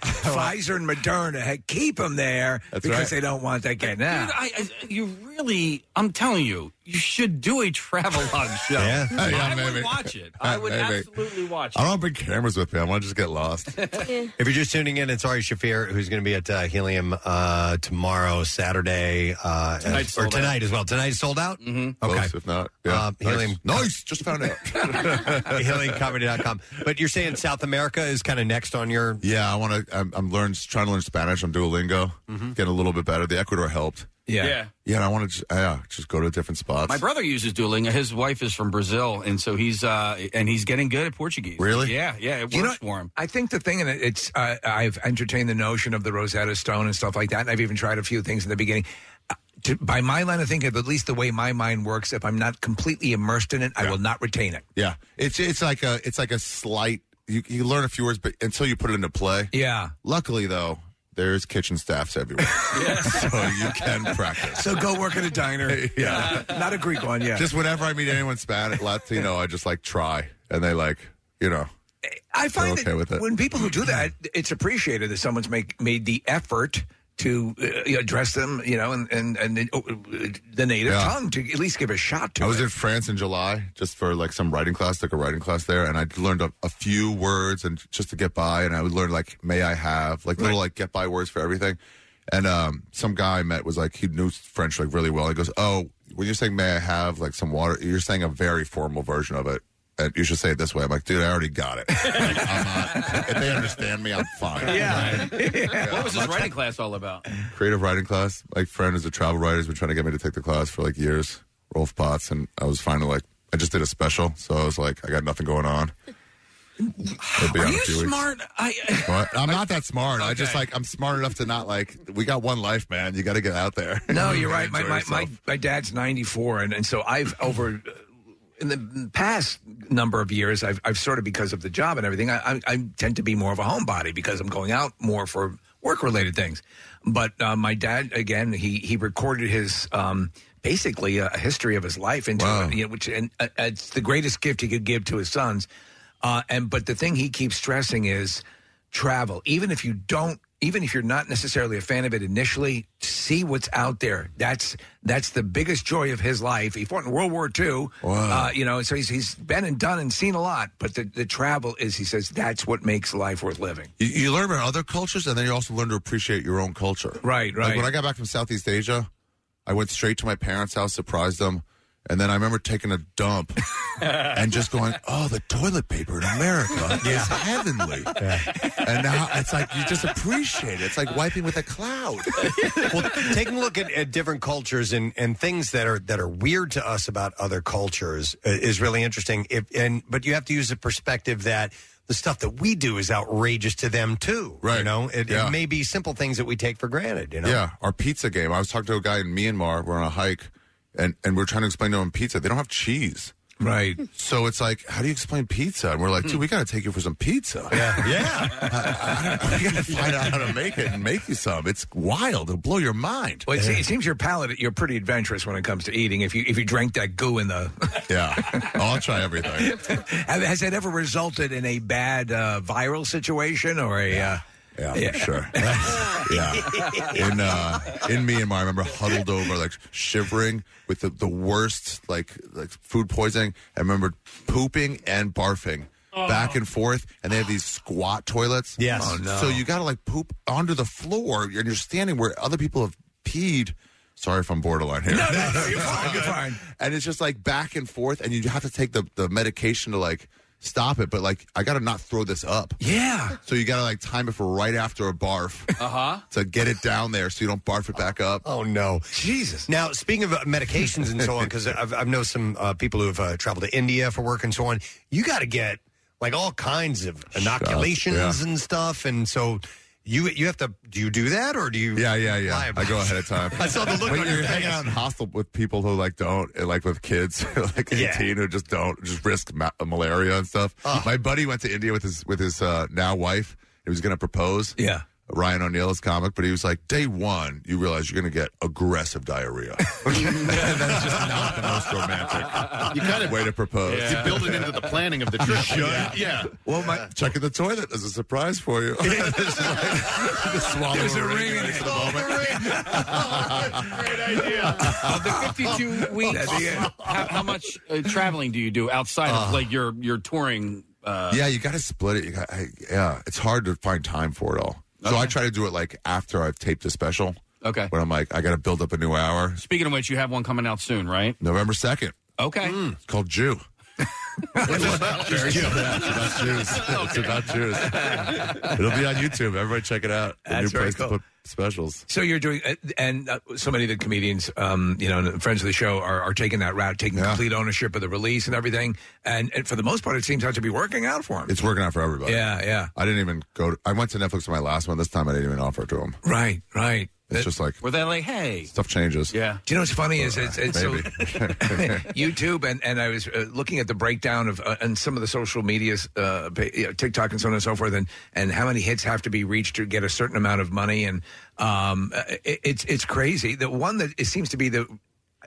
Pfizer and Moderna had keep them there That's because right. they don't want that getting out. Dude, I, I, you really, I'm telling you, you should do a travelogue show. Yeah. I Yeah, would maybe. watch it. I would Maybe. absolutely watch I don't bring cameras with me. I want to just get lost. it. If you're just tuning in, it's Ari Shafir who's going to be at uh, Helium uh, tomorrow, Saturday, uh, Tonight's or sold out. tonight as well. Tonight's sold out. Mm-hmm. Okay, Close, if not, yeah. Uh, Nice. Helium, Nice. Just found out. HeliumComedy.com. But you're saying South America is kind of next on your. Yeah, I want to. I'm, I'm learn, trying to learn Spanish on Duolingo. Get a little bit better. The Ecuador helped. Yeah. Yeah. Yeah, and I want to. Yeah, just go to different spots. My brother uses Duolingo. His wife is from Brazil, and so he's uh, and he's getting good at Portuguese. Really? Yeah, yeah. It works You know- for him. I think the thing, and it- it's uh, I've entertained the notion of the Rosetta Stone and stuff like that, and I've even tried a few things in the beginning. Uh, To, by my line of thinking, at least the way my mind works, if I'm not completely immersed in it, I will not retain it. Yeah, it's it's like a it's like a slight. You, you learn a few words, but until you put it into play. Yeah. Luckily, though, there's kitchen staffs everywhere, so you can practice. So go work at a diner. Uh, Yeah. not a Greek one. Yeah, Just whenever I meet anyone Spanish, Latino, I just like try, and they like you know. I find okay that with it. when people who do that, it's appreciated that someone's make, made the effort to uh, address them, you know, and and, and the, uh, the native Yeah. tongue to at least give a shot to I was it. in France in July just for like some writing class, took a writing class there, and I learned a, a few words and just to get by. And I would learn like "may I have," like little like get by words for everything. And um, some guy I met was like he knew French like really well. He goes, "Oh, when you're saying may I have like some water, you're saying a very formal version of it." And you should say it this way. I'm like, dude, I already got it. Like, I'm not, if they understand me, I'm fine. Yeah. What was his Much- writing class all about? creative writing class. Like friend is a travel writer, has been trying to get me to take the class for like years. Rolf Potts, and I was finally like, I just did a special, so I was like, I got nothing going on. It'll be out Are in you a few weeks. smart? I, What? I'm not that smart. I just Okay. like I'm smart enough to not like. We got one life, man. You got to get out there. No, You you're gotta right. My enjoy my, yourself. my my dad's 94, and, and so I've over uh, in the past number of years, I've I've sort of because of the job and everything, I I, I tend to be more of a homebody because I'm going out more for work related things. But uh, my dad, again, he he recorded his. Um, Basically, a history of his life into it, you know, which and uh, it's the greatest gift he could give to his sons. Uh, and but the thing he keeps stressing is travel even if you don't even if you're not necessarily a fan of it initially see what's out there that's that's the biggest joy of his life he fought in world war ii uh, you know so he's, he's been and done and seen a lot but the, the travel is he says that's what makes life worth living You, you learn about other cultures, and then you also learn to appreciate your own culture. Right, right. Like when I got back from Southeast Asia, I went straight to my parents' house, surprised them, and then I remember taking a dump and just going, "Oh, the toilet paper in America is heavenly." And now it's like you just appreciate it. It's like wiping with a cloud. well, taking a look at, at different cultures and, and things that are that are weird to us about other cultures uh, is really interesting. If and but you have to use a perspective that the stuff that we do is outrageous to them too. Right? You know, it, Yeah. it may be simple things that we take for granted. You know, Yeah, our pizza game. I was talking to a guy in Myanmar. We're on a hike, and and we're trying to explain to him pizza. They don't have cheese. Right. So it's like, how do you explain pizza? And we're like, dude, we got to take you for some pizza. Yeah. Yeah. we got to find out how to make it and make you some. It's wild. It'll blow your mind. well, it, se- it seems your palate you're pretty adventurous when it comes to eating if you if you drank that goo in the yeah Oh, i'll try everything has that ever resulted in a bad uh, viral situation or a yeah, uh, yeah, for sure. yeah. In uh, in Myanmar, I remember huddled over, like shivering with the, the worst like like food poisoning. I remember pooping and barfing. Back and forth, and they have these squat toilets. Yes. Oh, no. So you got to like poop onto the floor, and you're standing where other people have peed. Sorry if I'm borderline here. and it's just like back and forth, and you have to take the, the medication to like stop it. But like, I gotta not throw this up. Yeah. So you gotta like time it for right after a barf Uh huh. to get it down there, so you don't barf it back up. Oh no, Jesus! Now, speaking of uh, medications and so on, because I've, I've known some uh, people who have uh, traveled to India for work and so on. You got to get like all kinds of inoculations yeah. and stuff, and so you you have to. Do you do that or do you? Yeah, yeah, yeah. lie about I go ahead of time. I saw the look when on you're your hanging face. out in hostel with people who like don't, and, like with kids like Yeah. 18 who just don't, just risk ma- uh, malaria and stuff. My buddy went to India with his with his uh, now wife. He was going to propose. Yeah. Ryan O'Neill is comic, but he was like, day one, you realize you're going to get aggressive diarrhea. That's just not the most romantic you kind of, way to propose. You build it into the planning of the trip. yeah. yeah. Well, Uh. my, check in the toilet as a surprise for you. It's like, just swallow There's a ring in it. for the moment. Great idea. Of the 52 weeks, how, how much uh, traveling do you do outside of like your your touring? Uh, yeah, you got to split it. You got, I, yeah, it's hard to find time for it all. So I try to do it like after I've taped a special. Okay. When I'm like, I got to build up a new hour. Speaking of which, you have one coming out soon, right? November second. Okay. It's called Jew. Very Jews. It's about Jews. It's about Jews. It'll be on YouTube. Everybody check it out. The That's new very place to cool. put specials. So you're doing, uh, and uh, so many of the comedians, um, you know, and friends of the show are, are taking that route, taking complete ownership of the release and everything. And, and for the most part, it seems out to be working out for them. It's working out for everybody. Yeah, yeah. I didn't even go. To, I went to Netflix for my last one. This time I didn't even offer it to them. Right, right. It's just like Were they like, hey? stuff changes. Yeah. Do you know what's funny is it's, it's so, Maybe. YouTube and, and I was uh, looking at the breakdown of uh, and some of the social medias, uh, pa- you know, TikTok and so on and so forth, and, and how many hits have to be reached to get a certain amount of money, and um, uh, it, it's it's crazy. The one that it seems to be the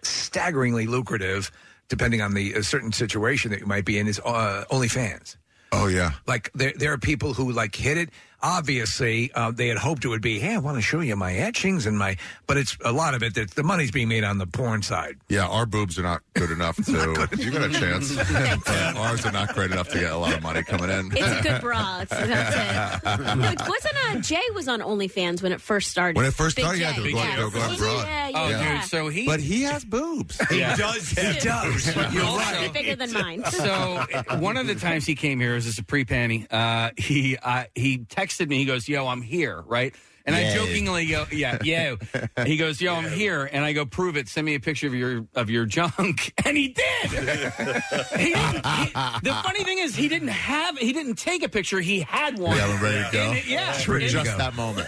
staggeringly lucrative, depending on the uh, certain situation that you might be in, is uh, OnlyFans. Oh yeah. Like there, there are people who like hit it. Obviously, uh, they had hoped it would be, hey, I want to show you my etchings and my, but it's a lot of it that the money's being made on the porn side. Yeah, our boobs are not good enough to. you got a chance. But ours are not great enough to get a lot of money coming in. It's a good bra. It's- that's But wasn't uh, Jay was on OnlyFans when it first started? When it first Big started, yeah, Jay. they were going- they were going broad. Yeah, Oh, yeah, yeah. but he has boobs. He Yeah. does He have does. boobs. You're Also- right. Bigger than mine. So uh, one of the times he came here was just a pre panty. Uh, he uh, he texted me. He goes, "Yo, I'm here," right? And I Yay. jokingly go, "Yeah, yo." He goes, "Yo, I'm here," and I go, "Prove it. Send me a picture of your of your junk." And he did. He didn't- he- the funny thing is, he didn't have. He didn't take a picture. He had one. Yeah, I'm ready to go. And it- yeah, For it- just that moment.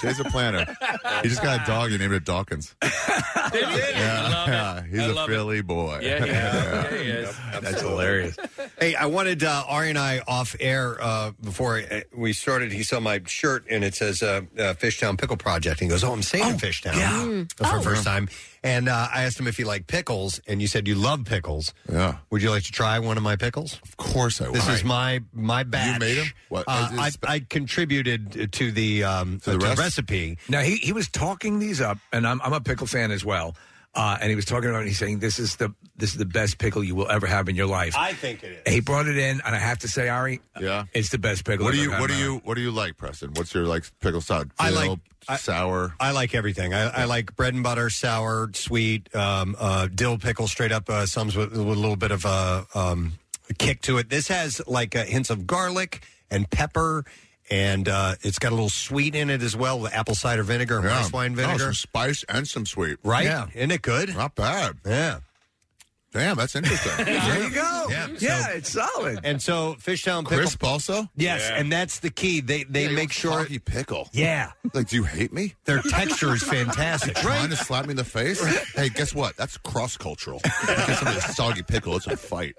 Jay's a planner. He just got a dog. He named it Dawkins. Yeah, yeah, he's a Philly boy. Yeah, he is. Yeah. Yeah, he is. That's hilarious. Hey, I wanted uh, Ari and I off air uh, before uh, we started. He saw my shirt and it says uh, uh, Fishtown Pickle Project. And he goes, Oh, I'm saving Fishtown for the first time. And uh, I asked him if he liked pickles. And you said you love pickles. Yeah. Would you like to try one of my pickles? Of course I would. This is my, my batch. made 'em? What- Uh, is I, this- I contributed to the, um, to the rest? recipe. Now he, he was talking these up, and I'm I'm a pickle fan as well. Uh, and he was talking about it, and he's saying this is the this is the best pickle you will ever have in your life. think it is. he brought it in, and I have to say, Ari, Yeah. it's the best pickle. What do I've you ever What do had in my you What do you like, Preston? What's your like pickle salad? I like- sour. I like everything. I, I like bread and butter, sour, sweet, um, uh, dill pickle, straight up. Uh, some with, with a little bit of a um, kick to it. This has like uh, hints of garlic and pepper, and uh, it's got a little sweet in it as well. The apple cider vinegar, Yeah. rice wine Oh, vinegar, some spice and some sweet. right? Yeah. Isn't it good? Not bad. Yeah. Damn, that's interesting. There you go. Yeah, it's solid. And so Fishtown pickle. Crisp also. Yes, and that's the key. They they Yeah, you make want sure soggy pickle. Yeah. Like, do you hate me? their texture is fantastic. You're Trying to slap me in the face? Hey, guess what? That's cross cultural. Get somebody a soggy pickle. It's a fight.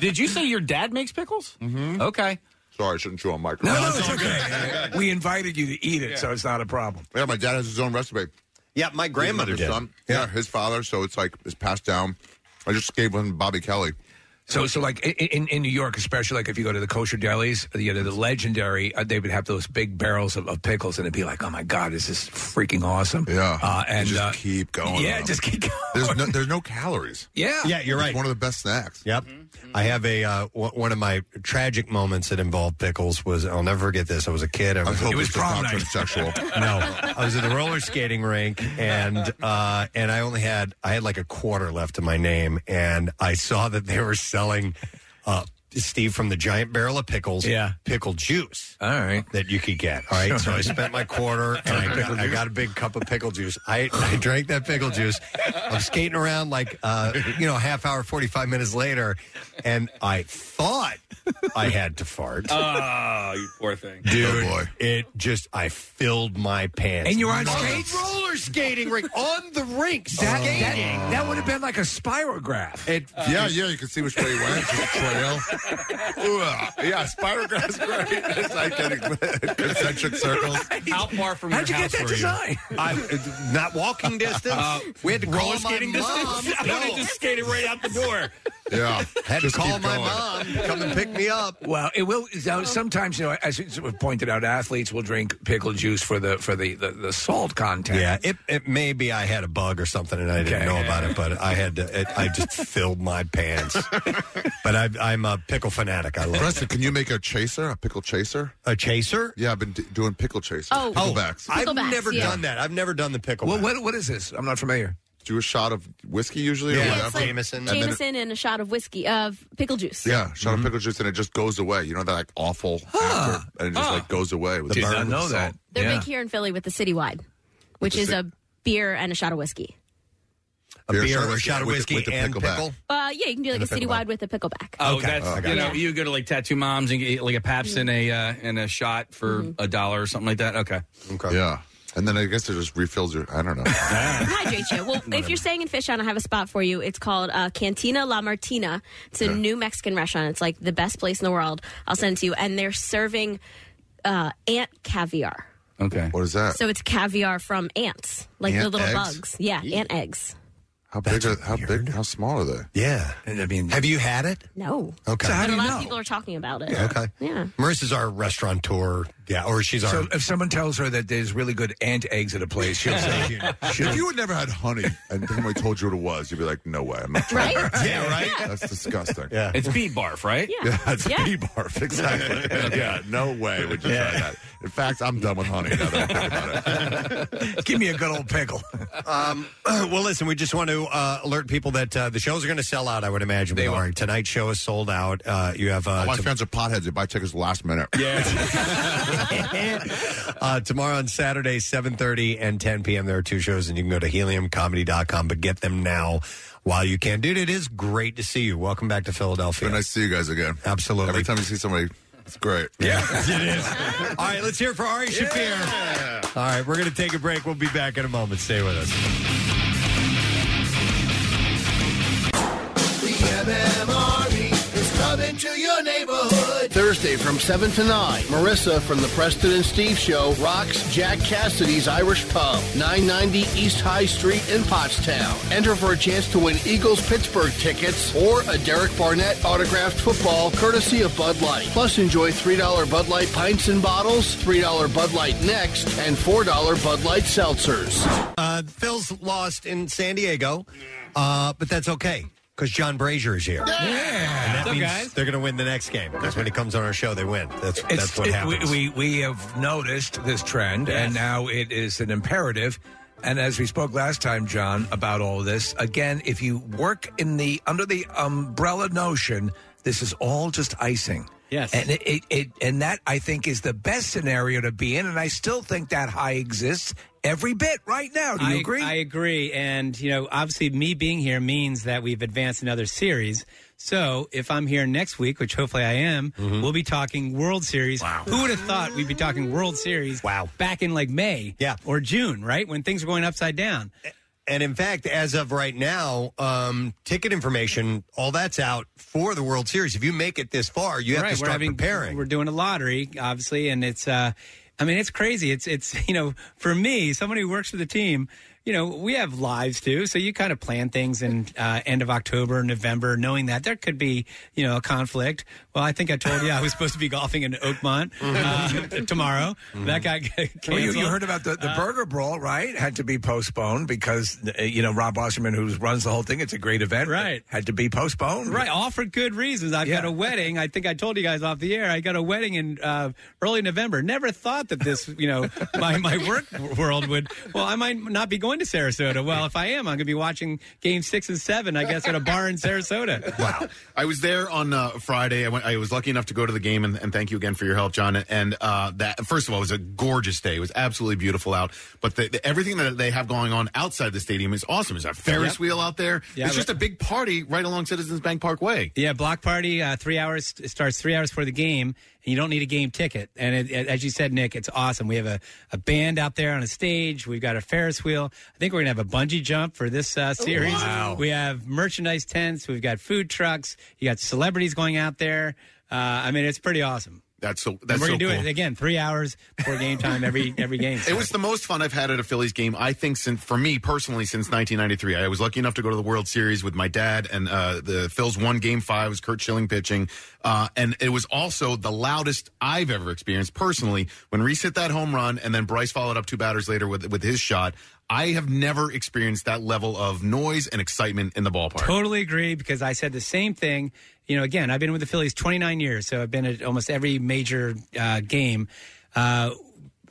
Did you say your dad makes pickles? Mm-hmm. Okay. Sorry, I shouldn't chew on No, microphones. no, it's okay. we invited you to eat it, so it's not a problem. Yeah, my dad has his own recipe. Yeah, my grandmother His did. son. Yeah. his father. So it's like it's passed down. I just gave one to Bobby Kelly. So, so like i- i- in, in New York, especially like if you go to the kosher delis, uh, you know, the legendary, uh, they would have those big barrels of, of pickles, and it'd be like, oh my god, this is freaking awesome. Yeah, uh, and just uh, keep going. yeah, on. just keep going. There's no, there's no calories. Yeah, Yeah, you're It's right. one of the best snacks. Mm-hmm. Yep. I have a uh, w- one of my tragic moments that involved pickles was I'll never forget this. I was a kid. I was, hope It was it's just prom not night. transsexual. no, I was at the roller skating rink and uh, and I only had I had like a quarter left in my name and I saw that they were selling uh, Steve from the Giant Barrel of Pickles, Yeah. pickle juice All right. that you could get. All right, so I spent my quarter and I got, I got a big cup of pickle juice. I, I drank that pickle juice. I'm skating around like uh, you know, half hour, forty five minutes later, and I thought I had to fart. Oh, you poor thing. Dude, Oh, boy. it just I filled my pants. And you're on skates. Oh. Roller roller skating rink on the rink. That, skating. that, that would have been like a spirograph. It, yeah, yeah, you can see which way he went. Just trail. Ugh. yeah, spirograph's great. It's like getting concentric circles. How far from How'd your you house get that were design? you? I, not walking distance. Uh, we had to roller call my skating mom. distance. I would've No. just skated right out the door. Yeah, had to Just call keep my going. mom. Come and pick me up. Well, it will. Now, sometimes, you know, as it's pointed out, athletes will drink pickle juice for the for the the, the salt content. Yeah, it, it may be I had a bug or something and I didn't Okay. know about it, but I had to, it, I just filled my pants. But I, I'm a pickle fanatic. I love it. Preston, can you make a chaser, a pickle chaser? A chaser? Yeah, I've been d- doing pickle chasers. Oh. picklebacks. Oh, I've Picklebacks, never yeah. done that. I've never done the pickle. Well, what, what is this? I'm not familiar. Do a shot of whiskey usually, Yeah, or it's whatever. like Jameson. And then it- Jameson and a shot of whiskey of pickle juice. yeah, shot Mm-hmm. of pickle juice, and it just goes away. You know that like awful, after, and it just like goes away. With Did the not burn, know with the that. salt. They're big here in Philly with the citywide, which the is ci- a beer and a shot of whiskey. A beer, a shot of with- whiskey, with the and pickleback. pickle. Uh, yeah, you can do like And a a pickleback. citywide with a pickleback. Oh, Okay. that's Oh, I got you know it. you go to like tattoo moms and get like a Paps and a uh, and a shot for a dollar or something like that. Okay, okay, yeah. And then I guess it just refills your. I don't know. Hydrate you. Well, if you're staying in Fishtown, I have a spot for you. It's called uh, Cantina La Martina. It's a new Mexican restaurant. It's like the best place in the world. I'll send it to you. And they're serving uh, ant caviar. okay, what is that? So it's caviar from ants, like the Ant little eggs? bugs. Yeah, ant eggs. How big? Are, how big? How small are they? Yeah, I mean, have you had it? No. Okay. But a lot of people are talking about it. Okay. Yeah. Marissa's our restaurateur. Yeah, or she's our. So if someone tells her that there's really good ant eggs at a place, she'll say, she'll- If you had never had honey and somebody told you what it was, you'd be like, "No way, I'm not trying." Right? that." Yeah, right? Yeah. That's disgusting. Yeah, it's bee barf, right? Yeah, it's Yeah. bee barf, exactly. yeah, no way would you try that. In fact, I'm done with honey. Now that I think about it. Give me a good old pickle. Um, well, listen, we just want to uh, alert people that uh, the shows are going to sell out. I would imagine. They are. Tonight's show is sold out. Uh, you have uh, All my to- fans are potheads. They buy tickets last minute. uh, tomorrow on Saturday, 7.30 and 10 p.m. There are two shows, and you can go to heliumcomedy.com, but get them now while you can. Dude, it is great to see you. Welcome back to Philadelphia. Nice to see you guys again. Absolutely. Every time you see somebody, it's great. Yeah. it is. All right, let's hear it for Ari Shafir. All right, we're going to take a break. We'll be back in a moment. Stay with us. Thursday from 7 to 9, Marissa from the Preston and Steve Show rocks Jack Cassidy's Irish Pub, 990 East High Street in Pottstown. Enter for a chance to win Eagles Pittsburgh tickets or a Derek Barnett autographed football courtesy of Bud Light. Plus, enjoy $3 Bud Light pints and bottles, $3 Bud Light Next, and $4 Bud Light seltzers. Uh, Phil's lost in San Diego, uh, but that's okay because John Brazier is here. Yeah. And that What's up, means guys? they're going to win the next game because when he comes on our show, they win. That's, that's what it- happens. We, we we have noticed this trend, and now it is an imperative. And as we spoke last time, John, about all this again, if you work in the under the umbrella notion, this is all just icing. Yes, and it, it, it and that I think is the best scenario to be in, and I still think that high exists every bit right now. Do you I, agree? I agree. And, you know, obviously me being here means that we've advanced another series. So if I'm here next week, which hopefully I am, we'll be talking World Series. Mm-hmm. Wow. Who would have thought we'd be talking World Series wow. back in like May yeah. or June, right? When things were going upside down. And in fact, as of right now, um, ticket information, all that's out for the World Series. If you make it this far, you have right, to we're start having, preparing. We're doing a lottery, obviously, and it's. Uh, I mean, it's crazy. It's it's you know, for me, someone who works for the team, you know, we have lives too. So you kind of plan things in uh, end of October, November, knowing that there could be you know a conflict. Well, I think I told you I was supposed to be golfing in Oakmont uh, tomorrow. That got canceled. Mm-hmm. Well, you, you heard about the, the Uh, burger brawl, right? Had to be postponed because uh, you know Rob Wasserman, who runs the whole thing, it's a great event, right? Had to be postponed, Right, all for good reasons. I've got a wedding. I think I told you guys off the air. I got a wedding in uh, early November. Never thought that this, you know, my my work world would. Well, I might not be going going to Sarasota. Well, if I am, I'm going to be watching game six and seven, I guess, at a bar in Sarasota. Wow. I was there on uh, Friday. I, went, I was lucky enough to go to the game, and, and thank you again for your help, John. And uh, that first of all, it was a gorgeous day. It was absolutely beautiful out. But the, the, everything that they have going on outside the stadium is awesome. Is a Ferris Yep. wheel out there. Yeah, it's just a right. big party right along Citizens Bank Park Way. Yeah, block party. Uh, three hours it starts three hours before the game, and you don't need a game ticket. And it, it- as you said, Nick, it's awesome. We have a, a band out there on a stage. We've got a Ferris wheel. I think we're gonna have a bungee jump for this uh, series. Wow. We have merchandise tents. We've got food trucks. You got celebrities going out there. Uh, I mean, it's pretty awesome. That's so. and That's we're so gonna do cool. it again. Three hours before game time every every game. It was the most fun I've had at a Phillies game, I think, since for me personally since 1993. I was lucky enough to go to the World Series with my dad, and uh, the Phils won Game Five. It was Kurt Schilling pitching, uh, and it was also the loudest I've ever experienced personally when Reese hit that home run, and then Bryce followed up two batters later with with his shot. I have never experienced that level of noise and excitement in the ballpark. Totally agree because I said the same thing. You know, again, I've been with the Phillies 29 years, so I've been at almost every major uh, game. Uh,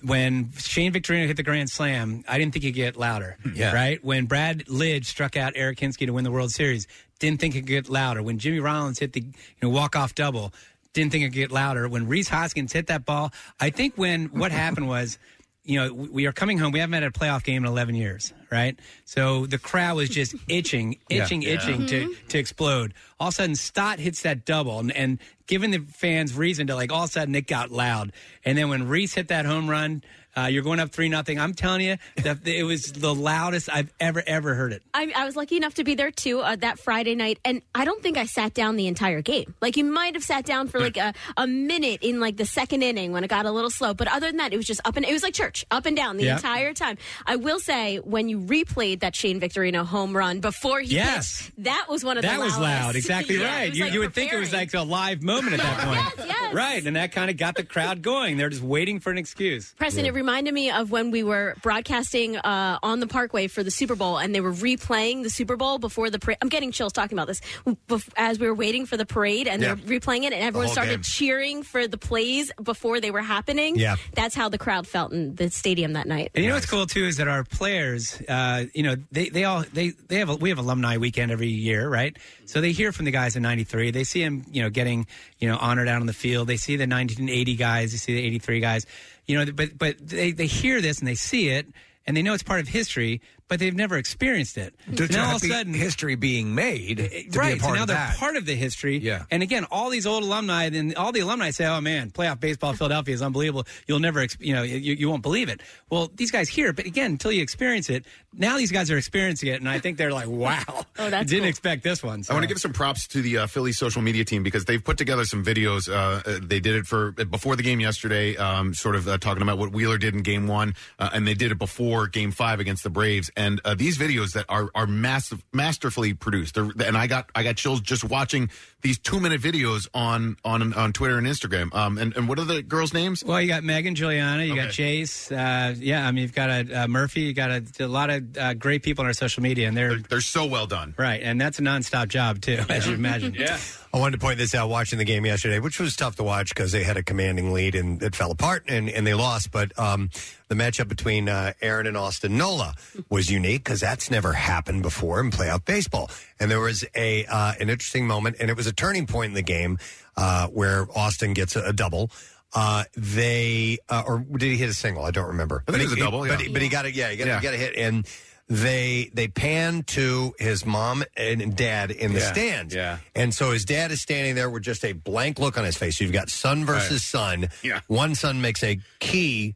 when Shane Victorino hit the grand slam, I didn't think he'd get louder. Yeah. Right? When Brad Lidge struck out Eric Hinsky to win the World Series, didn't think it'd get louder. When Jimmy Rollins hit the you know walk off double, didn't think it'd get louder. When Reese Hoskins hit that ball, I think when what happened was you know, we we are coming home. We haven't had a playoff game in 11 years, right? So the crowd was just itching, Yeah. itching, Yeah. itching to, to explode. All of a sudden, Stott hits that double, and, and giving the fans reason to like, all of a sudden it got loud. And then when Reese hit that home run, uh, you're going up three nothing. I'm telling you, that it was the loudest I've ever ever heard it. I, I was lucky enough to be there too uh, that Friday night, and I don't think I sat down the entire game. Like you might have sat down for like a, a minute in like the second inning when it got a little slow, but other than that, it was just up and it was like church, up and down the Yeah. entire time. I will say when you replayed that Shane Victorino home run before he Yes. pitched, that was one of that the was loudest. loud, exactly Yeah, it right. was, You, like, you would think it was like a live moment at that point, yes. right? And that kind of got the crowd going. They're just waiting for an excuse. Preston, it reminded me of when we were broadcasting uh, on the Parkway for the Super Bowl, and they were replaying the Super Bowl before the parade. I'm getting chills talking about this. Bef- as we were waiting for the parade, and Yeah. they were replaying it, and everyone whole started game. cheering for the plays before they were happening. Yeah. that's how the crowd felt in the stadium that night. And you know what's cool too is that our players, uh, you know, they, they all they they have a, we have alumni weekend every year, right? So they hear from the guys in '93. They see them, you know, getting you know honored out on the field. They see the 1980 guys. They see the '83 guys. You know, but but they they hear this and they see it and they know it's part of history, but they've never experienced it. To, And to now all have of a the sudden, history being made, to right. be a part so now of they're that. part of the history. Yeah. And again, all these old alumni, then all the alumni say, "Oh man, playoff baseball Philadelphia is unbelievable. You'll never, ex- you know, you, you won't believe it." Well, these guys hear it, but again, until you experience it, now these guys are experiencing it, and I think they're like, "Wow, Oh, that's didn't cool. expect this one." I want So- to give some props to the uh, Philly social media team because they've put together some videos. Uh, uh, they did it for before the game yesterday, um, sort of uh, talking about what Wheeler did in Game One, uh, and they did it before Game Five against the Braves. And uh, these videos that are are massive, masterfully produced. They're, and I got I got chills just watching these two minute videos on on on Twitter and Instagram. Um, and and what are the girls' names? Well, you got Megan Juliana, you got Okay. Chase. Uh, yeah, I mean, you've got a, uh Murphy. You got a, a lot of uh, great people on our social media, and they're they're so well done. Right, and that's a nonstop job too, as you imagine. Yeah. I wanted to point this out watching the game yesterday, which was tough to watch because they had a commanding lead and it fell apart and, and they lost. But um, the matchup between uh, Aaron and Austin Nola was unique because that's never happened before in playoff baseball. And there was a uh, an interesting moment, and it was a turning point in the game uh, where Austin gets a, a double. Uh, they uh, or did he hit a single? I don't remember. I think it was a he- double, But, yeah. he, but he got it. Yeah, he got, Yeah. he got a hit, and they they pan to his mom and dad in the Yeah. stands. Yeah. And so his dad is standing there with just a blank look on his face. You've got son versus Right. son. Yeah. One son makes a key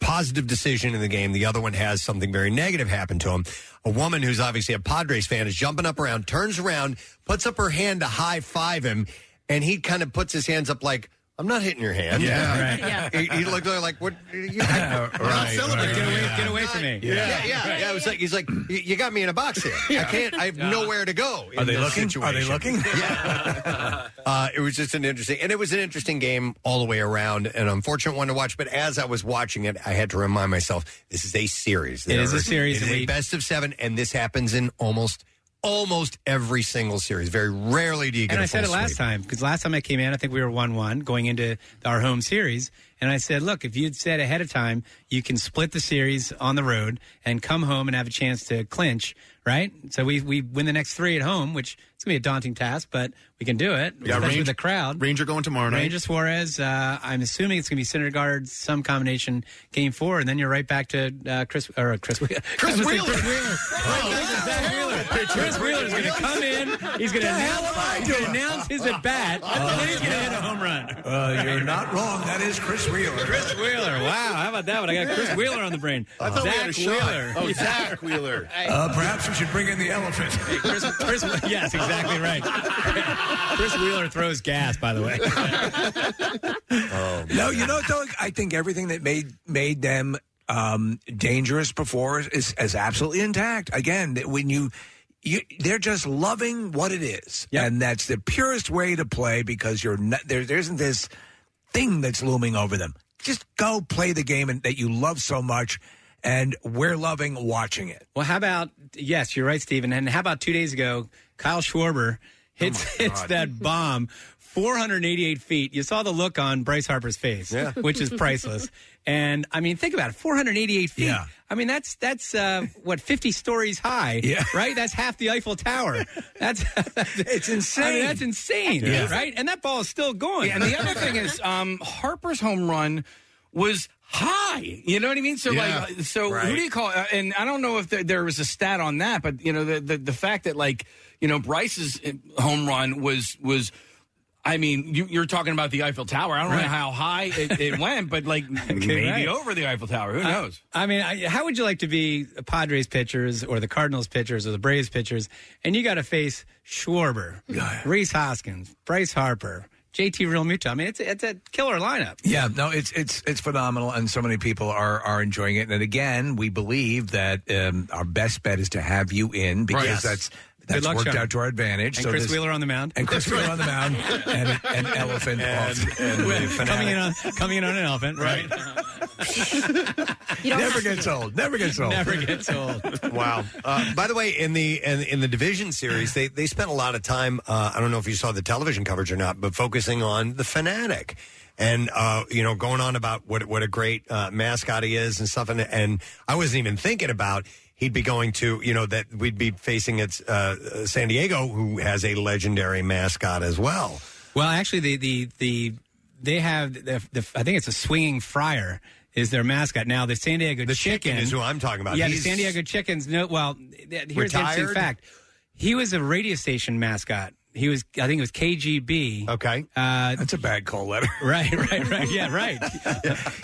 positive decision in the game. The other one has something very negative happen to him. A woman who's obviously a Padres fan is jumping up around, turns around, puts up her hand to high five him, and he kind of puts his hands up like, I'm not hitting your hand. Yeah, Yeah, right. Yeah. He, he looked like, what? You, I, I'm not celebrating. Get away, get away from me. Yeah, yeah, yeah. It was like he's like, "You- you got me in a box here. I can't. I have Yeah. nowhere to go. Are in they this looking? Are they situation." looking? Uh, it was just an interesting, and it was an interesting game all the way around, an unfortunate one to watch. But as I was watching it, I had to remind myself this is a series. It is a series, It is and a we- best of seven, and this happens in almost almost every single series. Very rarely do you get. and I I said it last time because last time I came in, I think we were one-one going into our home series, And I said, look, if you'd said ahead of time, you can split the series on the road and come home and have a chance to clinch, right? So we, we win the next three at home, which it's going to be a daunting task, but we can do it. We got especially Ranger- with the crowd. Ranger going tomorrow night. Ranger Suarez. Uh, I'm assuming it's going to be center guard, some combination game four, and then you're right back to uh, Chris or uh, Chris. Chris, Chris Wheeler. Chris Wheeler. Oh, Chris Wheeler is going to come in. He's going to The hell announce, am I he's gonna doing? announce his at bat, and then he's going to hit a home run. Uh, you're not wrong. That is Chris Wheeler. Chris Wheeler. Wow. How about that one? I got Chris Wheeler on the brain. I thought we had a shot. Oh, Zach Wheeler. Uh, perhaps we should bring in the elephant. Chris, Chris, yes, exactly right. Chris Wheeler throws gas, by the way. Oh, no, you know, Doug. I think everything that made made them um, dangerous before is, is absolutely intact. Again, that when you. You, they're just loving what it is, and that's the purest way to play because you're not, there. There isn't this thing that's looming over them. Just go play the game and, that you love so much, and we're loving watching it. Well, how about yes, you're right, Steven. And how about two days ago, Kyle Schwarber hits Oh hits that bomb 488 feet. You saw the look on Bryce Harper's face, Yeah. which is priceless. And I mean, think about it, 488 feet. I mean, that's that's uh, what 50 stories high, Yeah. right? That's half the Eiffel Tower. That's, it's I mean, that's insane, Yeah. right? And that ball is still going. Yeah, and the other thing is, um, Harper's home run was high. You know what I mean? So, Yeah, like, so right. who do you call? Uh, and I don't know if there, there was a stat on that, but you know, the, the the fact that like you know Bryce's uh, home run was was. I mean, you, you're talking about the Eiffel Tower. I don't Right. know how high it, it went, but like maybe right. over the Eiffel Tower. Who I- knows? I, mean, I, how would you like to be the Padres pitchers or the Cardinals pitchers or the Braves pitchers, and you got to face Schwarber, Reese Hoskins, Bryce Harper, JT Realmuto? I mean, it's it's a killer lineup. Yeah, no, it's it's it's phenomenal, and so many people are are enjoying it. And again, we believe that um, our best bet is to have you in because Right. Yes. that's Good that's luck, worked Sean. out to our advantage. And So Chris this- Wheeler on the mound, and Chris Wheeler on the mound, and an elephant And- off- and the coming fanatic. in on coming in on an elephant, right? Never gets old. Never gets old. Never gets old. wow. Uh, by the way, in the in, in the division series, they they spent a lot of time. Uh, I don't know if you saw the television coverage or not, but focusing on the fanatic. And uh, you know, going on about what what a great uh, mascot he is and stuff, and and I wasn't even thinking about he'd be going to you know that we'd be facing it's uh, San Diego, who has a legendary mascot as well. Well, actually, the the the they have the, the I think it's a swinging friar is their mascot now. The San Diego the chicken, is who I'm talking about. Yeah, He's- the San Diego chickens. No, well, th- here's the interesting Retired? fact: he was a radio station mascot. He was, I think it was KGB. Okay, uh, that's a bad call letter. Right, right, right. Yeah, right.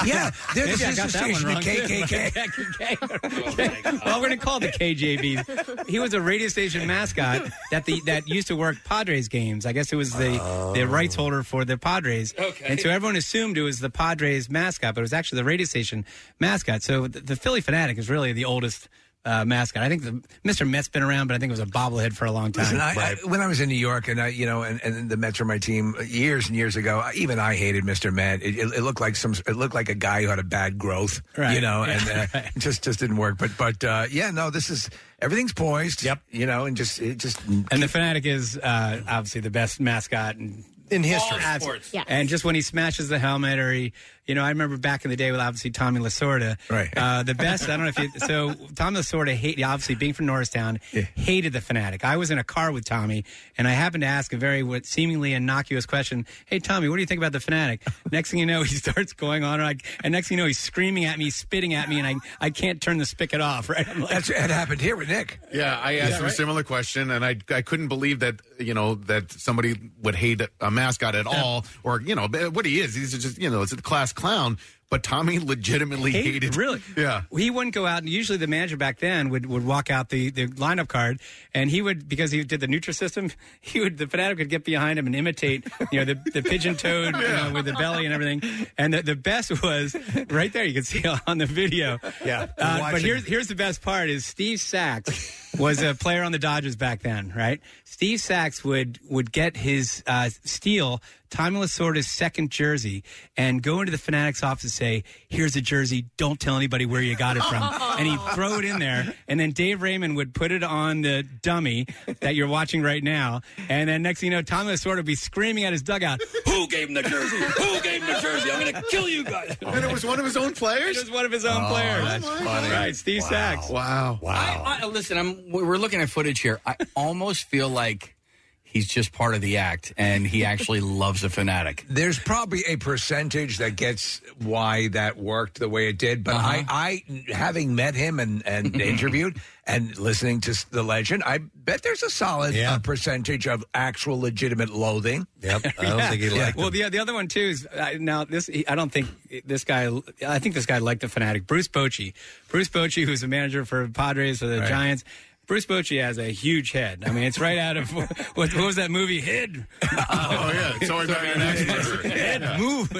yeah, Maybe there's I got this that one association wrong. of KKK. KKK. well, we're gonna call it the KJBs. He was a radio station mascot that the that used to work Padres games. I guess it was the Oh. the rights holder for the Padres. Okay. And so everyone assumed it was the Padres mascot, but it was actually the radio station mascot. So the, the Philly fanatic is really the oldest. Uh, mascot. I think the, Mr. Met's been around, but I think it was a bobblehead for a long time. Listen, I, I, when I was in New York, and I, you know, and, and the Mets were my team uh, years and years ago. I- Even I hated Mr. Met. It, it, it looked like some. It looked like a guy who had a bad growth, Right. you know, and Yeah, uh, just just didn't work. But but uh, yeah, no, this is everything's poised. Yep, you know, and just it just And the Fanatic is uh, obviously the best mascot in, in history. Yes. And just when he smashes the helmet, or he, you know, I remember back in the day with obviously Tommy Lasorda. Right. Uh, the best, I don't know if you, so Tommy Lasorda, hate, obviously being from Norristown, hated the Fanatic. I was in a car with Tommy, and I happened to ask a very what, seemingly innocuous question Hey, Tommy, what do you think about the Fanatic? next thing you know, he starts going on, and, I, and next thing you know, he's screaming at me, spitting at me, and I, I can't turn the spigot off, right? I'm like, That's, it happened here with Nick. Yeah, I asked him a similar question, and I I couldn't believe that you know that somebody would hate a mascot at all, or you know what he is. He's just you know it's a class clown. But Tommy legitimately Hate- hated. really? Yeah. He wouldn't go out, and usually the manager back then would, would walk out the, the lineup card, and he would because he did the Nutra system. He would the fanatic would get behind him and imitate, you know, the, the pigeon toad you know, with the belly and everything. And the, the best was right there. You can see on the video. Yeah. Uh, but Watching- here's here's the best part: is Steve Sachs was a player on the Dodgers back then, right? Steve Sachs would would get his uh, steal Tommy Lasorda's second jersey and go into the Fanatics office say, "Here's a jersey. Don't tell anybody where you got it from," and he'd throw it in there. And then Dave Raymond would put it on the dummy that you're watching right now. And then next thing you know, Tom Lasorda would be screaming at his dugout, "Who gave him the jersey? Who gave him the jersey? I'm going to kill you guys!" and it was one of his own players. It was one of his Oh, own players. Right, Steve Sachs. Wow. Wow. I, I, listen, I'm, we're we're looking at footage here. I almost feel like he's just part of the act, and he actually loves a fanatic. There's probably a percentage that gets why that worked the way it did, but I, I, having met him and, and interviewed and listening to s- the legend, I bet there's a solid Yeah. uh, percentage of actual legitimate loathing. Yep, Yeah. Yeah. Well, the the other one too is uh, now this. he- I don't think this guy. I think this guy liked the fanatic. Bruce Bochy. Bruce Bochy, who's a manager for Padres for the Right. Giants. Bruce Bochy has a huge head. I mean, it's right out of what, what was that movie? Head. Oh yeah. Sorry about your Head move.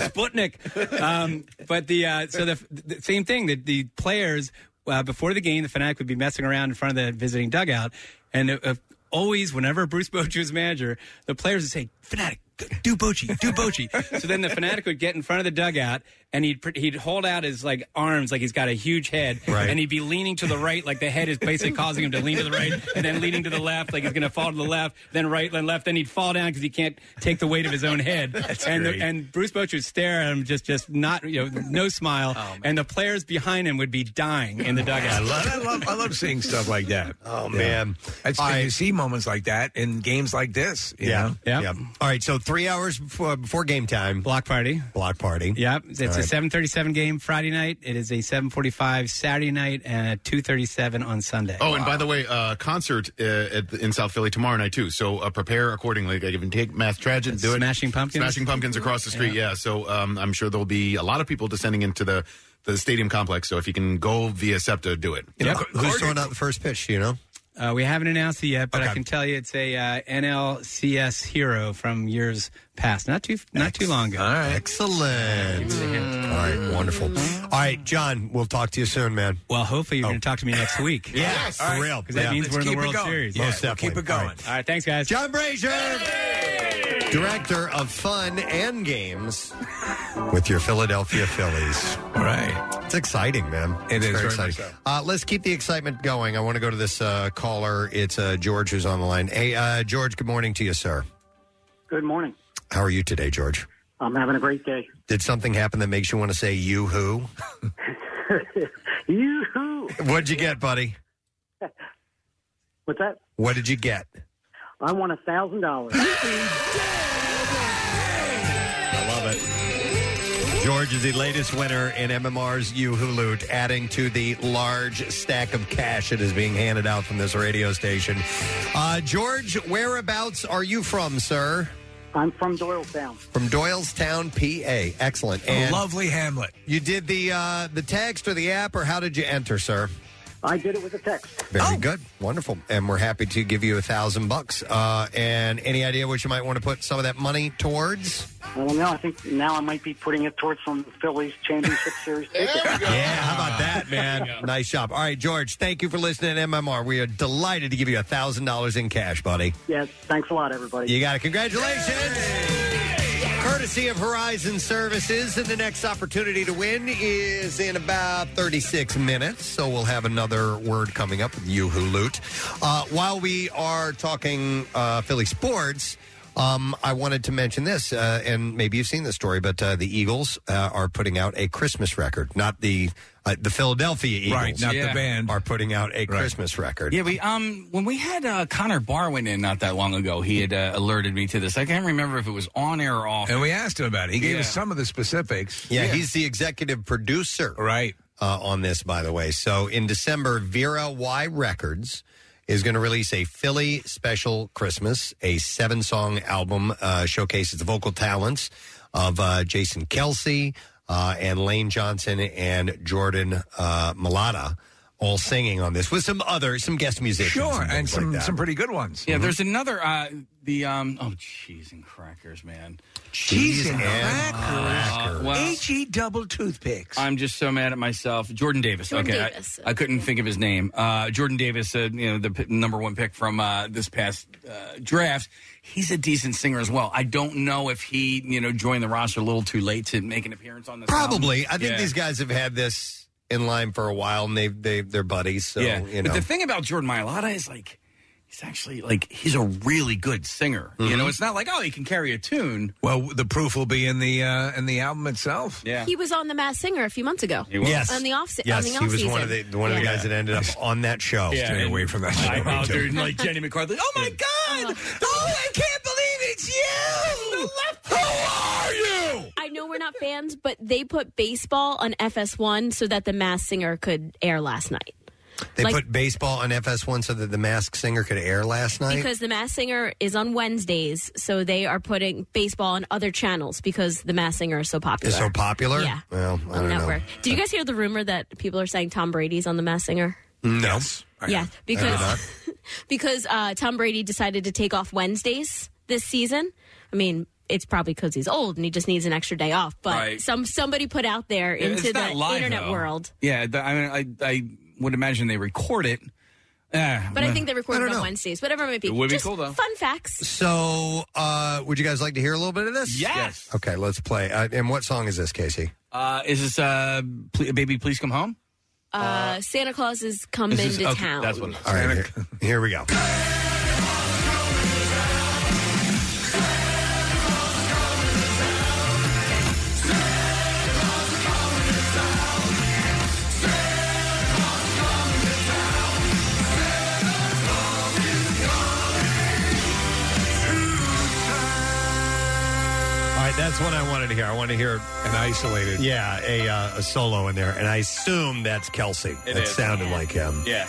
Sputnik. Um, but the uh, so the, the same thing that the players uh, before the game, the fanatic would be messing around in front of the visiting dugout, and uh, always whenever Bruce Bochy was manager, the players would say, "Fanatic." Do Bochy, do Bochy. so then the fanatic would get in front of the dugout, and he'd pr- he'd hold out his like arms, like he's got a huge head, Right. and he'd be leaning to the right, like the head is basically causing him to lean to the right, and then leaning to the left, like he's going to fall to the left, then right, then left, then he'd fall down because he can't take the weight of his own head. and the- great. and Bruce Bochy would stare at him, just just not you know no smile, Oh, and the players behind him would be dying in the dugout. I love, I love, I love seeing stuff like that. Oh man. that's and you see moments like that in games like this. You yeah. know? Yeah. All right. So three hours before, before game time. Block party. Block party. Yep, it's All a right. 7:37 game Friday night. It is a 7:45 Saturday night and a 2:37 on Sunday. Oh, and by the way, uh, concert uh, at the, in South Philly tomorrow night too. So uh, prepare accordingly. I can take Mass Tragedy, do Smashing it. Pumpkins? Smashing Pumpkins across the street. Yeah. So um, I'm sure there'll be a lot of people descending into the the stadium complex. So if you can go via SEPTA, do it. Yep. Who's throwing out the first pitch? do You know. Uh, we haven't announced it yet, but I can tell you it's a uh, NLCS hero from years past, not too not too long ago. All right, excellent. All right, wonderful. All right, John. We'll talk to you soon, man. Well, hopefully you're going to talk to me next week. Yeah, for real. because that Yeah. means Let's we're in the keep it World going. Series. Yeah, Most we'll keep definitely. it going. All right. All right, thanks, guys. John Brazier, director of fun and games with your Philadelphia Phillies. All right. It's exciting, man. It it's is very much exciting. Uh, let's keep the excitement going. I want to go to this uh, caller. It's uh, George who's on the line. Hey, uh, George. Good morning to you, sir. Good morning. How are you today, George? I'm having a great day. Did something happen that makes you want to say "you who"? you who? What'd you get, buddy? What's that? What did you get? I won a thousand dollars. I love it. George is the latest winner in MMR's Yoo-Hoo Loot, adding to the large stack of cash that is being handed out from this radio station. Uh, George, whereabouts are you from, sir? I'm from Doylestown. From Doylestown, PA. Excellent. A lovely hamlet. You did the uh, the text or the app, or how did you enter, sir? I did it with a text. Very Oh. good, wonderful, and we're happy to give you a thousand bucks. Uh, and any idea what you might want to put some of that money towards? I don't know. I think now I might be putting it towards some Phillies championship series tickets. Yeah, how about that, man? nice job. All right, George, thank you for listening to MMR. We are delighted to give you $1,000 in cash, buddy. Yeah, thanks a lot, everybody. You got it. Congratulations. Courtesy of Horizon Services. And the next opportunity to win is in about 36 minutes. So we'll have another word coming up with you, Loot. Uh, while we are talking uh, Philly sports, um, I wanted to mention this, uh, and maybe you've seen this story, but uh, the Eagles uh, are putting out a Christmas record, not the uh, the Philadelphia Eagles, Right, not the Yeah. band. are putting out a Christmas record. Yeah, we um when we had uh, Connor Barwin in not that long ago, he had uh, alerted me to this. I can't remember if it was on air or off. And we asked him about it. He gave us Yeah. some of the specifics. Yeah, he's the executive producer, right? Uh, on this, by the way. So in December, Vera Y Records is going to release a Philly special Christmas, a seven-song album uh, showcases the vocal talents of uh, Jason Kelsey uh, and Lane Johnson and Jordan uh, Mulata. all singing on this with some other some guest musicians. Sure, things and like some that. some pretty good ones. Mm-hmm. Yeah, there's another uh the um oh cheese and crackers, man. cheese and Uh, crackers, well, H E double toothpicks. I'm just so mad at myself. Jordan Davis. Jordan okay, I- Davis. I, couldn't think of his name. Uh, Jordan Davis, uh, you know, the p- number one pick from uh, this past uh, draft. He's a decent singer as well. I don't know if he, you know, joined the roster a little too late to make an appearance on this. Probably, I album. think Yeah. these guys have had this in line for a while, and they they they're buddies. So yeah. you know, But the thing about Jordan Mailata is like he's actually like he's a really good singer. You Mm-hmm. Mhm. know, it's not like oh he can carry a tune. Well, the proof will be in the uh, in the album itself. Yeah. He was on The Masked Singer a few months ago. He was. Yes. On the off, on yes, the off he was one of the season. one of the Yeah. guys that ended up on that show. Yeah, Stay and- away from that show, me Wow, too. dude, and, like Jenny McCarthy. Oh my god! Uh-huh. Oh, I can't believe it's you. Oh. Who are you? I know we're not fans, but they put baseball on FS1 so that the Masked Singer could air last night. they like- put baseball on FS1 so that the Masked Singer could air last night. Because the Mass Singer is on Wednesdays, so they are putting baseball on other channels because the Mass Singer is so popular. It's so popular. Yeah. Well, I on don't know. network. Did you guys hear the rumor that people are saying Tom Brady's on the Mass Singer? No. I Yeah, did. because- I did not. Because uh, Tom Brady decided to take off Wednesdays this season. I mean, it's probably because he's old and he just needs an extra day off. But Right. some somebody put out there Yeah, into it's the not live, internet though. world. Yeah, the, I mean, I I would imagine they record it. Ah, But I think they record it on Wednesdays. Whatever it might be. It would be Just cool, though. Fun facts. So, uh, would you guys like to hear a little bit of this? Yes. Yes. Okay, let's play. Uh, and what song is this, Casey? Uh, is this uh, ple baby? Please come home. Uh, Santa Claus is coming This is- to okay, town. That's what. It is. All right, here, here we go. All right, that's what I wanted to hear. I wanted to hear an isolated, yeah, a, uh, a solo in there, and I assume that's Kelsey. It that is. sounded like him. Yeah.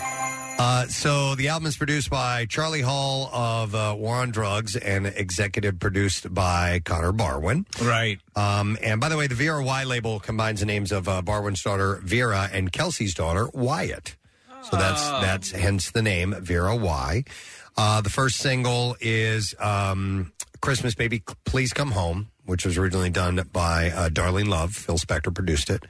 Uh, so the album is produced by Charlie Hall of uh, War on Drugs and executive produced by Connor Barwin. Right. Um, and by the way, the VRY label combines the names of uh, Barwin's daughter Vera and Kelsey's daughter Wyatt. So that's that's hence the name Vera Y. Uh, the first single is um, "Christmas Baby, Please Come Home," which was originally done by uh, Darlene Love. Phil Spector produced it,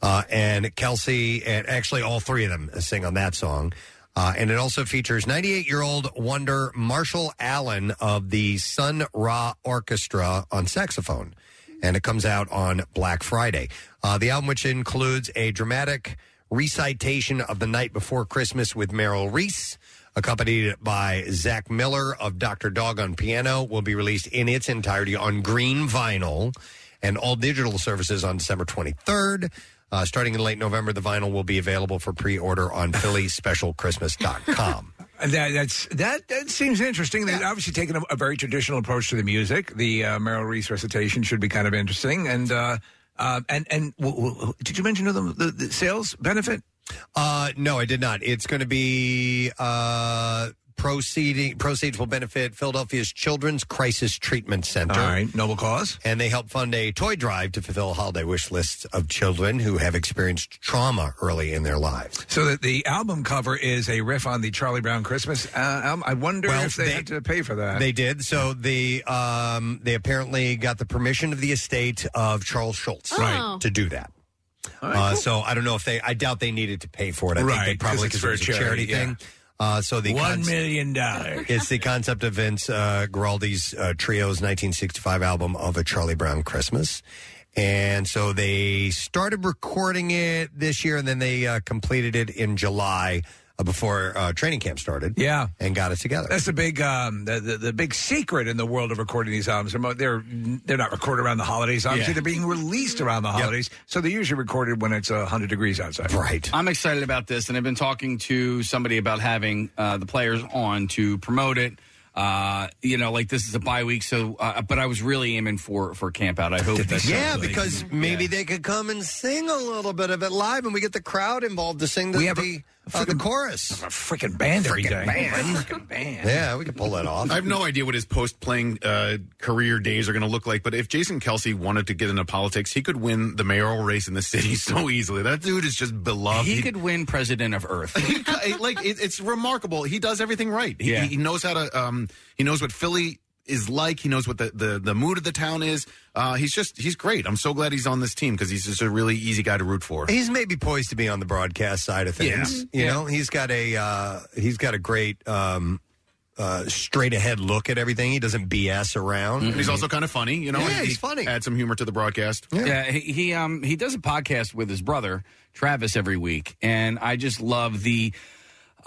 uh, and Kelsey and actually all three of them sing on that song. Uh, and it also features 98 year old wonder Marshall Allen of the Sun Ra Orchestra on saxophone. And it comes out on Black Friday. Uh, the album, which includes a dramatic recitation of The Night Before Christmas with Meryl Reese, accompanied by Zach Miller of Dr. Dog on piano, will be released in its entirety on green vinyl and all digital services on December 23rd. Uh, starting in late November, the vinyl will be available for pre order on phillyspecialchristmas.com. And That that's that that seems interesting. They've obviously taken a, a very traditional approach to the music. The uh, Meryl Reese recitation should be kind of interesting. And uh, uh, and and w- w- w- did you mention to them the, the sales benefit? Uh, no, I did not. It's going to be uh, proceeding. Proceeds will benefit Philadelphia's Children's Crisis Treatment Center. All right, noble cause. And they help fund a toy drive to fulfill holiday wish lists of children who have experienced trauma early in their lives. So that the album cover is a riff on the Charlie Brown Christmas uh, album. I wonder if they, had to pay for that. They did. So the um, they apparently got the permission of the estate of Charles Schultz Right. Oh. to do that. uh, So I don't know if they. I doubt they needed to pay for it. I Right, think they probably 'cause it's because it was a for a charity, charity, thing. Uh, so the One cons- million dollars. it's the concept of Vince uh, Guaraldi's uh, Trio's 1965 album of a Charlie Brown Christmas. And so they started recording it this year, and then they uh, completed it in July uh, before uh, training camp started. Yeah, and got it together. That's the big um, the, the the big secret in the world of recording these albums. They're mo- They're they're not recorded around the holidays. Obviously, Yeah. they're being released around the holidays, so they're usually recorded when it's uh, hundred degrees outside. Right. I'm excited about this, and I've been talking to somebody about having uh, the players on to promote it. Uh, you know, like this is a bye week, so uh, but I was really aiming for for camp out. I hope that yeah, because maybe they could come and sing a little bit of it live, and we get the crowd involved to sing the We have a- the, a uh, the freaking- chorus. A freaking band every Freaking day. band. Freaking band. Yeah, we could pull that off. I have no idea what his post playing uh, career days are going to look like, but if Jason Kelsey wanted to get into politics, he could win the mayoral race in the city so easily. That dude is just beloved. He could win president of Earth. He co- it- like it, it's remarkable. He does everything right. He, Yeah. he knows how to. Um, he knows what Philly is like. He knows what the the, the mood of the town is. Uh, he's just he's great. I'm so glad he's on this team because he's just a really easy guy to root for. He's maybe poised to be on the broadcast side of things. Yeah. You Yeah. know, he's got a uh, he's got a great um, uh, straight ahead look at everything. He doesn't BS around. And he's also kind of funny. You know, Yeah, He- he's he funny. Mm-hmm. Add some humor to the broadcast. Yeah, he, he um he does a podcast with his brother Travis every week, and I just love the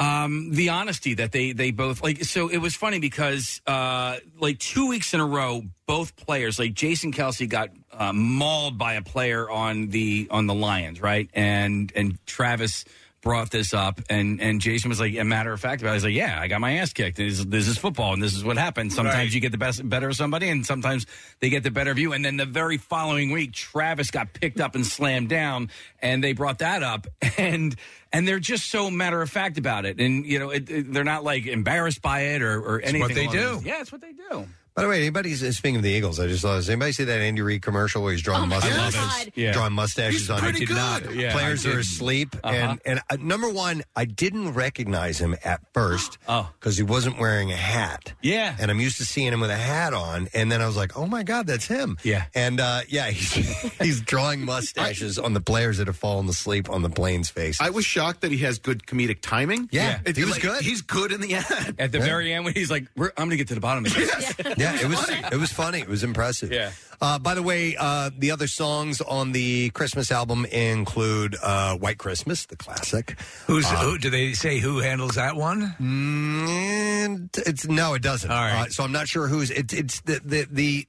um the honesty that they they both like. So it was funny because uh like two weeks in a row, both players like Jason Kelsey got uh, mauled by a player on the on the Lions, right? And and Travis brought this up and and Jason was like a matter of fact about it. He's like, Yeah, I got my ass kicked. This is, this is football and this is what happens. Sometimes you get the best better of somebody and sometimes they get the better of you. And then the very following week, Travis got picked up and slammed down and they brought that up and and they're just so matter of fact about it. And you know, it, it- they're not like embarrassed by it or, or It's anything. what they along those- do. Yeah, it's what they do. By the way, anybody's speaking of the Eagles, I just saw this. Anybody see that Andy Reid commercial where he's drawing Oh my mustaches? God. I love it. Yeah. Drawing mustaches He's on. pretty I did not. good. Yeah, Players I are didn't. asleep, Uh-huh. and and uh, number one, I didn't recognize him at first because he wasn't wearing a hat. Oh. Yeah, and I'm used to seeing him with a hat on, and then I was like, oh my god, that's him. Yeah. and uh, yeah, he's, he's drawing mustaches on the players that have fallen asleep on the plane's face. I was shocked that he has good comedic timing. Yeah, It- he was like, good. He's good in the ad. At the very end when he's like, We're, I'm gonna get to the bottom of this. yeah, it was it was funny. It was impressive. Yeah. Uh, by the way, uh, the other songs on the Christmas album include uh, "White Christmas," the classic. Who's Uh, who? Do they say who handles that one? And it's no, it doesn't. All right. Uh, so I'm not sure who's it's it's the the the.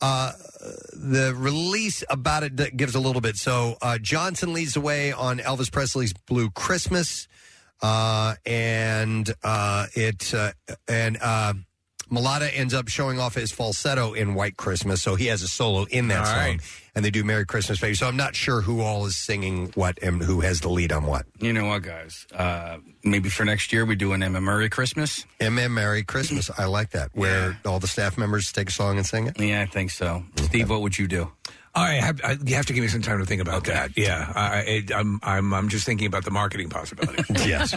Uh, the release about it that gives a little bit. So uh, Johnson leads the way on Elvis Presley's "Blue Christmas," uh, and uh, it uh, and uh, Mulata ends up showing off his falsetto in "White Christmas." So he has a solo in that All song, right. and they do "Merry Christmas, Baby." So I'm not sure who all is singing what and who has the lead on what. You know what, guys? Uh, maybe for next year we do an Emma Murray Christmas. MM Merry Christmas. I like that. Where all the staff members take a song and sing it. Yeah, I think so. Steve, what would you do? All right, have, I, you have to give me some time to think about that. Yeah, I, I, I'm, I'm, I'm just thinking about the marketing possibility. yes.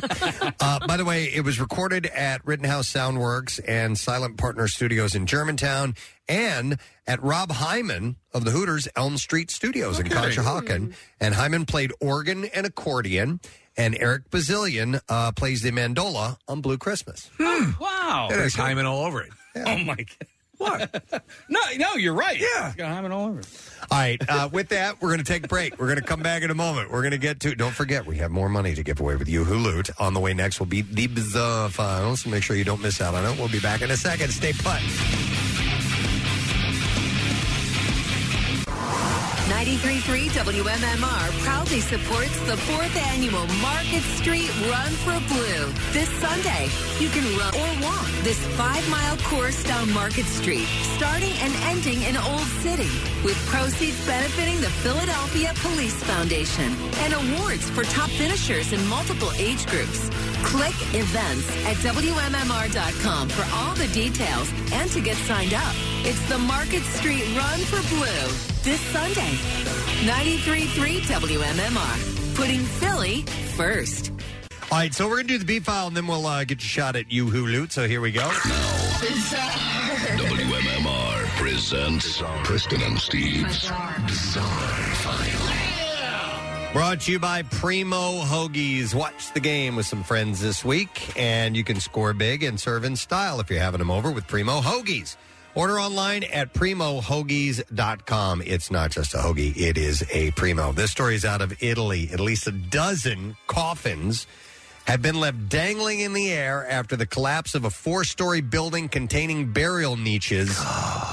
Uh, by the way, it was recorded at Rittenhouse Soundworks and Silent Partner Studios in Germantown and at Rob Hyman of the Hooters Elm Street Studios in Hmm. Conshohocken. And Hyman played organ and accordion, and Eric Bazillion uh, plays the mandola on Blue Christmas. Hmm. Wow. There's Hyman all over it. Oh my god. What? no, no, you're right. Yeah. It's got hymen all over. it. All right. Uh, with that, we're going to take a break. We're going to come back in a moment. We're going to get to. Don't forget, we have more money to give away with you, Loot. On the way next will be the bizarre finals. Make sure you don't miss out on it. We'll be back in a second. Stay put. 93.3 WMMR proudly supports the fourth annual Market Street Run for Blue. This Sunday, you can run or walk this five-mile course down Market Street, starting and ending in Old City, with proceeds benefiting the Philadelphia Police Foundation and awards for top finishers in multiple age groups. Click events at WMMR.com for all the details and to get signed up. It's the Market Street Run for Blue this Sunday. 93.3 WMMR, putting Philly first. All right, so we're going to do the B file, and then we'll uh, get your shot at you, Loot. So here we go. WMMR presents Preston and Steve's Bizarre, File. Brought to you by Primo Hoagies. Watch the game with some friends this week, and you can score big and serve in style if you're having them over with Primo Hoagies. Order online at primohoagies.com. It's not just a hoagie, it is a primo. This story is out of Italy. At least a dozen coffins have been left dangling in the air after the collapse of a four story building containing burial niches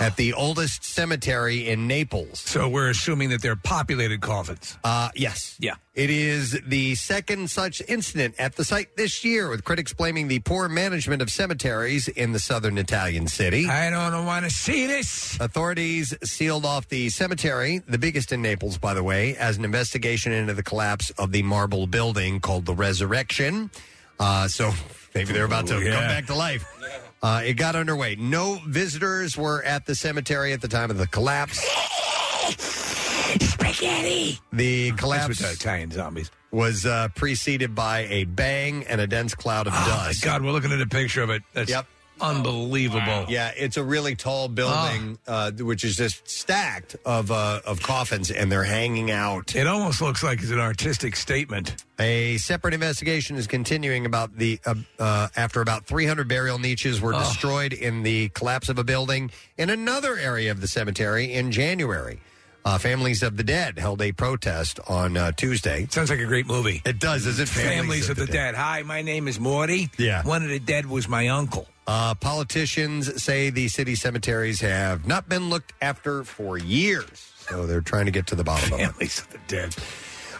at the oldest cemetery in Naples. So we're assuming that they're populated coffins. Uh, yes. Yeah. It is the second such incident at the site this year, with critics blaming the poor management of cemeteries in the southern Italian city. I don't want to see this. Authorities sealed off the cemetery, the biggest in Naples, by the way, as an investigation into the collapse of the marble building called the Resurrection. Uh, so maybe they're about to Oh, Ooh, yeah. come back to life. Uh, it got underway. No visitors were at the cemetery at the time of the collapse. Spaghetti. The That's collapse what the Italian zombies. was uh, preceded by a bang and a dense cloud of Oh my dust. God, we're looking at a picture of it. That's Yep. unbelievable. Ah. Yeah, it's a really tall building, uh, which is just stacked of uh, of coffins, and they're hanging out. It almost looks like it's an artistic statement. A separate investigation is continuing about the uh, uh, after about 300 burial niches were Ugh. destroyed in the collapse of a building in another area of the cemetery in January. Uh, families of the dead held a protest on uh, Tuesday. Sounds like a great movie. It does, is it? Families, of, the, dead. Hi, my name is Morty. Yeah. One of the dead was my uncle. Uh, politicians say the city cemeteries have not been looked after for years, so they're trying to get to the bottom of it. Families of the dead.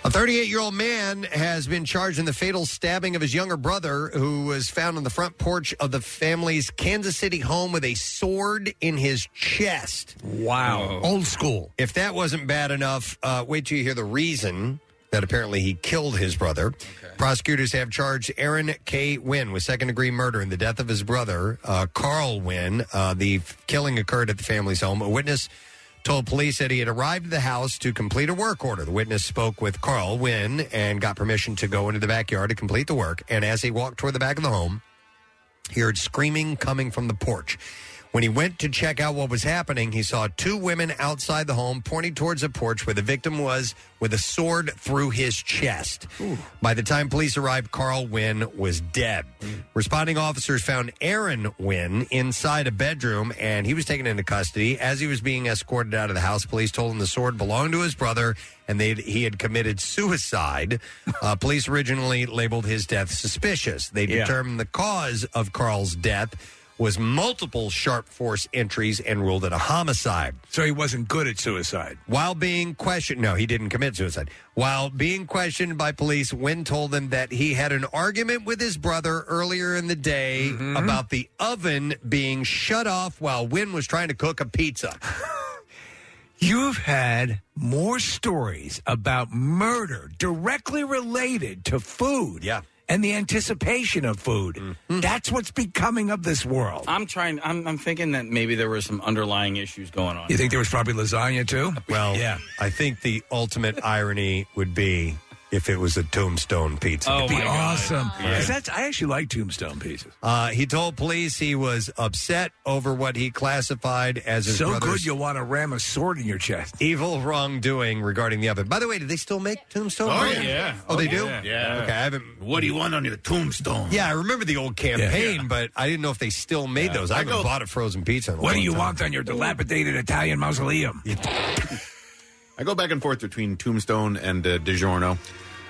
A 38 year old man has been charged in the fatal stabbing of his younger brother, who was found on the front porch of the family's Kansas City home with a sword in his chest. Wow. Old school. If that wasn't bad enough, uh, wait till you hear the reason that apparently he killed his brother. Prosecutors have charged Aaron K. Wynn with second degree murder in the death of his brother, uh, Carl Wynn. Uh, the f- killing occurred at the family's home. A witness told police that he had arrived at the house to complete a work order. The witness spoke with Carl Wynn and got permission to go into the backyard to complete the work. And as he walked toward the back of the home, he heard screaming coming from the porch. When he went to check out what was happening, he saw two women outside the home pointing towards the porch where the victim was with a sword through his chest. By the time police arrived, Carl Wynn was dead. Responding officers found Aaron Wynn inside a bedroom and he was taken into custody. As he was being escorted out of the house, police told him the sword belonged to his brother and they he had committed suicide. Uh, police originally labeled his death suspicious. They Yeah. determined determined the cause of Carl's death was multiple sharp force entries and ruled it a homicide. So he wasn't good at suicide. While being questioned, no, he didn't commit suicide. While being questioned by police, Wynn told them that he had an argument with his brother earlier in the day Mm-hmm. about the oven being shut off while Wynn was trying to cook a pizza. You've had more stories about murder directly related to food. Yeah. And the anticipation of food. Mm-hmm. That's what's becoming of this world. I'm trying. I'm, I'm thinking that maybe there were some underlying issues going on. You think there was probably lasagna too? Well, yeah. I think the ultimate irony would be if it was a tombstone pizza. It'd be awesome. Yeah. 'Cause that's, I actually like tombstone pieces. Uh, he told police he was upset over what he classified as his so brother's good you'll want to ram a sword in your chest. evil wrongdoing regarding the oven. By the way, do they still make tombstone? Oh, burgers? yeah. Oh, they Oh, do. yeah. Yeah. Okay, I haven't. What do you want on your tombstone? Yeah, I remember the old campaign, Yeah. but I didn't know if they still made Yeah. those. I I haven't go- bought a frozen pizza. In a What do long you time. want on your dilapidated Italian mausoleum? I go back and forth between Tombstone and uh, DiGiorno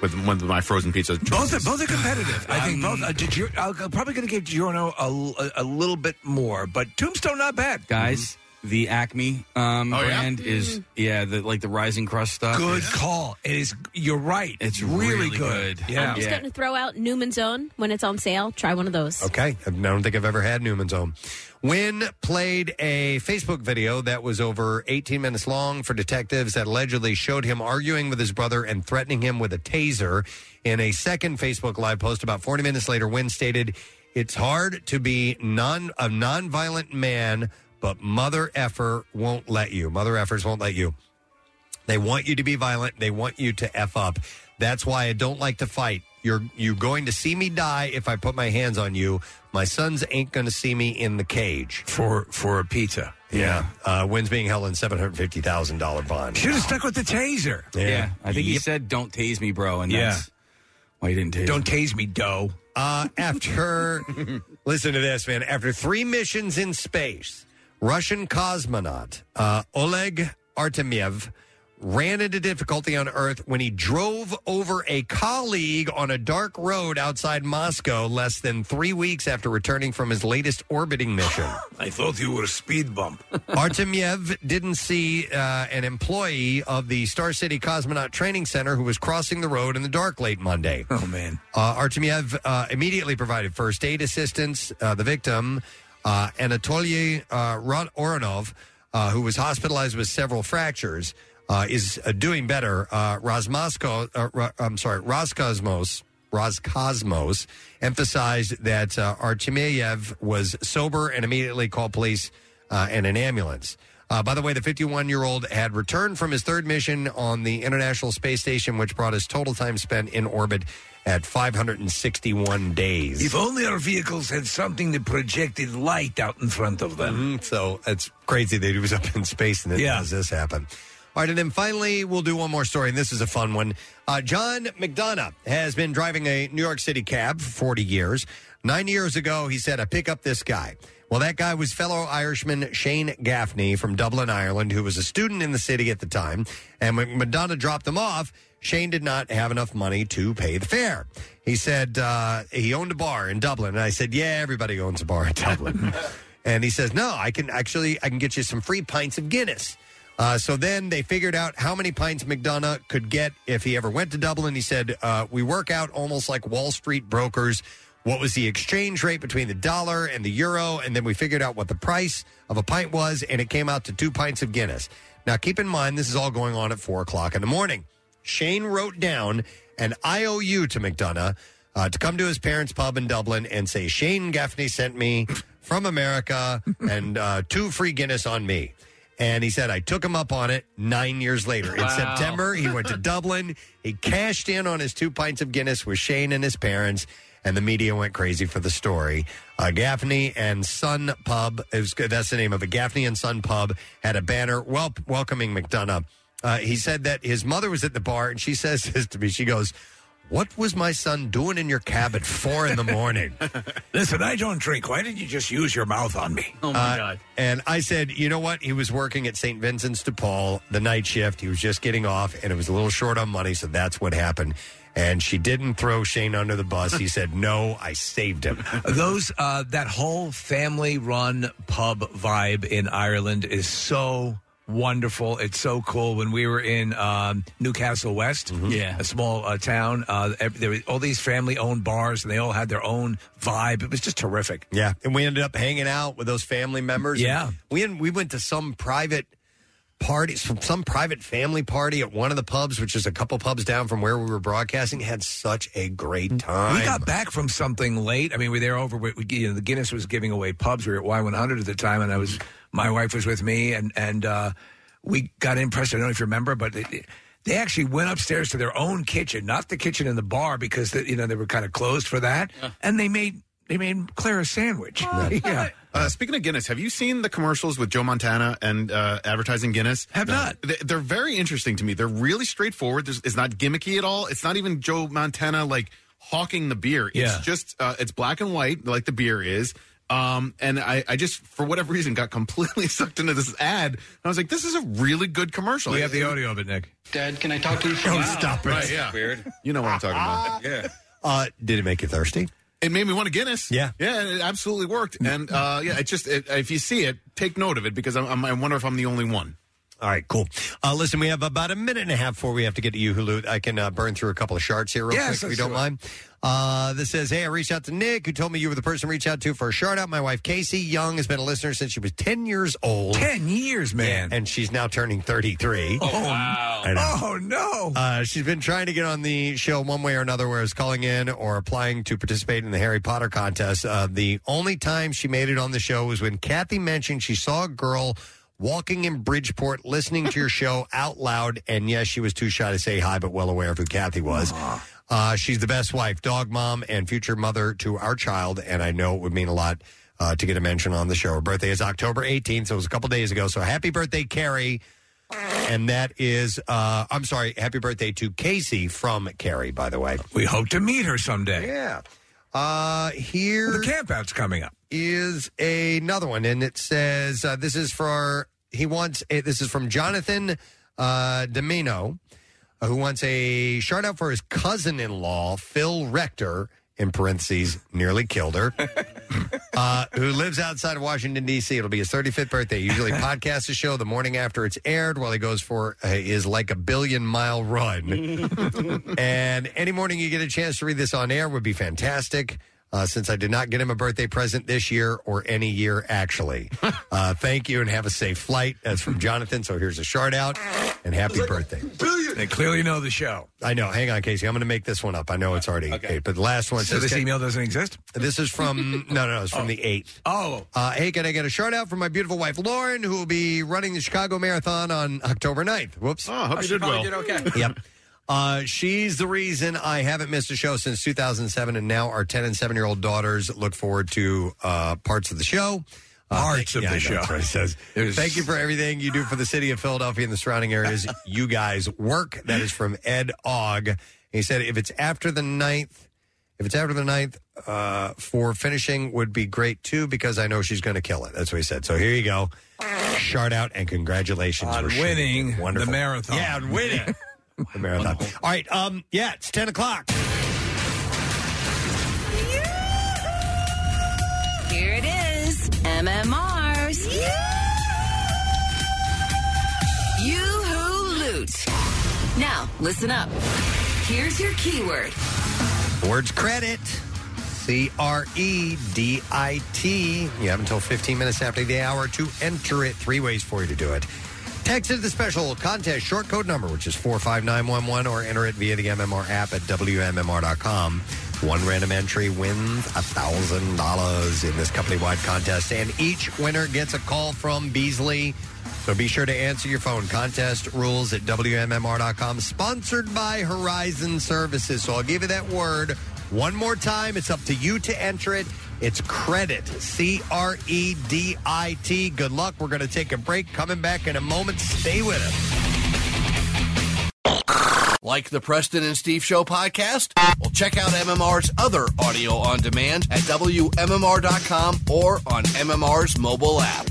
with one of my frozen pizza. Both are, choices. both are competitive. I think Um, both. Uh, did you, I'm probably going to give Giorno a, l- a- a little bit more, but Tombstone not bad. Mm-hmm. Guys, the Acme um, Oh, yeah? brand is yeah, the like the rising crust stuff. Good is- call. It is. You're right. It's really good. I'm just going to throw out Newman's Own when it's on sale. Try one of those. Okay, I don't think I've ever had Newman's Own. Wynn played a Facebook video that was over 18 minutes long for detectives that allegedly showed him arguing with his brother and threatening him with a taser. In a second Facebook Live post about 40 minutes later, Wynn stated, It's hard to be non a nonviolent man, but mother effer won't let you. Mother effers won't let you. They want you to be violent. They want you to f up. That's why I don't like to fight. You're you're going to see me die if I put my hands on you. My sons ain't going to see me in the cage for for a pizza. Yeah, uh, Wynn's being held in seven hundred fifty thousand dollar bond. Should have stuck with the taser. Yeah. Yeah, I think he Yep. said, "Don't tase me, bro." And Yeah. that's why he didn't tase. Don't tase me, doe. Uh, after, listen to this, man. After three missions in space, Russian cosmonaut uh, Oleg Artemyev ran into difficulty on Earth when he drove over a colleague on a dark road outside Moscow less than three weeks after returning from his latest orbiting mission. I thought you were a speed bump. Artemyev didn't see uh, an employee of the Star City Cosmonaut Training Center who was crossing the road in the dark late Monday. Oh, man. Uh, Artemyev uh, immediately provided first aid assistance. Uh, the victim, uh, Anatoly uh, Rod- Oronov, uh, who was hospitalized with several fractures, uh, is uh, doing better. Uh, Rosmosco, uh, Ro- I'm sorry, Roscosmos. Roscosmos emphasized that uh, Artemyev was sober and immediately called police uh, and an ambulance. Uh, by the way, the 51 year old had returned from his third mission on the International Space Station, which brought his total time spent in orbit at 561 days. If only our vehicles had something that projected light out in front of them. Mm-hmm. So it's crazy that he was up in space and then Yeah. does this happen. All right, and then finally, we'll do one more story, and this is a fun one. Uh, John McDonough has been driving a New York City cab for 40 years. Nine years ago, he said, I pick up this guy. Well, that guy was fellow Irishman Shane Gaffney from Dublin, Ireland, who was a student in the city at the time. And when McDonough dropped him off, Shane did not have enough money to pay the fare. He said uh, he owned a bar in Dublin. And I said, Yeah, everybody owns a bar in Dublin. and he says, No, I can actually I can get you some free pints of Guinness. Uh, so then they figured out how many pints McDonough could get if he ever went to Dublin. He said, uh, We work out almost like Wall Street brokers. What was the exchange rate between the dollar and the euro? And then we figured out what the price of a pint was, and it came out to two pints of Guinness. Now, keep in mind, this is all going on at four o'clock in the morning. Shane wrote down an IOU to McDonough uh, to come to his parents' pub in Dublin and say, Shane Gaffney sent me from America and uh, two free Guinness on me. And he said, I took him up on it nine years later. In Wow. September, he went to Dublin. He cashed in on his two pints of Guinness with Shane and his parents, and the media went crazy for the story. Uh, Gaffney and Son Pub, it was, good- that's the name of it, Gaffney and Son Pub, had a banner wel- welcoming McDonough. Uh, he said that his mother was at the bar, and she says this to me. She goes, What was my son doing in your cab at four in the morning? Listen, I don't drink. Why did you just use your mouth on me? Oh my god! And I said, you know what? He was working at St. Vincent's de Paul, the night shift. He was just getting off, and it was a little short on money, so that's what happened. And she didn't throw Shane under the bus. He said, "No, I saved him." Those uh, that whole family-run pub vibe in Ireland is so wonderful. It's so cool. When we were in um, Newcastle West, Yeah. a small uh, town, uh, ev- there were all these family-owned bars, and they all had their own vibe. It was just terrific. Yeah, and we ended up hanging out with those family members. Yeah. And we we went to some private party, some, some private family party at one of the pubs, which is a couple pubs down from where we were broadcasting. Had such a great time. We got back from something late. I mean, we were there over. We, we- you know, the Guinness was giving away pubs. We were at Y100 at the time, and I was my wife was with me, and and uh, we got impressed. I don't know if you remember, but they, they actually went upstairs to their own kitchen, not the kitchen in the bar, because the, you know they were kind of closed for that, and they made they made Claire a sandwich. yeah. Uh, speaking of Guinness, have you seen the commercials with Joe Montana and uh, advertising Guinness? Have not. They, they're very interesting to me. They're really straightforward. There's, it's not gimmicky at all. It's not even Joe Montana like hawking the beer. Yeah. It's just uh, it's black and white like the beer is. Um, and I, I just for whatever reason got completely sucked into this ad. And I was like, this is a really good commercial. We have the audio of it, Nick. Dad, can I talk to you for a while? Right, yeah. Weird. You know what I'm talking about. yeah. Uh, did it make you thirsty? It made me want a Guinness. Yeah, yeah, and it absolutely worked. And uh, yeah, it just it, if you see it, take note of it because I'm, I'm, I wonder if I'm the only one. All right, cool. Uh, listen, we have about a minute and a half before we have to get to you, Hulu. I can uh, burn through a couple of shards here real Yes, quick let's if you do don't it. mind. Uh, this says, hey, I reached out to Nick, who told me you were the person to reach out to for a shard out. My wife, Casey Young, has been a listener since she was 10 years old. 10 years, man. And she's now turning 33. Oh, wow. I know. Oh, no. Uh, she's been trying to get on the show one way or another, whereas calling in or applying to participate in the Harry Potter contest. Uh, the only time she made it on the show was when Kathy mentioned she saw a girl walking in Bridgeport listening to your show out loud. And yes, she was too shy to say hi, but well aware of who Kathy was. Uh, she's the best wife, dog mom, and future mother to our child. And I know it would mean a lot. Uh, to get a mention on the show. Her birthday is October 18th, so it was a couple days ago. So happy birthday, Carrie. And that is, uh, I'm sorry, happy birthday to Casey from Carrie, by the way. We hope to meet her someday. Yeah. Uh, here. the campout's coming up. Is another one, and it says, uh, this is for, he wants, eh, this is from Jonathan uh, Domino, uh, who wants a shout out for his cousin in law, Phil Rector, in parentheses, nearly killed her, uh, who lives outside of Washington, D.C. It'll be his 35th birthday. He usually podcasts the show the morning after it's aired while he goes for uh, his like a billion mile run. and any morning you get a chance to read this on air would be fantastic. Uh, since I did not get him a birthday present this year or any year, actually. Uh, thank you and have a safe flight. That's from Jonathan. So here's a shout out and happy birthday. They clearly know the show. I know. Hang on, Casey. I'm going to make this one up. I know it's already eight, but the last one So says- this email doesn't exist? This is from no, no, no. It's from the eighth. Oh, uh, hey, can I get a shout out from my beautiful wife Lauren, who will be running the Chicago Marathon on October 9th? Whoops. Oh, I hope Oh, you she did probably well. did okay. yep. Uh, she's the reason I haven't missed a show since 2007, and now our 10 and 7 year old daughters look forward to uh, parts of the show. Uh, Parts of yeah, the I know, show. that's what it says. There's- Thank you for everything you do for the city of Philadelphia and the surrounding areas. you guys work. That is from Ed Ogg. He said, if it's after the ninth, if it's after the ninth, uh, for finishing would be great too because I know she's going to kill it. That's what he said. So here you go. Shout out and congratulations On Rasheed. winning Wonderful. the marathon. Yeah, on winning the marathon. All right. Um. Yeah, it's ten o'clock. Here it is MMR's. You Hoo Loot. Now, listen up. Here's your keyword. Words credit. C R E D I T. You have until 15 minutes after the hour to enter it. Three ways for you to do it. Text into the special contest short code number, which is 45911, or enter it via the MMR app at WMMR.com. One random entry wins $1,000 in this company wide contest, and each winner gets a call from Beasley. So be sure to answer your phone. Contest rules at WMMR.com, sponsored by Horizon Services. So I'll give you that word one more time. It's up to you to enter it. It's credit, C R E D I T. Good luck. We're going to take a break. Coming back in a moment. Stay with us. Like the Preston and Steve Show podcast? Well, check out MMR's other audio on demand at WMMR.com or on MMR's mobile app.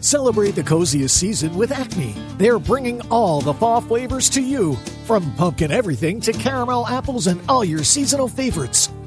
Celebrate the coziest season with Acme. They're bringing all the fall flavors to you, from pumpkin everything to caramel apples and all your seasonal favorites.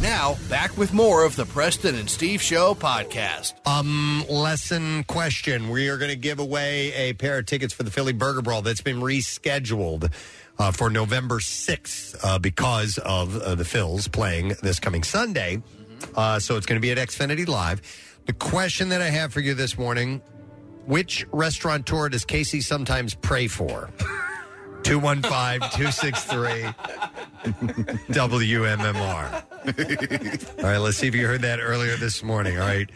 Now, back with more of the Preston and Steve Show podcast. Um, lesson question. We are going to give away a pair of tickets for the Philly Burger Brawl that's been rescheduled uh, for November 6th uh, because of uh, the Phils playing this coming Sunday. Uh, so it's going to be at Xfinity Live. The question that I have for you this morning which restaurateur does Casey sometimes pray for? 215 263 WMMR. All right, let's see if you heard that earlier this morning. All right.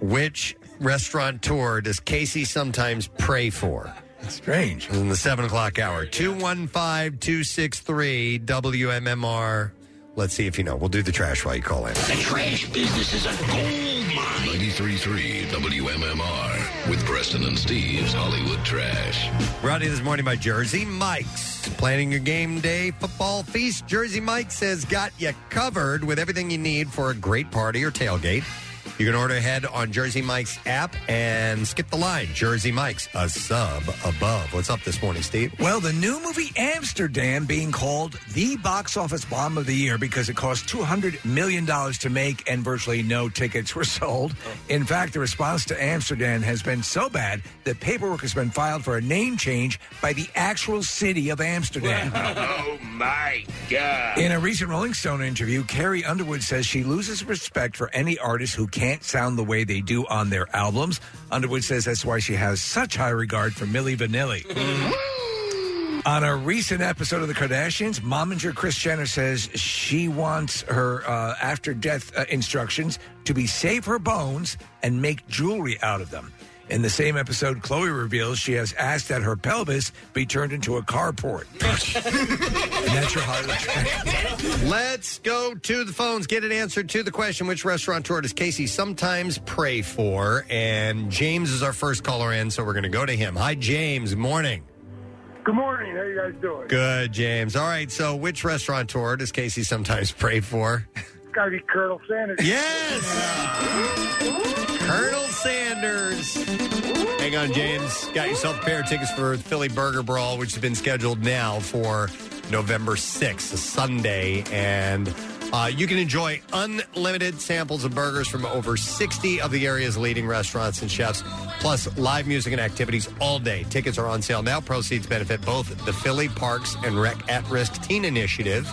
Which restaurateur does Casey sometimes pray for? It's strange. In the 7 o'clock hour. 215 263 WMMR. Let's see if you know. We'll do the trash while you call in. The trash business is a gold mine. 93.3 WMMR with Preston and Steve's Hollywood Trash. Brought to you this morning by Jersey Mike's. Planning your game day football feast? Jersey Mike's has got you covered with everything you need for a great party or tailgate. You can order ahead on Jersey Mike's app and skip the line. Jersey Mike's, a sub above. What's up this morning, Steve? Well, the new movie Amsterdam being called the box office bomb of the year because it cost $200 million to make and virtually no tickets were sold. In fact, the response to Amsterdam has been so bad that paperwork has been filed for a name change by the actual city of Amsterdam. oh my God. In a recent Rolling Stone interview, Carrie Underwood says she loses respect for any artist who can't sound the way they do on their albums. Underwood says that's why she has such high regard for Milli Vanilli. On a recent episode of The Kardashians, momager Chris Jenner says she wants her uh, after death uh, instructions to be save her bones and make jewelry out of them. In the same episode, Chloe reveals she has asked that her pelvis be turned into a carport. and that's your highlight. Let's go to the phones, get an answer to the question which restaurateur does Casey sometimes pray for? And James is our first caller in, so we're going to go to him. Hi, James. Morning. Good morning. How you guys doing? Good, James. All right, so which restaurateur does Casey sometimes pray for? It's got to be Colonel Sanders. Yes! Colonel Sanders. Hang on, James. Got yourself a pair of tickets for Philly Burger Brawl, which has been scheduled now for November 6th, a Sunday. And uh, you can enjoy unlimited samples of burgers from over 60 of the area's leading restaurants and chefs, plus live music and activities all day. Tickets are on sale now. Proceeds benefit both the Philly Parks and Rec at Risk Teen Initiative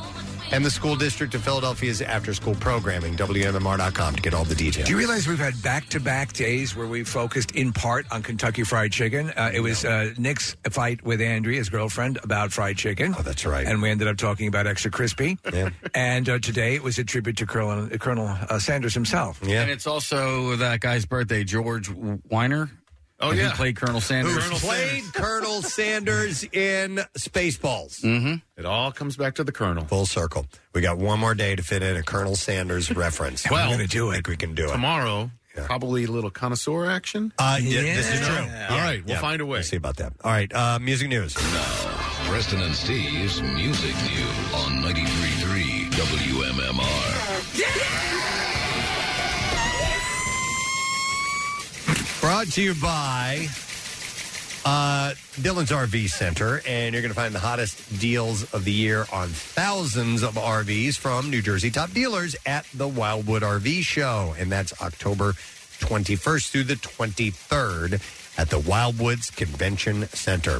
and the School District of Philadelphia's after school programming. WMMR.com to get all the details. Do you realize we've had back-to-back days where we focused in part on Kentucky Fried Chicken? Uh, it was uh, Nick's fight with Andrea, his girlfriend, about fried chicken. Oh, that's right. And we ended up talking about extra crispy. Yeah. And uh, today it was a tribute to Colonel, Colonel uh, Sanders himself. And it's also that guy's birthday, George Weiner. Oh, Who yeah. played Colonel Sanders. Who played Colonel Sanders in Spaceballs. Mm-hmm. It all comes back to the Colonel. Full circle. We got one more day to fit in a Colonel Sanders reference. Well, We're gonna do it. I think we can do it. tomorrow. Probably a little connoisseur action. Uh, yeah, this is Yeah. true. All right, we'll find a way. We'll see about that. All right, uh, music news. Preston and Steve's Music News on 93.3 WMMR. Brought to you by uh, Dylan's RV Center, and you're going to find the hottest deals of the year on thousands of RVs from New Jersey top dealers at the Wildwood RV Show, and that's October 21st through the 23rd at the Wildwoods Convention Center.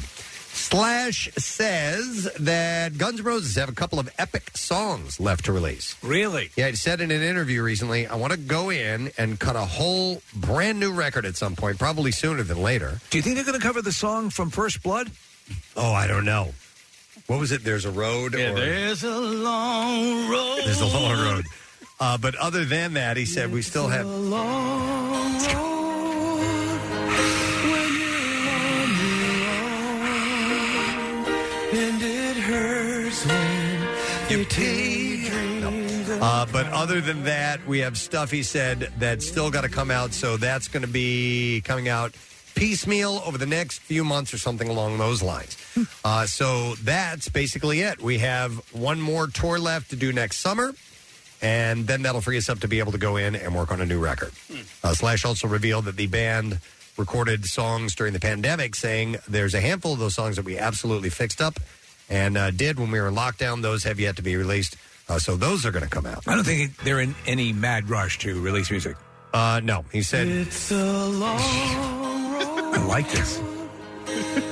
Slash says that Guns N' Roses have a couple of epic songs left to release. Really? Yeah, I said in an interview recently, I want to go in and cut a whole brand new record at some point, probably sooner than later. Do you think they're going to cover the song from First Blood? Oh, I don't know. What was it? There's a road. or... There's a long road. There's a long road. Uh, but other than that, he said we still have. And it hurts when you daydream. Uh, but other than that, we have stuff he said that's still got to come out. So that's going to be coming out piecemeal over the next few months or something along those lines. Uh, so that's basically it. We have one more tour left to do next summer. and then that'll free us up to be able to go in and work on a new record. Uh, Slash also revealed that the band recorded songs during the pandemic, saying there's a handful of those songs that we absolutely fixed up and uh, did when we were in lockdown. Those have yet to be released, uh, so those are going to come out. I don't think they're in any mad rush to release music. Uh, no, he said. It's a long road I like this.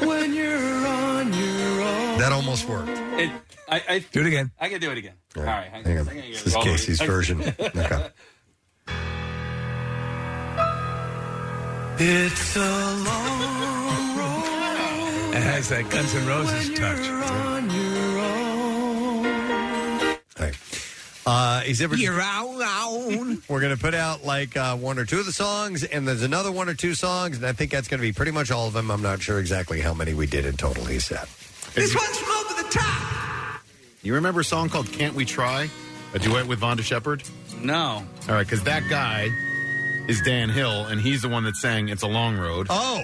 when you're on your own. That almost worked. It, I, I, do it again. I can do it again. All right. hang on. Hang on. I gotta get This it is all the way- Casey's version. Okay. It's a long road It has that Guns N' Roses touch. on your own. Uh, exhibit. You're own. We're going to put out like uh, one or two of the songs, and there's another one or two songs, and I think that's going to be pretty much all of them. I'm not sure exactly how many we did in total. He said. This one's from over the top. You remember a song called Can't We Try? A duet with Vonda Shepard? No. All right, because that guy is Dan Hill, and he's the one that sang It's a Long Road. Oh.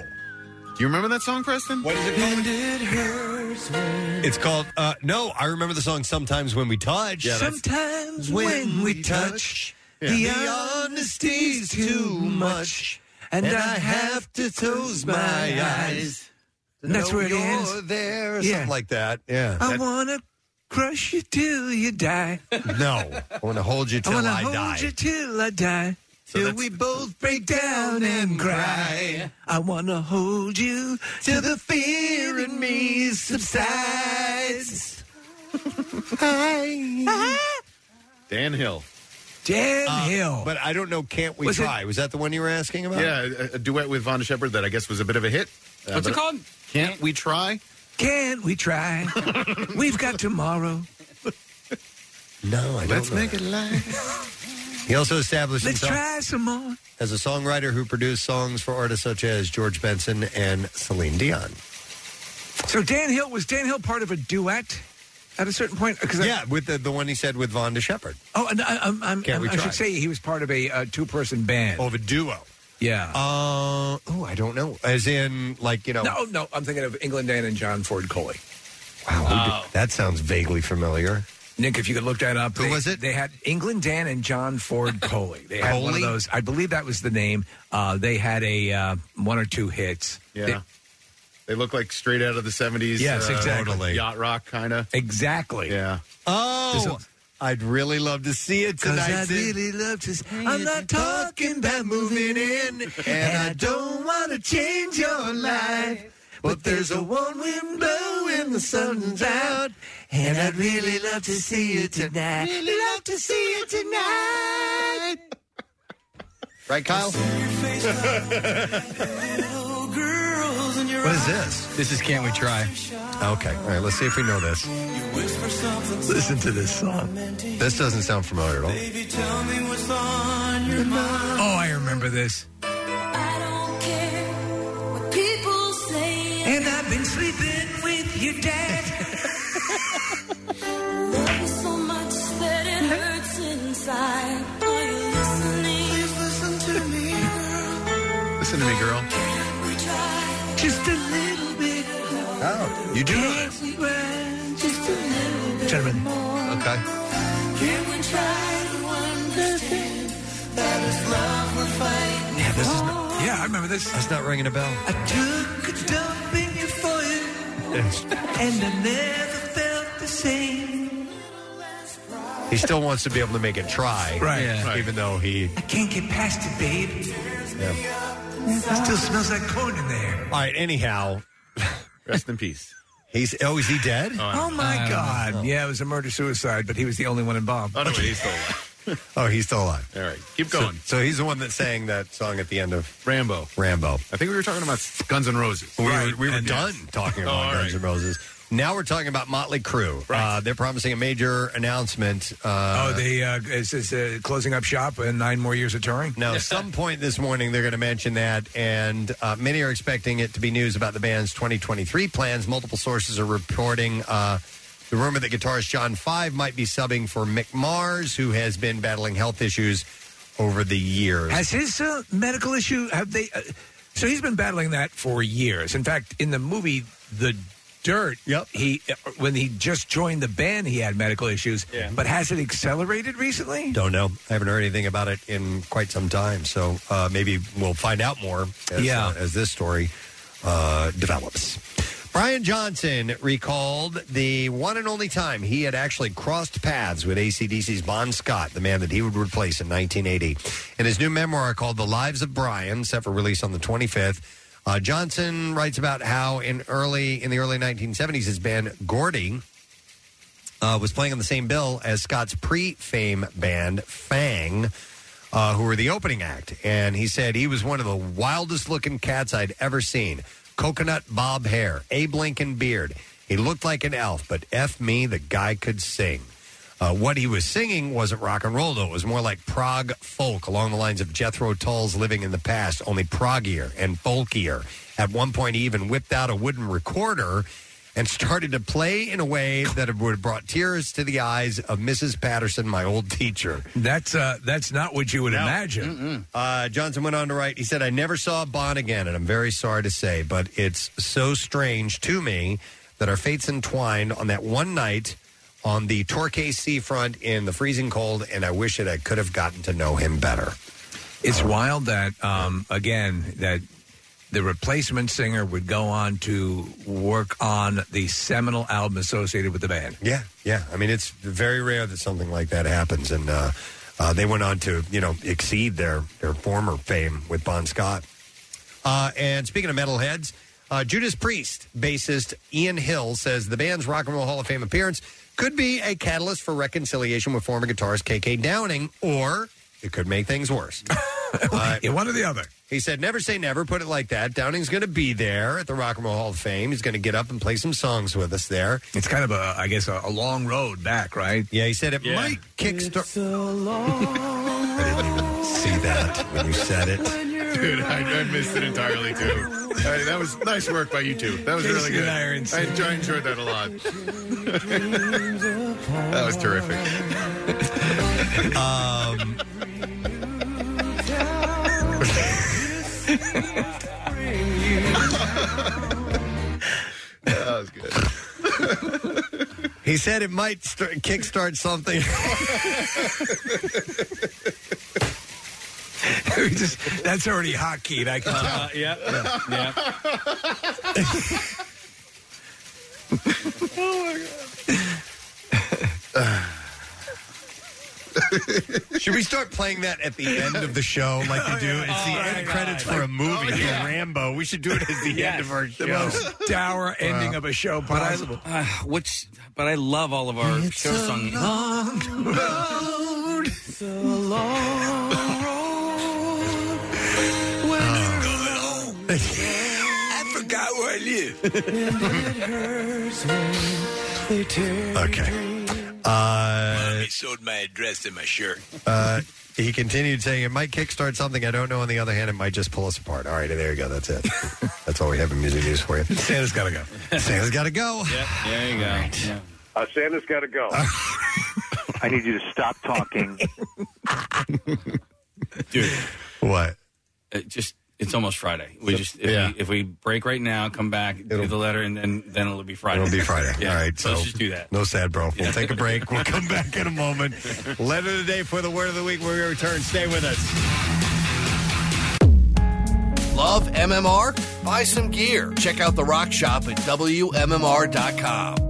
Do you remember that song, Preston? What is it And it hurts when It's called uh, No. I remember the song "Sometimes When We Touch." sometimes when we touch, the honesty's too much, and, I have to close my eyes. And that's Know where it you're ends. There, or something like that. Yeah. I That- wanna crush you till you die. no, I want to hold you I till wanna I, hold die. you till I die. till we both break down and cry. I wanna hold you till the fear in me subsides. Dan Hill. Uh, Dan Hill. But I don't know. Can't we Was it- try? Was that the one you were asking about? Yeah, a, a duet with Vonda Shepard that I guess was a bit of a hit. Uh, What's it but- called? Can't We Try? Can't we try? We've got tomorrow. No, I Let's make it live. He also established Let's himself try some more. as a songwriter who produced songs for artists such as George Benson and Celine Dion. So Dan Hill was Dan Hill part of a duet at a certain point? Because yeah, with the, the one he said with Vonda Shepard. Oh, and I, I'm, I'm, Can't we I try? should say he was part of a uh, two-person band. Uh-huh. Oh, of a duo. Yeah. Uh, oh, I don't know. As in, like you know, No, no, I'm thinking of England Dan and John Ford Coley. Wow, that sounds vaguely familiar. Nick, if you could look that up. Who they, was it? They had England Dan and John Ford Coley. They had one Coley? of those. I believe that was the name. Uh, they had a uh, one or two hits. Yeah. They- They look like straight out of the 70s. Yes, uh, exactly. Yacht rock, kind of. Exactly. Yeah. Oh, I'd really love to see it Cause tonight. I Sid. really love to. I'm not talking about moving in, and And I I don't want to change your life. But there's a warm wind blowing, the sun's out, and I'd really love to see you tonight. Really love to see you tonight. Right, Kyle? What is this? This is Can't We Try. Okay, all right, let's see if we know this. Listen to this song. This doesn't sound familiar at all. Oh, I remember this. People say, and I've been sleeping with your dad. Love you so much that it hurts inside. Are you listening? Please listen to me. Listen to me, girl. Just a little bit. Oh, you do know this. Just a little bit. Gentlemen. Okay. Can we try to understand that is love will fight? Yeah, this is. yeah, I remember this. That's not ringing a bell. I took a dump in your foyer, and I never felt the same. He still wants to be able to make it try. Right. Yeah. Right. Even though he. I can't get past it, babe. yeah. Still smells like corn in there. All right, anyhow. Rest in peace. He's Oh, is he dead? Oh my God! Yeah, it was a murder suicide, but he was the only one involved. Oh, no, wait, he's still alive. Oh, he's still alive. All right. Keep going. So, so he's the one that sang that song at the end of Rambo. Rambo. I think we were talking about Guns N' Roses. We were, we were done talking about Oh, all Guns N' Roses. Now we're talking about Motley Crue. Uh, they're promising a major announcement. Uh, oh, they uh, is, is uh, closing up shop and nine more years of touring. Now, some point this morning, they're going to mention that, and uh, many are expecting it to be news about the band's 2023 plans. Multiple sources are reporting uh, the rumor that guitarist John Five might be subbing for Mick Mars, who has been battling health issues over the years. Has his uh, medical issue? Have they? Uh, so he's been battling that for years. In fact, in the movie The Dirt, yep. he uh, when he just joined the band, he had medical issues. But has it accelerated recently? Don't know. I haven't heard anything about it in quite some time. So uh, maybe we'll find out more as, Yeah. uh, as this story uh, develops. Brian Johnson recalled the one and only time he had actually crossed paths with ACDC's Bon Scott, the man that he would replace in 1980. In his new memoir called The Lives of Brian, set for release on the 25th, uh, Johnson writes about how in early in the early 1970s his band Gordy uh, was playing on the same bill as Scott's pre fame band, Fang, uh, who were the opening act. And he said he was one of the wildest looking cats I'd ever seen. Coconut bob hair, Abe Lincoln beard. He looked like an elf, but F me, the guy could sing. Uh, what he was singing wasn't rock and roll, though. It was more like prog folk along the lines of Jethro Tull's Living in the Past, only proggier and folkier. At one point, he even whipped out a wooden recorder and started to play in a way that would have brought tears to the eyes of Mrs. Patterson, my old teacher. That's uh, that's not what you would No. imagine. Uh, Johnson went on to write, he said, I never saw Bond again, and I'm very sorry to say, but it's so strange to me that our fates entwined on that one night on the Torquay seafront in the freezing cold, and I wish that I could have gotten to know him better. It's wild that um, again that the replacement singer would go on to work on the seminal album associated with the band. Yeah, yeah. I mean, it's very rare that something like that happens, and uh, uh, they went on to you know exceed their their former fame with Bon Scott. Uh, and speaking of metalheads, uh, Judas Priest bassist Ian Hill says the band's Rock and Roll Hall of Fame appearance could be a catalyst for reconciliation with former guitarist KK Downing, or it could make things worse. Uh, one or the other. He said, "Never say never." Put it like that. Downing's going to be there at the Rock and Roll Hall of Fame. He's going to get up and play some songs with us there. It's kind of a, I guess, a, a long road back, right? Yeah, he said it might kickstart. Long I didn't see that when you said it. Dude, I, I missed it entirely too. All right, that was nice work by you two. That was really Jason good. I Irons. enjoyed, I enjoyed that a lot. that was terrific. Um, that was good. He said it might start, kickstart something. We just, that's already hotkeyed. I can tell. Uh, yeah, yeah. Oh Should we start playing that at the end of the show like Oh, you do? It's the end credits for a movie, Rambo. We should do it as the end of our show. The most dour ending of a show possible. But I, uh, which, but I love all of our show song. road. It's a long road. When I'm coming home. I forgot where I live. And it hurts when they tear Okay. Uh, They sold my address and my shirt. uh, he continued saying, "It might kickstart something. I don't know. On the other hand, it might just pull us apart." All right, there you go. That's it. That's all we have in music news for you. Santa's got to go. Santa's got to go. Yep, there you go. Yeah. Uh, Santa's got to go. I need you to stop talking. Dude. What? It just it's almost Friday. We just if, Yeah. we, if we break right now, come back, do the letter, and then then it'll be Friday. It'll be Friday. yeah. All right. So So let's just do that. No sad, bro. We'll Yeah. take a break. We'll come back in a moment. Letter of the day for the word of the week. When we return, stay with us. Love MMR? Buy some gear. Check out the rock shop at WMMR.com.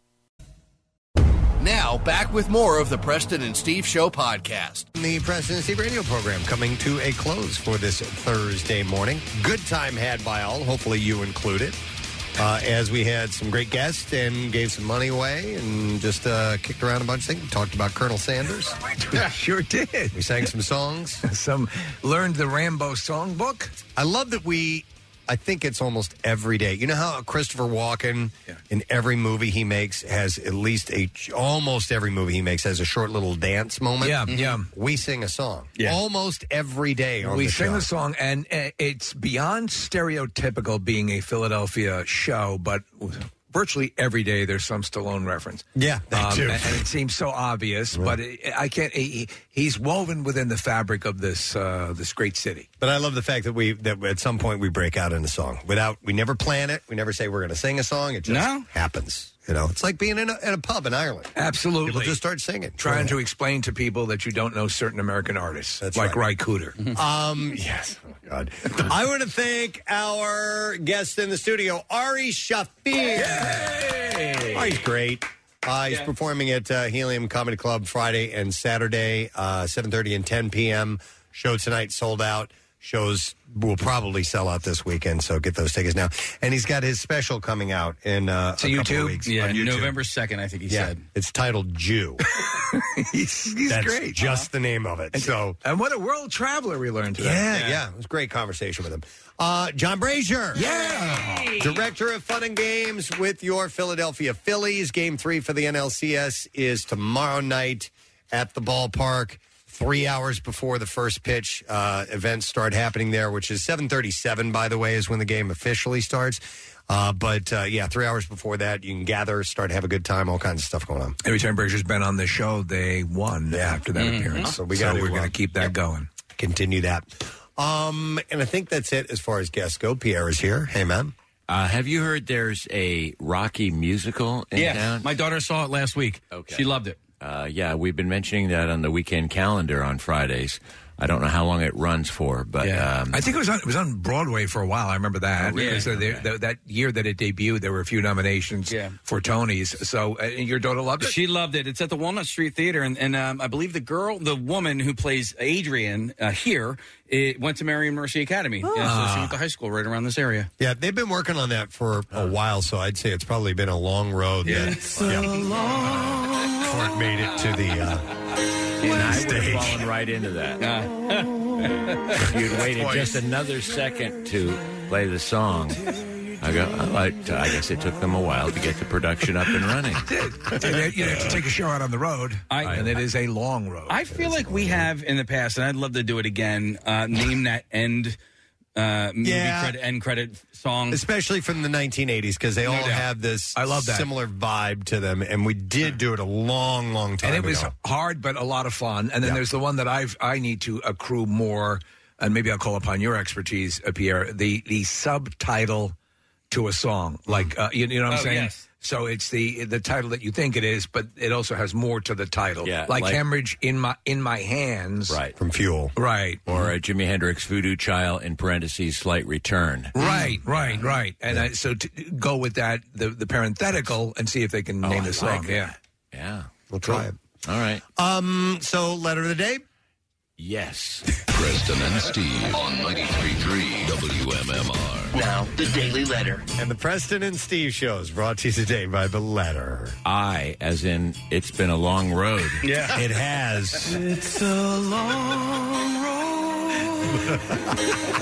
Now, back with more of the Preston and Steve Show podcast. The Preston and Steve radio program coming to a close for this Thursday morning. Good time had by all, hopefully you included, uh, as we had some great guests and gave some money away and just uh, kicked around a bunch of things. Talked about Colonel Sanders. sure did. We sang some songs. some learned the Rambo songbook. I love that we. I think it's almost every day. You know how Christopher Walken in every movie he makes has at least a almost every movie he makes has a short little dance moment. Yeah, yeah. We sing a song almost every day. On we the sing show. a song, and uh, it's beyond stereotypical being a Philadelphia show, but virtually every day there's some Stallone reference. Yeah, that Um, too. and, and it seems so obvious, but it, I can't. He, he's woven within the fabric of this uh, this great city. But I love the fact that we that at some point we break out in a song without we never plan it. We never say we're going to sing a song. It just No. happens. You know, it's like being in a, in a pub in Ireland. Absolutely, People just start singing, trying to explain to people that you don't know certain American artists, like Ry Mm-hmm. Cooter. Um, yes. Oh, my God. I want to thank our guest in the studio, Ari Shafi. Ari's great. Uh, he's performing at uh, Helium Comedy Club Friday and Saturday, uh, 7.30 and 10 p.m. Show tonight sold out. Shows will probably sell out this weekend, so get those tickets now. And he's got his special coming out in uh, To a couple YouTube? of weeks. Yeah, on YouTube. November 2nd, I think he Yeah, said. It's titled Jew. he's he's That's great. just the name of it. So And what a world traveler we learned today. Yeah, yeah, It was a great conversation with him. Uh, John Brazier. Yeah. Director of Fun and Games with your Philadelphia Phillies. Game three for the NLCS is tomorrow night at the ballpark. Three hours before the first pitch, uh, events start happening there, which is 7:37. By the way, is when the game officially starts. Uh, but uh, yeah, three hours before that, you can gather, start, have a good time, all kinds of stuff going on. Every time Brazier's been on this show, they won after that appearance. Mm-hmm. So we got. we're going to keep that going. Continue that. Um, and I think that's it as far as guests go. Pierre is here. Hey, man. Uh, have you heard there's a Rocky musical in Yeah, town? my daughter saw it last week. Okay. She loved it. Uh, yeah, we've been mentioning that on the weekend calendar on Fridays. I don't know how long it runs for, but um, I think it was on, it was on Broadway for a while. I remember that. Oh, really? So there- th- that year that it debuted, there were a few nominations for Tonys. So uh, your daughter loved it. She loved it. It's at the Walnut Street Theater, and, and um, I believe the girl, the woman who plays Adrian uh, here, it went to Marion Mercy Academy. Yeah, Ah. so she went to high school right around this area. Yeah, they've been working on that for a while, so I'd say it's probably been a long road. Yeah. That, yeah, before it made it to the. Uh, and I would have fallen right into that. You'd waited Twice. just another second to play the song. I go. uh, I, I guess it took them a while to get the production up and running. And then, you know, to take a show out on the road, and it is a long road. I feel like we have in the past, and I'd love to do it again. Uh, name that end uh, movie Yeah. credit, end credit song. Especially from the 1980s, because they No all doubt. have this I love that. similar vibe to them, and we did do it a long, long time and it ago. was hard but a lot of fun and then there's the one that i've i need to accrue more and maybe i'll call upon your expertise uh, pierre the the subtitle to a song like uh, you, you know what i'm Oh, saying yes. so it's the the title that you think it is but it also has more to the title Yeah, like, like- hemorrhage in my in my hands Right. From Fuel. Right. Or uh, Jimi Hendrix Voodoo Child in parentheses slight return. Right, right, right, and I, so to go with that the, the parenthetical and see if they can name the song. Oh, like it. yeah, yeah, we'll try it. All right. Um. So, letter of the day. Yes. Preston and Steve on 93.3 WMMR. Now, the Daily Letter. And the Preston and Steve show is brought to you today by The Letter. I, as in, it's been a long road. Yeah. It has. It's a long road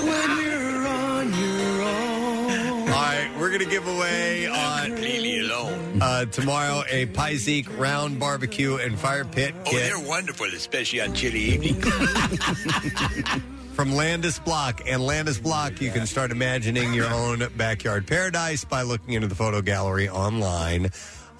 when you're on your own. All right, we're going to give away on Leave Me Alone uh, tomorrow a Pizeek round barbecue and fire pit Oh, kit they're wonderful, especially on chilly evening. from Landis Block. And Landis Block, you can start imagining your own backyard paradise by looking into the photo gallery online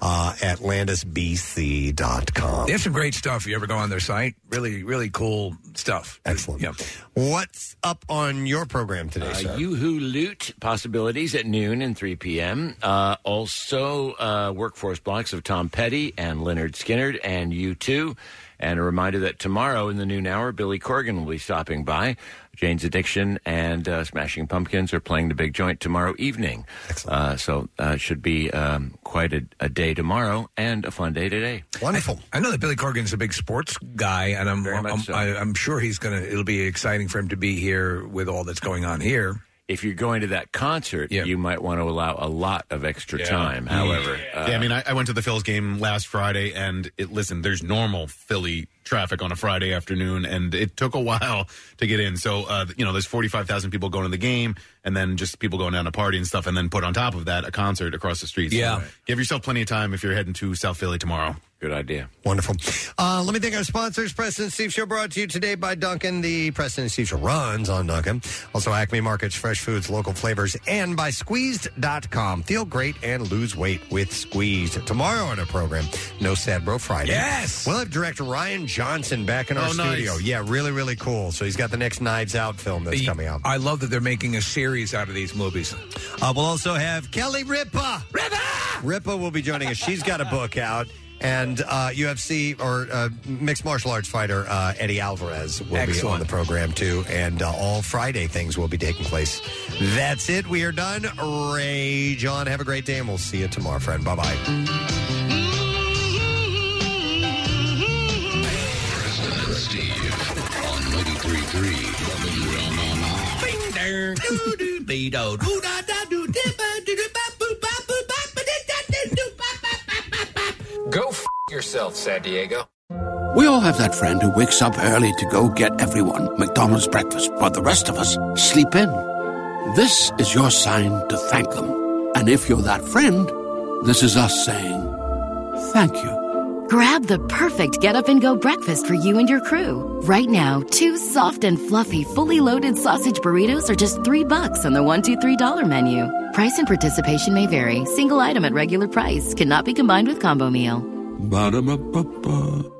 uh, at landisbc.com. They have some great stuff. You ever go on their site? Really, really cool stuff. Excellent. Yep. What's up on your program today, sir? Uh, Yoo-hoo Loot possibilities at noon and 3 p.m. Uh, also, uh, workforce blocks of Tom Petty and Leonard Skinner and U2. And a reminder that tomorrow in the noon hour, Billy Corgan will be stopping by. Jane's Addiction and uh, Smashing Pumpkins are playing the Big Joint tomorrow evening. Uh, so uh, it should be um, quite a, a day tomorrow and a fun day today. Wonderful. I, I know that Billy Corgan's a big sports guy, and I'm I'm, much so. I, I'm sure he's gonna. It'll be exciting for him to be here with all that's going on here. If you're going to that concert, you might want to allow a lot of extra time. However, uh, yeah, I mean, I, I went to the Phil's game last Friday, and it listen, there's normal Philly traffic on a Friday afternoon, and it took a while to get in. So, uh, you know, there's 45,000 people going to the game, and then just people going down to party and stuff, and then put on top of that a concert across the street. So Yeah. give yourself plenty of time if you're heading to South Philly tomorrow. Good idea. Wonderful. Uh, let me thank our sponsors. Preston and Steve Show brought to you today by Duncan. The Preston and Steve Show runs on Duncan. Also, Acme Markets, fresh foods, local flavors, and by Squeezed.com. Feel great and lose weight with Squeezed. Tomorrow on our program, No Sad Bro Friday. Yes! We'll have director Ryan Johnson back in our Oh, nice. studio. Yeah, really, really cool. So he's got the next Knives Out film that's The- coming out. I love that they're making a series out of these movies. Uh, we'll also have Kelly Ripa. Ripa! Ripa will be joining us. She's got a book out. And uh, UFC or uh, mixed martial arts fighter uh, Eddie Alvarez will be on Excellent. the program too. And uh, all Friday things will be taking place. That's it. We are done. Ray John, have a great day, and we'll see you tomorrow, friend. Bye bye. Preston and Steve on 93.3 WMMR. Bing there. Doo doo be do. Doo da da doo dip a doo doo bop boo bop boo bop ba dee da dee doo bop bop bop bop bop. Go f yourself, San Diego. We all have that friend who wakes up early to go get everyone McDonald's breakfast, but the rest of us sleep in. This is your sign to thank them. And if you're that friend, this is us saying thank you. Grab the perfect get up and go breakfast for you and your crew. Right now, two soft and fluffy, fully loaded sausage burritos are just three bucks on the one, two, three dollar menu. Price and participation may vary. Single item at regular price cannot be combined with combo meal. Ba-da-ba-ba-ba.